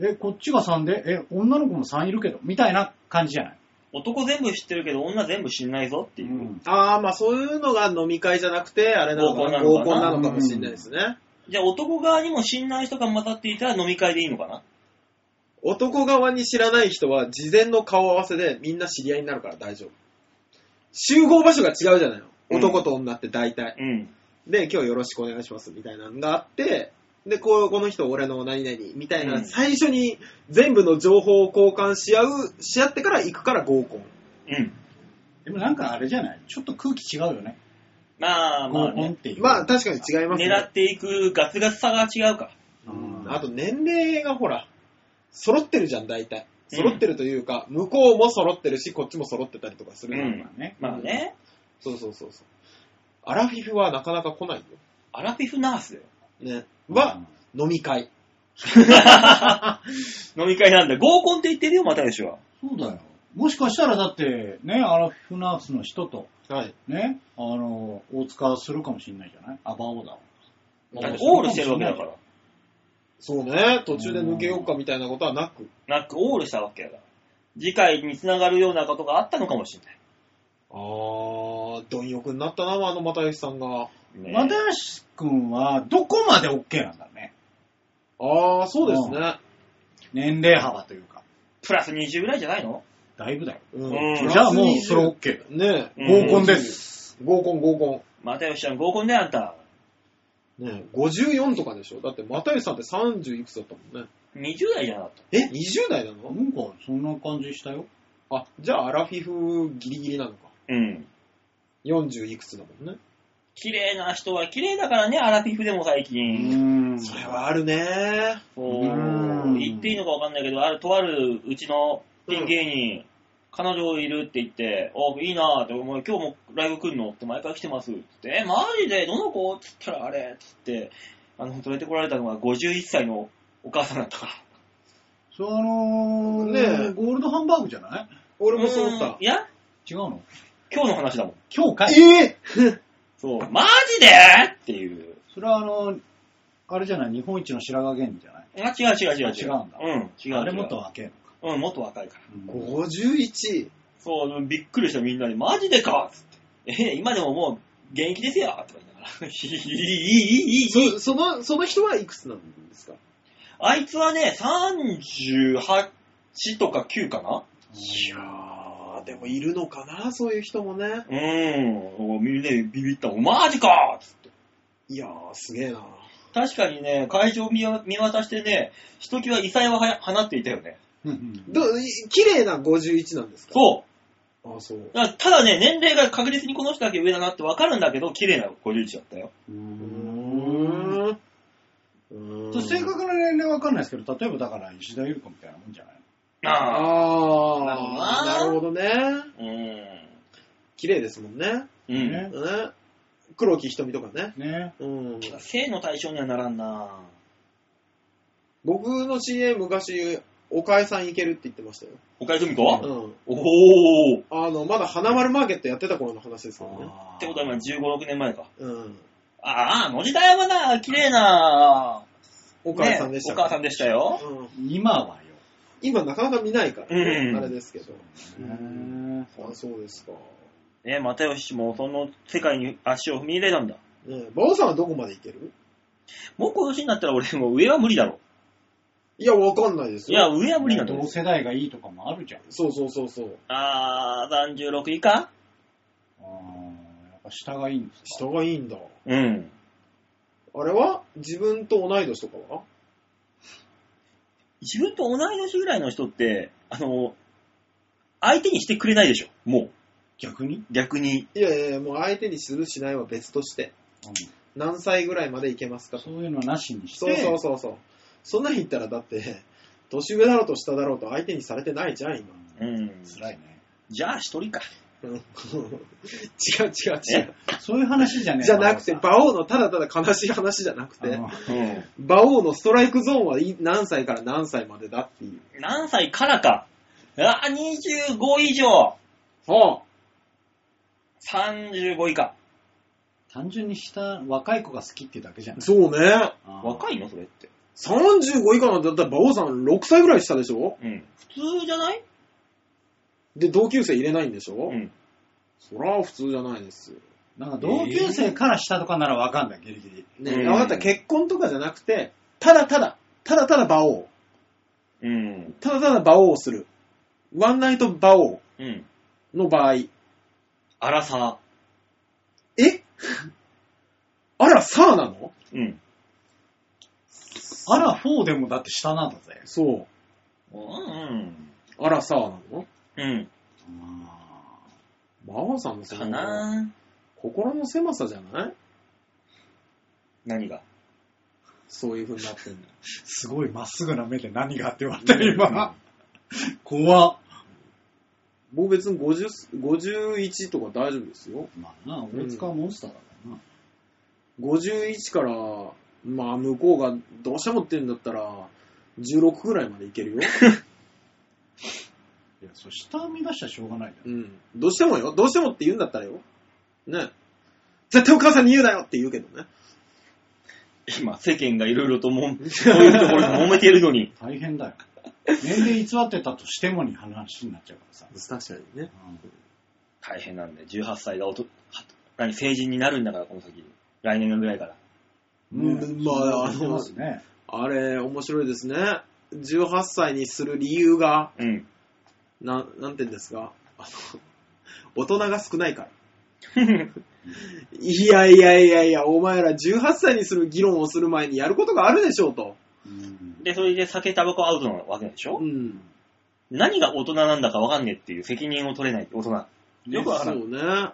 [SPEAKER 1] え、こっちが3で、え、女の子も3いるけど、みたいな感じじゃない、
[SPEAKER 2] 男全部知ってるけど女全部知んないぞっていう。
[SPEAKER 3] ああ、まあそういうのが飲み会じゃなくて、あれなのかな、合
[SPEAKER 2] 合
[SPEAKER 3] コ
[SPEAKER 2] コ
[SPEAKER 3] ン
[SPEAKER 2] ン
[SPEAKER 3] な
[SPEAKER 1] な
[SPEAKER 3] の
[SPEAKER 1] のかな
[SPEAKER 3] かもしれないですね。
[SPEAKER 2] じゃあ男側にも知んない人が混ざっていたら飲み会でいいのかな
[SPEAKER 3] 男側に知らない人は、事前の顔合わせでみんな知り合いになるから大丈夫。集合場所が違うじゃないの。
[SPEAKER 2] うん
[SPEAKER 3] 男と女って大体。
[SPEAKER 2] うん。
[SPEAKER 3] で、今日よろしくお願いしますみたいなのがあって、で、こう、この人俺の何々みたいな、
[SPEAKER 2] うん
[SPEAKER 3] 最初に全部の情報を交換し合う、し合ってから行くから合コン。
[SPEAKER 2] うん。
[SPEAKER 1] でもなんかあれじゃないちょっと空気違うよね。
[SPEAKER 2] まあま
[SPEAKER 1] 合
[SPEAKER 2] あ
[SPEAKER 1] コンっ
[SPEAKER 2] ね。
[SPEAKER 1] ていう。
[SPEAKER 3] まあ、確かに違います
[SPEAKER 2] 狙
[SPEAKER 3] ね
[SPEAKER 2] っ。ていくガツガツさが違うか。
[SPEAKER 1] うん
[SPEAKER 3] あと年齢がほら、揃ってるじゃん、大体。揃ってるというか、向こうも揃ってるし、こっちも揃ってたりとかするじゃん
[SPEAKER 2] うん
[SPEAKER 1] まあね。
[SPEAKER 2] まあね。
[SPEAKER 3] そうそうそうそう。アラフィフはなかなか来ないよ。
[SPEAKER 2] アラフィフナースよ。
[SPEAKER 3] ね。は、飲み会。
[SPEAKER 2] 飲み会なんだ。合コンって言ってるよ、またよしは。
[SPEAKER 1] そうだよ。もしかしたらだって、ね、アラフィフナースの人と、
[SPEAKER 3] はい。
[SPEAKER 1] ね、あの、大塚するかもしれないじゃないアバオだわ。
[SPEAKER 2] だってオールしてるわけだから。
[SPEAKER 3] そうね。途中で抜けようかみたいなことはなく。
[SPEAKER 2] なくオールしたわけだから。次回につながるようなことがあったのかもしれない。
[SPEAKER 3] あー、貪欲になったな、あの又吉さんが。
[SPEAKER 2] ね
[SPEAKER 1] 和田くんはどこまで OK なんだろうね。
[SPEAKER 3] ああ、そうですね。
[SPEAKER 1] 年齢幅というか。
[SPEAKER 2] プラス20ぐらいじゃないの
[SPEAKER 1] だいぶだよ。
[SPEAKER 3] うん
[SPEAKER 2] うん
[SPEAKER 1] じゃあもうそれ。OK。
[SPEAKER 3] ねえ
[SPEAKER 2] うん
[SPEAKER 1] 合コンです。
[SPEAKER 3] 合コン、合コ
[SPEAKER 2] 又吉ちゃん合コンであんた。
[SPEAKER 3] ン。ねえ54とかでしょだって、又吉さんって30いくつだったもんね。
[SPEAKER 2] 20代じゃなかった。
[SPEAKER 3] え ?20 代なの
[SPEAKER 1] なんかそんな感じしたよ。
[SPEAKER 3] あ、じゃあアラフィフギリギリなのか。
[SPEAKER 2] うん。
[SPEAKER 3] 40いくつだもんね。
[SPEAKER 2] 綺麗な人は綺麗だからね、アラフィフでも最
[SPEAKER 1] う
[SPEAKER 2] 近。
[SPEAKER 1] ん。
[SPEAKER 3] それはあるね。
[SPEAKER 2] こう
[SPEAKER 1] うん
[SPEAKER 2] 言っていいのかわかんないけど、ある、とあるうちのピン芸人、彼女いるって言って、おいいなぁって、お前今日もライブ来るのって毎回来てますって言って、え、マジでどの子って言ったらあれって言って、あの、連れてこられたのが51歳のお母さんだったから。
[SPEAKER 1] それあのー、
[SPEAKER 3] ねえ
[SPEAKER 1] ゴールドハンバーグじゃない
[SPEAKER 3] 俺もそう思った
[SPEAKER 2] い。や、
[SPEAKER 1] 違うの
[SPEAKER 2] 今日の話だもん。
[SPEAKER 1] 今日かい
[SPEAKER 3] え
[SPEAKER 2] そう、マジでっていう。
[SPEAKER 1] それはあのー、あれじゃない日本一の白髪芸人じゃない
[SPEAKER 2] あ、違う違う違う違う。
[SPEAKER 1] 違うんだ
[SPEAKER 2] うん、違う。
[SPEAKER 1] あれもっと
[SPEAKER 2] 違う
[SPEAKER 1] 若けのか。
[SPEAKER 2] うん、もっと若いから。
[SPEAKER 1] うん
[SPEAKER 3] ?51。
[SPEAKER 2] そう、びっくりしたみんなで、マジでかっつって。えー今でももう、現役ですよとか言いながら。い い、いい、いい、いい。
[SPEAKER 3] そその、その人はいくつなんですか
[SPEAKER 2] あいつはね、38とか9かない
[SPEAKER 3] やー、でもいるのかな、そういう人もね。
[SPEAKER 2] うーん。みんなでビビったもん。マジかっつって。
[SPEAKER 3] いやー、すげえな。
[SPEAKER 2] 確かにね、会場見わ見渡してね、ひときわ異彩をはや放っていたよね。
[SPEAKER 1] うん
[SPEAKER 3] ど、い綺麗な51なんですか。
[SPEAKER 2] そう
[SPEAKER 3] あ、そう。
[SPEAKER 2] う。だからただね、年齢が確実にこの人だけ上だなってわかるんだけど、綺麗な51だったよ。
[SPEAKER 1] う
[SPEAKER 3] うー
[SPEAKER 1] ん。
[SPEAKER 3] ん。うーん
[SPEAKER 1] 正確な年齢はわかんないですけど、例えばだから石田ゆり子みたいなもんじゃない
[SPEAKER 2] ああ。
[SPEAKER 3] あー、なるほどね。
[SPEAKER 2] うー
[SPEAKER 3] 綺麗ですもんね。
[SPEAKER 2] ん。うん。
[SPEAKER 1] ね
[SPEAKER 3] ね。黒木瞳とかね。
[SPEAKER 1] ね。
[SPEAKER 3] うん。
[SPEAKER 2] 性の対象にはならんな
[SPEAKER 3] 僕の CA 昔、おかえさん行けるって言ってましたよ。
[SPEAKER 2] おかえみこ
[SPEAKER 3] うん。
[SPEAKER 2] おー
[SPEAKER 3] あの、まだ花丸マーケットやってた頃の話ですからね。
[SPEAKER 1] あー
[SPEAKER 2] ってことは今15、6年前か。
[SPEAKER 3] うん。
[SPEAKER 2] ああ、野地田山だ綺麗な
[SPEAKER 3] お
[SPEAKER 2] お
[SPEAKER 3] かえさんでした
[SPEAKER 2] お
[SPEAKER 3] か
[SPEAKER 2] 母
[SPEAKER 3] ら
[SPEAKER 2] さんでしたよ。
[SPEAKER 3] うん。
[SPEAKER 1] 今はよ。
[SPEAKER 3] 今なかなか見ないから、
[SPEAKER 2] うん
[SPEAKER 3] あれですけど。
[SPEAKER 1] ね
[SPEAKER 3] あ、そうですか。
[SPEAKER 2] ね又吉氏もその世界に足を踏み入れたんだ。
[SPEAKER 3] ねえ、馬王さんはどこまで行ける
[SPEAKER 2] もうこの年になったら俺もう上は無理だろ。
[SPEAKER 3] いや、わかんないです
[SPEAKER 2] いや、
[SPEAKER 3] よ。
[SPEAKER 2] 上は無理なんだ
[SPEAKER 1] 同
[SPEAKER 2] よ。
[SPEAKER 1] 世代がいいとかもあるじゃん。
[SPEAKER 3] そうそうそうそう。
[SPEAKER 2] ああ、36以下
[SPEAKER 1] あーやっぱ下がいいんですか
[SPEAKER 3] 人がいいんだ。
[SPEAKER 2] うん。
[SPEAKER 3] あれは自分と同い年とかは
[SPEAKER 2] 自分と同い年ぐらいの人って、あの、相手にしてくれないでしょ。も
[SPEAKER 1] 逆に、
[SPEAKER 2] う、逆に。
[SPEAKER 3] いやいやいや、もう相手にするしないは別として。
[SPEAKER 1] う
[SPEAKER 3] 何歳ぐらいまで行けますか
[SPEAKER 1] ん、そういうのなしにして。
[SPEAKER 3] そうそうそうそう。そんなん言ったらだって、年上だろうと下だろうと相手にされてないじゃん、今。
[SPEAKER 1] う
[SPEAKER 2] うんん。
[SPEAKER 1] 辛いね。
[SPEAKER 2] じゃあ一人か。
[SPEAKER 3] うん違う違う違う。
[SPEAKER 1] そういう話じゃねえ
[SPEAKER 3] じゃなくて、
[SPEAKER 1] バ
[SPEAKER 3] 馬王のただただ悲しい話じゃなくて、
[SPEAKER 2] うん。
[SPEAKER 3] 馬王のストライクゾーンはい何歳から何歳までだっていう。
[SPEAKER 2] 何歳からか。あ、25以上。
[SPEAKER 3] は
[SPEAKER 2] 35以下。
[SPEAKER 1] 単純に下、若い子が好きってだけじゃ
[SPEAKER 3] あ、
[SPEAKER 1] ない。
[SPEAKER 3] そうね。
[SPEAKER 1] い
[SPEAKER 2] 若いのそれって。
[SPEAKER 3] 35以下なんてだったら馬王さん6歳ぐらい下でしょ
[SPEAKER 2] うん。普通じゃない
[SPEAKER 3] で、同級生入れないんでしょ、
[SPEAKER 2] うん。
[SPEAKER 3] そら普通じゃないですよ。
[SPEAKER 1] なんか同級生から下とかならわかんない、ギリギリ。
[SPEAKER 3] ね、
[SPEAKER 2] うん
[SPEAKER 3] 分かった、結婚とかじゃなくて、ただただ、ただただ馬王。
[SPEAKER 2] うん。
[SPEAKER 3] ただただ馬王をする。ワンナイト馬王
[SPEAKER 2] うん。
[SPEAKER 3] の場合。
[SPEAKER 2] アラサ
[SPEAKER 3] えあら、さあなの
[SPEAKER 2] ー。うん。
[SPEAKER 1] あら、4でもだって下なんだぜ。
[SPEAKER 3] そう。
[SPEAKER 2] うん。
[SPEAKER 3] あら、さあなの
[SPEAKER 2] うん。
[SPEAKER 1] あ
[SPEAKER 3] 馬王さんのそ
[SPEAKER 2] か
[SPEAKER 3] の、
[SPEAKER 2] な
[SPEAKER 3] 心の狭さじゃない
[SPEAKER 2] 何が
[SPEAKER 3] そういう風になってんの。
[SPEAKER 1] ーすごいまっすぐな目で何があって言われて今。怖っ。
[SPEAKER 3] 僕別に50 51とか大丈夫ですよ。
[SPEAKER 1] まあな、大塚はモンスターだからな。
[SPEAKER 3] 51から、まあ向こうがどうしてもって言うんだったら、16ぐらいまでいけるよ。
[SPEAKER 1] いや、そう、下を見出したらしょうがないじゃん
[SPEAKER 3] うん。どうしてもよ。どうしてもって言うんだったらよ。ね。絶対お母さんに言うなよって言うけどね。
[SPEAKER 2] 今、世間がいろいろと もん、そういうところで揉めているのに。
[SPEAKER 1] 大変だよ。年齢偽ってたとしてもに話になっちゃうからさ。
[SPEAKER 3] 確かにね。
[SPEAKER 1] うん
[SPEAKER 2] 大変なんで、18歳がおと、は何成人になるんだから、この先。来年ぐらいから。
[SPEAKER 3] うんまあ
[SPEAKER 1] そうなってますね。
[SPEAKER 3] あれ、面白いですね。18歳にする理由が、
[SPEAKER 2] うん。
[SPEAKER 3] なん、なんて言うんですか。あの、大人が少ないから。いやいやいやいや、お前ら18歳にする議論をする前にやることがあるでしょうと。
[SPEAKER 1] うん
[SPEAKER 2] で、それで酒、タバコアウトなわけでしょ、
[SPEAKER 3] うん。
[SPEAKER 2] 何が大人なんだかわかんねえっていう責任を取れない大人。よくわからん。
[SPEAKER 3] そうね。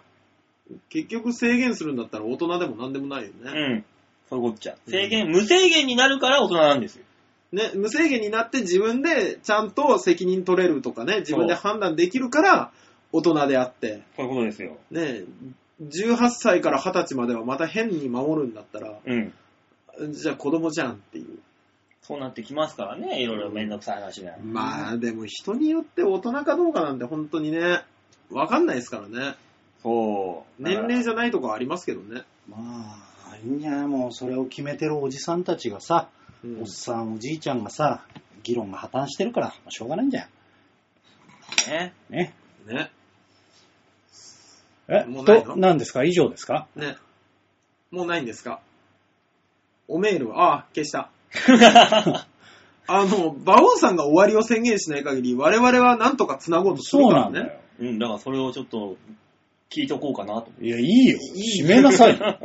[SPEAKER 3] 結局制限するんだったら大人でも何でもないよね。
[SPEAKER 2] うん。そういうこっちゃ。制限、無制限になるから大人なんですよ。
[SPEAKER 3] ね、無制限になって自分でちゃんと責任取れるとかね、自分で判断できるから大人であって、
[SPEAKER 2] そういうことですよ。
[SPEAKER 3] ね、18歳から20歳まではまた変に守るんだったら、
[SPEAKER 2] うん。
[SPEAKER 3] じゃあ子供じゃんっていう。
[SPEAKER 2] そうなってきますからね、いろいろめんどくさい話だよ。
[SPEAKER 3] まあでも人によって大人かどうかなんて本当にね、わかんないですからね。
[SPEAKER 2] そう。
[SPEAKER 3] 年齢じ
[SPEAKER 2] ゃ。
[SPEAKER 3] ゃないとかありますけどね。
[SPEAKER 1] まあ、いいんじゃないもうそれを決めてるおじさんたちがさ、
[SPEAKER 3] うん
[SPEAKER 1] おっさん、おじいちゃんがさ、議論が破綻してるから、まあしょうがないんじゃん。
[SPEAKER 2] ね。
[SPEAKER 1] ね。
[SPEAKER 3] ね。
[SPEAKER 1] え
[SPEAKER 3] もうないの
[SPEAKER 1] と、何ですか以上ですか
[SPEAKER 3] ね。もうないんですかおメールは、ああ、消した。あの、馬王さんが終わりを宣言しない限り、我々はなんとか繋ごうとする
[SPEAKER 1] そう
[SPEAKER 3] か
[SPEAKER 1] な
[SPEAKER 3] ら
[SPEAKER 1] んだ
[SPEAKER 3] ね。
[SPEAKER 1] よ。
[SPEAKER 2] うん、だからそれをちょっと、聞いとこうかなと。
[SPEAKER 1] いや、いいよ。
[SPEAKER 3] いい
[SPEAKER 1] 締めなさいよ。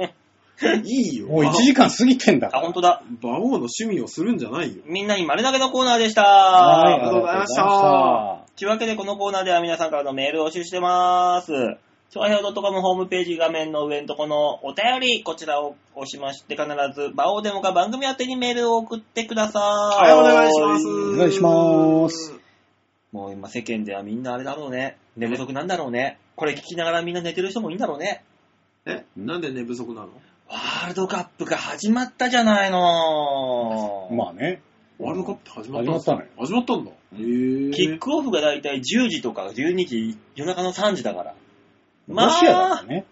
[SPEAKER 3] いいよ。
[SPEAKER 1] もう1時間過ぎてんだ
[SPEAKER 2] あ、
[SPEAKER 1] から。
[SPEAKER 2] 本当だ。
[SPEAKER 3] 馬王の趣味をするんじゃないよ。
[SPEAKER 2] みんなに丸投げのコーナーでした。
[SPEAKER 1] はい、
[SPEAKER 3] ありがとうございました
[SPEAKER 1] ありがとうございまし
[SPEAKER 2] というわけで、このコーナーでは皆さんからのメールを募集してます。超平洋 .com ホームページ画面の上のとこのお便り、こちらを押しまして、必ず、場をデモか番組宛てにメールを送ってください。
[SPEAKER 3] は、
[SPEAKER 2] はい
[SPEAKER 3] お願いします。
[SPEAKER 1] お願いします。
[SPEAKER 2] もう今世間ではみんなあれだろうね。寝不足なんだろうね。これ聞きながらみんな寝てる人もいいんだろうね。
[SPEAKER 3] え、なんで寝不足なの
[SPEAKER 2] ワールドカップが始まったじゃないの。
[SPEAKER 1] まあね。
[SPEAKER 3] ワールドカップ始まったんですか始まったんだ。へ
[SPEAKER 2] キッ
[SPEAKER 3] ぇ
[SPEAKER 2] クオフがだいたい10時とか12時、夜中の3時だから。まあ
[SPEAKER 1] ロシアだからね。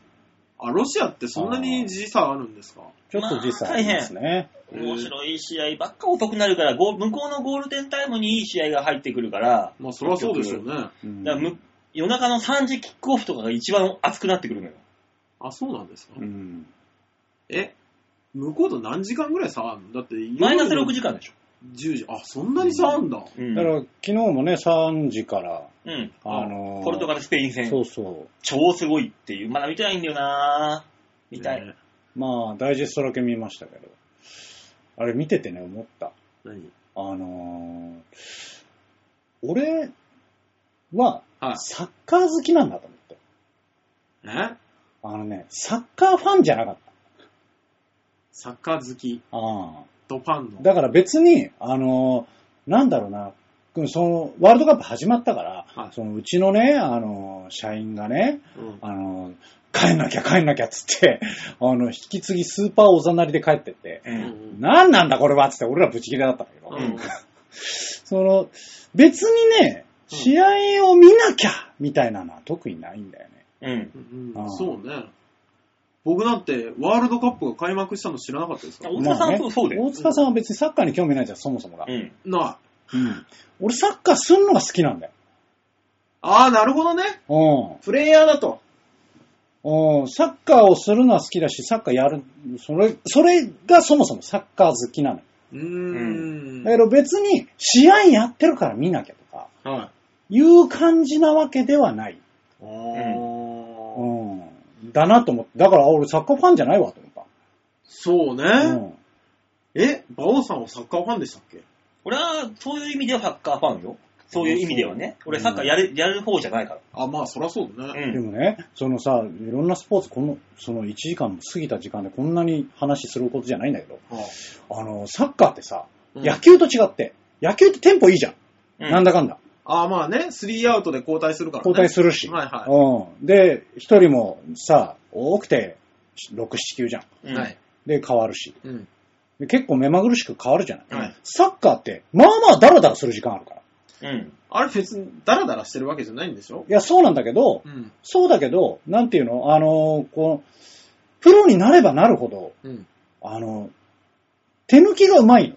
[SPEAKER 3] あ、ロシアってそんなに時差あるんですか
[SPEAKER 1] ちょっと時差ありますね。
[SPEAKER 3] うん
[SPEAKER 2] 面白い試合ばっか遅くなるから、ゴー向こうのゴールデンタイムにいい試合が入ってくるから、
[SPEAKER 3] まあ、そりゃそうでしょうね。
[SPEAKER 1] うん
[SPEAKER 2] だからむ夜中の3時キックオフとかが一番熱くなってくるのよ。
[SPEAKER 3] あ、そうなんですか
[SPEAKER 1] うん
[SPEAKER 3] え、向こうと何時間ぐらい差あるのだって、
[SPEAKER 2] マイナス6時間でしょ。
[SPEAKER 3] 10時。あ、そんなに差あんだ。
[SPEAKER 2] う
[SPEAKER 1] だ
[SPEAKER 2] ん。
[SPEAKER 1] から昨日もね、3時から、
[SPEAKER 2] うん。
[SPEAKER 1] あのー
[SPEAKER 2] ポルトガル、スペイン戦
[SPEAKER 1] そ、うそ
[SPEAKER 2] 超すごいっていう。まだ見てないんだよなぁ。見たい。
[SPEAKER 3] ね
[SPEAKER 1] う。まあ、ダイジェストだけ見ましたけど。あれ見ててね、思った。
[SPEAKER 3] 何
[SPEAKER 1] あのー俺は
[SPEAKER 3] はい
[SPEAKER 1] サッカー好きなんだと思って。
[SPEAKER 3] え
[SPEAKER 1] あのね、サッカーファンじゃなかった。
[SPEAKER 3] サッカー好き、
[SPEAKER 1] あ
[SPEAKER 3] ドパンの。
[SPEAKER 1] だから別に、あのーなんだろうな、その、ワールドカップ始まったから、
[SPEAKER 3] はい
[SPEAKER 1] そのうちのね、あのー社員がね、
[SPEAKER 3] うん
[SPEAKER 1] あの、帰んなきゃ帰んなきゃっつって、あの、引き継ぎスーパーおざなりで帰ってって、
[SPEAKER 2] う。
[SPEAKER 3] うんん
[SPEAKER 1] なんなんだこれはっつって俺らブチ切れだったんだけど、
[SPEAKER 3] うん
[SPEAKER 1] その、別にね、
[SPEAKER 3] うん
[SPEAKER 1] 試合を見なきゃみたいなのは特にないんだよね。
[SPEAKER 2] うん。
[SPEAKER 3] うん
[SPEAKER 1] ああ
[SPEAKER 3] そうね。僕なんて、ワールドカップが開幕したの知らなかったですから
[SPEAKER 2] 大塚さん
[SPEAKER 1] まあ
[SPEAKER 2] そうそうだよ
[SPEAKER 1] 大塚さんは別にサッカーに興味ないじゃん、そもそもが。
[SPEAKER 2] うん。
[SPEAKER 3] なあ。
[SPEAKER 1] うん俺サッカーすんのが好きなんだよ。
[SPEAKER 3] ああ、なるほどね。
[SPEAKER 1] う
[SPEAKER 3] プレイヤーだと。
[SPEAKER 1] ん。うん。サッカーをするのは好きだし、サッカーやる、それ、それがそもそもサッカー好きなの。
[SPEAKER 3] うーん。
[SPEAKER 1] だけど別に試合やってるから見なきゃとか、
[SPEAKER 3] はい。
[SPEAKER 1] いう感じなわけではない。
[SPEAKER 3] あ
[SPEAKER 1] う
[SPEAKER 3] ー
[SPEAKER 1] ん。だなと思って。だから俺サッカーファンじゃないわと思った。
[SPEAKER 3] そう
[SPEAKER 1] う
[SPEAKER 3] ね。
[SPEAKER 1] ん。
[SPEAKER 3] え、馬王さんはサッカーファンでしたっけ
[SPEAKER 2] 俺は、そういう意味ではサッカーファンよ。そういう意味ではね。俺サッカーやる、やる方じゃないか
[SPEAKER 3] あ、まあ、そりゃそうだ
[SPEAKER 2] ら。
[SPEAKER 3] ね。
[SPEAKER 2] う
[SPEAKER 1] で
[SPEAKER 2] ん。
[SPEAKER 1] もね、そのさ、いろんなスポーツ、この、その1時間過ぎた時間でこんなに話することじゃないんだけど、
[SPEAKER 3] は
[SPEAKER 1] あの、サッカーってさ、
[SPEAKER 3] あ
[SPEAKER 1] 野球と違って、野球ってテンポいいじゃん。
[SPEAKER 2] うん
[SPEAKER 1] なんだかんだ。
[SPEAKER 3] ああ、まあね、スリーアウトで交代するからね。
[SPEAKER 1] 交代するし。
[SPEAKER 3] はいは
[SPEAKER 1] うん。で、一人もさ、多くて、6、7球じゃん。
[SPEAKER 3] い。はい。
[SPEAKER 1] で、変わるし。
[SPEAKER 3] うん。
[SPEAKER 1] で結構目まぐるしく変わるじゃない。
[SPEAKER 3] はい
[SPEAKER 1] サッカーって、まあまあダラダラする時間あるから。
[SPEAKER 2] うん。
[SPEAKER 3] あれ別にダラダラしてるわけじゃないんでしょ
[SPEAKER 1] いや、そうなんだけど、
[SPEAKER 3] うん。
[SPEAKER 1] そうだけど、なんていうのあの、こう、プロになればなるほど、
[SPEAKER 3] うん。
[SPEAKER 1] あの、手抜きがうまいの。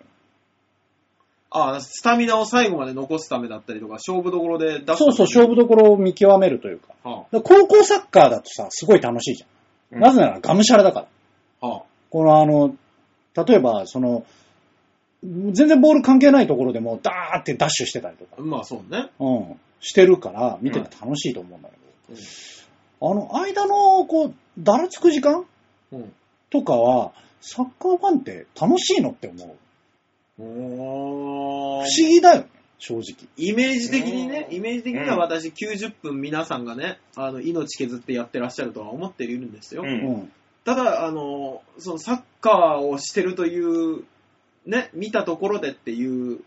[SPEAKER 3] ああ、スタミナを最後まで残すためだったりとか、勝負どころで出す。
[SPEAKER 1] そうそう、勝負どころを見極めるというか。
[SPEAKER 3] は
[SPEAKER 1] だから高校サッカーだとさ、すごい楽しいじゃ
[SPEAKER 2] う
[SPEAKER 1] ん。
[SPEAKER 2] ん
[SPEAKER 1] なぜならがむしゃらだから。
[SPEAKER 3] あ、は
[SPEAKER 1] このあの、例えば、その、全然ボール関係ないところでも、ダーってダッシュしてたりとか、
[SPEAKER 3] まあそうね。
[SPEAKER 1] うん、してるから、見てて楽しいと思うんだけ
[SPEAKER 3] うん
[SPEAKER 1] ど、あの、間の、こう、だらつく時間
[SPEAKER 3] うん。
[SPEAKER 1] とかは、サッカーファンって楽しいのって思う。
[SPEAKER 3] お
[SPEAKER 1] 不
[SPEAKER 3] ー
[SPEAKER 1] 思議だよね、正直。
[SPEAKER 3] イメージ的にね、
[SPEAKER 2] うん
[SPEAKER 3] イメージ的には私90分皆さんがね、あの、命削ってやってらっしゃるとは思っているんですよ。
[SPEAKER 2] う。
[SPEAKER 1] うんん。
[SPEAKER 3] ただ、あの、そのサッカーをしてるという、ね、見たところでっていう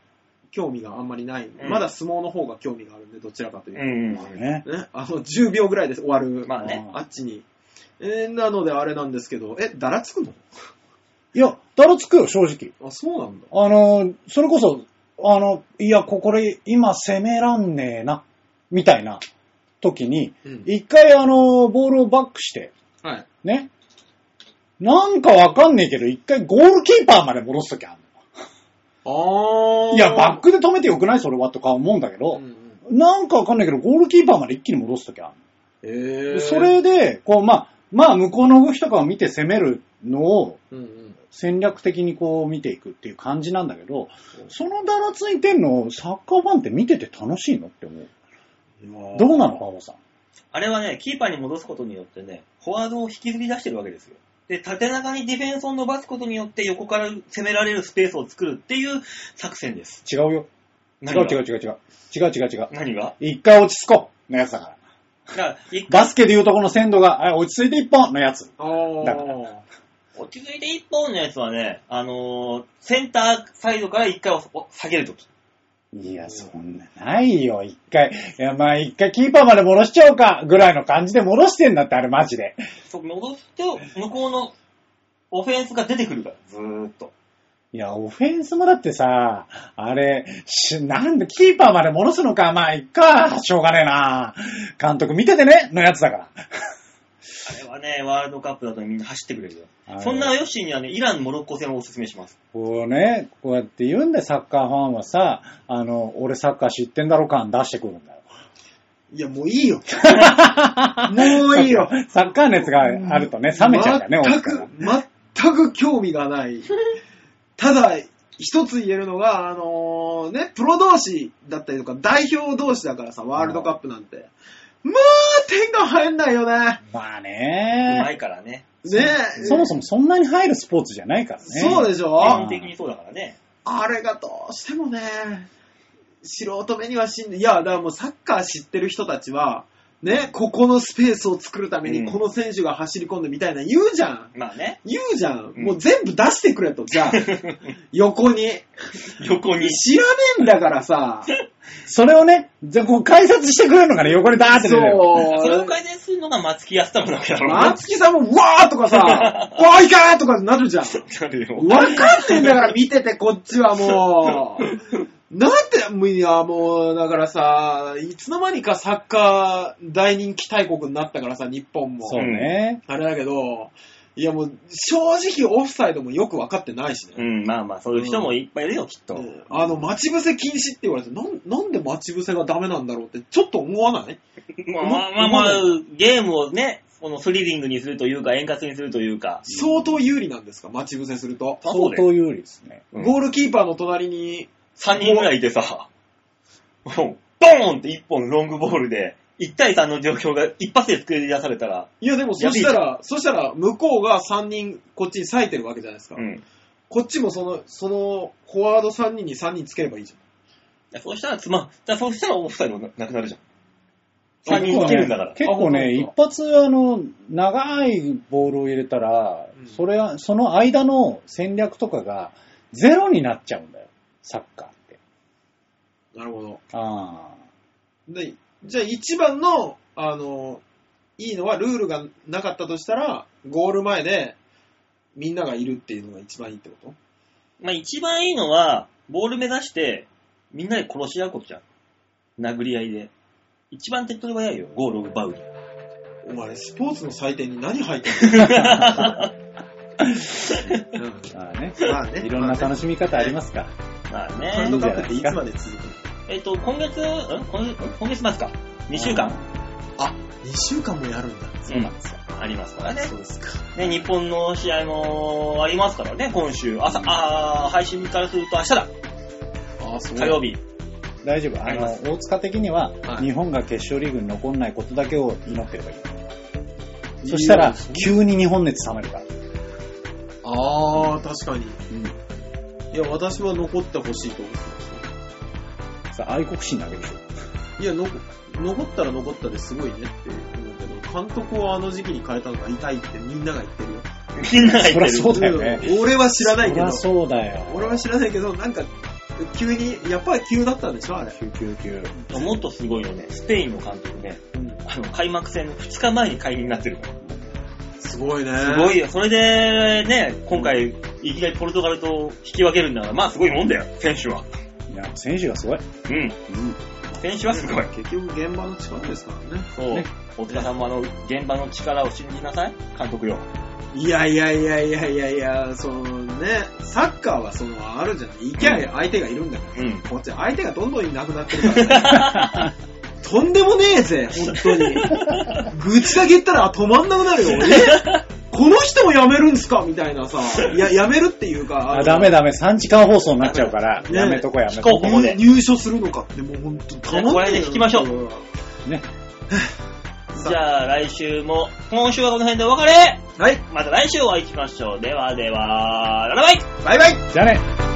[SPEAKER 3] 興味があんまりない。
[SPEAKER 2] うん
[SPEAKER 3] まだ相撲の方が興味があるんで、どちらかというと。
[SPEAKER 2] うん
[SPEAKER 1] ま。あね。
[SPEAKER 3] ね、あの、10秒ぐらいです、終わる。
[SPEAKER 2] まあね。
[SPEAKER 3] あっちに。えーなのであれなんですけど、え、だらつくの
[SPEAKER 1] いや、だらつくよ、正直。
[SPEAKER 3] あ、そうなんだ。
[SPEAKER 1] あの、それこそ、あの、いや、ここで今攻めらんねえな、みたいな時に、
[SPEAKER 3] うん
[SPEAKER 1] 一回あの、ボールをバックして、
[SPEAKER 3] はい。
[SPEAKER 1] ね。なんかわかんねえけど、一回ゴールキーパーまで戻すときある
[SPEAKER 3] あ
[SPEAKER 1] の。いや、バックで止めてよくないそれはとか思うんだけ
[SPEAKER 3] う
[SPEAKER 1] ど
[SPEAKER 3] ん、うん
[SPEAKER 1] なんかわかんないけど、ゴールキーパーまで一気に戻すときあるの。
[SPEAKER 3] え
[SPEAKER 1] で
[SPEAKER 3] ー、
[SPEAKER 1] それで、こう、まあ、まあ、向こうの動きとかを見て攻めるのを
[SPEAKER 3] うんうん。
[SPEAKER 1] 戦略的にこう見ていくっていう感じなんだけど、そのだらついてんのをサッカーファンって見てて楽しいのって思う。どうなの、パオさん。
[SPEAKER 2] あれはね、キーパーに戻すことによってね、フォワードを引きずり出してるわけですよ。で、縦長にディフェンスを伸ばすことによって横から攻められるスペースを作るっていう作戦です。
[SPEAKER 1] 違うよ。違う
[SPEAKER 2] 何が
[SPEAKER 1] 違う違う違う。違う違う違う。
[SPEAKER 2] 何が
[SPEAKER 1] 一回落ち着こうのやつだから。
[SPEAKER 2] だから、一
[SPEAKER 1] バスケでいうとこの鮮度が、あ落ち着いて一本のやつ。
[SPEAKER 3] あー
[SPEAKER 1] だか
[SPEAKER 2] 落ち着いて一本のやつはね、あのーセンターサイドから一回おお下げるとき。
[SPEAKER 1] いや、そんな、ないよ、一回。いや、まあ一回キーパーまで戻しちゃおうか、ぐらいの感じで戻してんだって、あれマジで。
[SPEAKER 2] そう、戻すと、向こうのオフェンスが出てくるから、ずーっと。
[SPEAKER 1] いや、オフェンスもだってさ、あれ、しなんで、キーパーまで戻すのか、まあ、いっか、しょうがねえな。監督見ててね、のやつだから。
[SPEAKER 2] あれはね、ワールドカップだとみんな走ってくれる
[SPEAKER 1] あ
[SPEAKER 2] よ。
[SPEAKER 1] れ
[SPEAKER 2] そんなヨッシーにはね、イラン、モロッコ戦をおすすめします。
[SPEAKER 1] こうね、こうやって言うんで、サッカーファンはさ、あの、俺サッカー知ってんだろ感出してくるんだよ。
[SPEAKER 3] いや、もうい いよ。もういいよ。
[SPEAKER 1] サッカー熱があるとね、冷めちゃうんだよね、俺
[SPEAKER 3] 全
[SPEAKER 1] から
[SPEAKER 3] く。、全く興味がない。ただ、一つ言えるのが、あのーね、プロ同士だったりとか、代表同士だからさ、ワールドカップなんて。まあ、点が入んないよね。
[SPEAKER 1] まあ
[SPEAKER 2] うま
[SPEAKER 1] ね、
[SPEAKER 2] いからね。
[SPEAKER 3] ねえ。
[SPEAKER 1] そもそもそんなに入るスポーツじゃないからね。
[SPEAKER 3] そうでし
[SPEAKER 2] 基
[SPEAKER 1] あ
[SPEAKER 3] ょ
[SPEAKER 2] 本的にそうだからね。
[SPEAKER 3] あれがどうしてもね、素人目にはしんどい。いや、だからもうサッカー知ってる人たちは、ね、ここのスペースを作るため
[SPEAKER 2] うん
[SPEAKER 3] に、この選手が走り込んでみたいな言うじゃん。
[SPEAKER 2] まあね。
[SPEAKER 3] 言うじゃん。
[SPEAKER 2] うん
[SPEAKER 3] もう全部出してくれと、 じゃあ。横に。
[SPEAKER 2] 横に。
[SPEAKER 3] 知らねえんだからさ。
[SPEAKER 1] それをね、じゃあこう解説してくれるのかね、横にダーって出てる。
[SPEAKER 2] それを
[SPEAKER 3] そう。
[SPEAKER 2] 改善するのが松木安太郎だけだろうな。
[SPEAKER 3] 松木さんも、わーとかさ、 わーいかーとかなるじゃん。
[SPEAKER 2] なるよ。
[SPEAKER 3] わかんねえんだから見てて、こっちはもう。なんて、もういや、もう、だからさ、いつの間にかサッカー大人気大国になったからさ、日本も。
[SPEAKER 1] そうね。
[SPEAKER 3] あれだけど、いやもう、正直オフサイドもよく分かってないし
[SPEAKER 2] う
[SPEAKER 3] ね。
[SPEAKER 2] ん、まあまあ、そういう人もいっぱいいるよ、きっと。
[SPEAKER 3] うんあの、待ち伏せ禁止って言われて、なんなんで待ち伏せがダメなんだろうって、ちょっと思わない
[SPEAKER 2] まあまあまあまあ、ゲームをね、このスリリングにするというか、円滑にするというか。
[SPEAKER 3] 相当有利なんですか、待ち伏せすると。
[SPEAKER 2] あそ
[SPEAKER 1] 相
[SPEAKER 2] うだよ
[SPEAKER 1] 当有利ですね。
[SPEAKER 2] うん
[SPEAKER 3] ゴールキーパーの隣に、
[SPEAKER 2] 3人ぐらいいてさ、もうドーンって1本ロングボールで、1対3の状況が一発で作り出されたら、
[SPEAKER 3] いやでもそしたら、そしたら向こうが3人こっちに割いてるわけじゃないですか。
[SPEAKER 2] うん。
[SPEAKER 3] こっちもその、その、フォワード3人に3人つければいいじ
[SPEAKER 2] そうしたらつまん、だそうしたらオフサイドなくなるじゃん。3
[SPEAKER 1] 結構
[SPEAKER 2] 人
[SPEAKER 1] ね
[SPEAKER 2] つけるんだから。
[SPEAKER 1] 結構ね、
[SPEAKER 3] あ
[SPEAKER 1] 一発、あの、長いボールを入れたら、
[SPEAKER 3] うん
[SPEAKER 1] それは、その間の戦略とかが、ゼロになっちゃうんだよ。サッカーって。
[SPEAKER 3] ゃん。なるほど。
[SPEAKER 1] あ
[SPEAKER 3] で、じゃあ一番の、あの、いいのはルールがなかったとしたら、ゴール前でみんながいるっていうのが一番いいってこと
[SPEAKER 2] まあ一番いいのは、ボール目指して、みんなで殺し合うことじゃん。殴り合いで。一番手っ取り早いよ、ゴールを奪うに。
[SPEAKER 3] お前、スポーツの祭典に何入って るの、
[SPEAKER 1] ーまあね。
[SPEAKER 3] まあね
[SPEAKER 1] いろんな楽しみ方ありますから。
[SPEAKER 2] まあ
[SPEAKER 3] ワー
[SPEAKER 2] ね
[SPEAKER 3] ル。ドカップっていつまで続くの
[SPEAKER 2] えっと、今月、ん今今月末か。2週間。
[SPEAKER 3] あ、2週間もやるんだ。
[SPEAKER 2] そうなんですよ。ありますからね。
[SPEAKER 3] そうですか。
[SPEAKER 2] ね、日本の試合もありますからね、今週。朝、あー配信からすると明日だ、
[SPEAKER 3] あ、そう。
[SPEAKER 2] 火曜日。
[SPEAKER 1] 大丈夫。あ
[SPEAKER 2] ありま
[SPEAKER 1] の、大塚的には、
[SPEAKER 3] はい
[SPEAKER 1] 日本が決勝リーグに残んないことだけを祈ってればいい。
[SPEAKER 3] い
[SPEAKER 1] そしたら
[SPEAKER 3] や、
[SPEAKER 1] 急に日本熱冷めるから。
[SPEAKER 3] あー、確かに。いや、私は残ってほしいと思ってますね。
[SPEAKER 1] さあ、愛国心だけでしょ。
[SPEAKER 3] いや、の残ったら残ったですごいねって思うけど、監督をあの時期に変えたのが痛いってみんなが言ってるよ。
[SPEAKER 2] みんなが言って
[SPEAKER 1] そりゃ
[SPEAKER 2] る。
[SPEAKER 1] そうだよね。
[SPEAKER 3] うん俺は知らないけ
[SPEAKER 1] そ
[SPEAKER 3] ど
[SPEAKER 1] りゃ、そうだよ。
[SPEAKER 3] 俺は知らないけど、なんか、急に、やっぱり急だったんでしょあれ。
[SPEAKER 1] 救急救。
[SPEAKER 2] もっとすごいのね、スペインの監督ね、
[SPEAKER 3] うん
[SPEAKER 2] あの、開幕戦の2日前に解任になってるから。
[SPEAKER 3] すごいね。
[SPEAKER 2] すごいよ。それで、ね、今回、いきなりポルトガルと引き分けるんだから、まあすごいもんだよ、選手は。
[SPEAKER 1] いや、選手がすごい。
[SPEAKER 2] うん。
[SPEAKER 1] う
[SPEAKER 2] 選手はすごい。
[SPEAKER 3] 結局現場の力ですからね。
[SPEAKER 2] そう。大塚さんもあの、現場の力を信じなさい、監督よ。
[SPEAKER 3] いやいやいやいやいやいや、そのね、サッカーはその、あるじゃん。いきゃ相手がいるんだから。
[SPEAKER 2] うん
[SPEAKER 3] こっち相手がどんどんいなくなってるから、 ね。とんでもねえぜ、本当に。愚痴だけ言ったら止まんなくなるよ。えこの人も辞めるんすかみたいなさ。いや、辞めるっていうか。
[SPEAKER 1] あ、ダメダメ、3時間放送になっちゃうから、
[SPEAKER 3] ね
[SPEAKER 1] やめとこやめと
[SPEAKER 2] 聞こうこ
[SPEAKER 1] こ。
[SPEAKER 2] こで
[SPEAKER 3] 入入所するのかって、もう本当たまんな
[SPEAKER 2] ね
[SPEAKER 3] い
[SPEAKER 2] これで聞きましょう
[SPEAKER 1] ね。
[SPEAKER 2] じゃあ来週も、今週はこの辺でお別れ
[SPEAKER 3] はい、
[SPEAKER 2] また来週お会いしましょう。ではでは、ララバイ
[SPEAKER 3] バイバイ
[SPEAKER 1] じゃあね。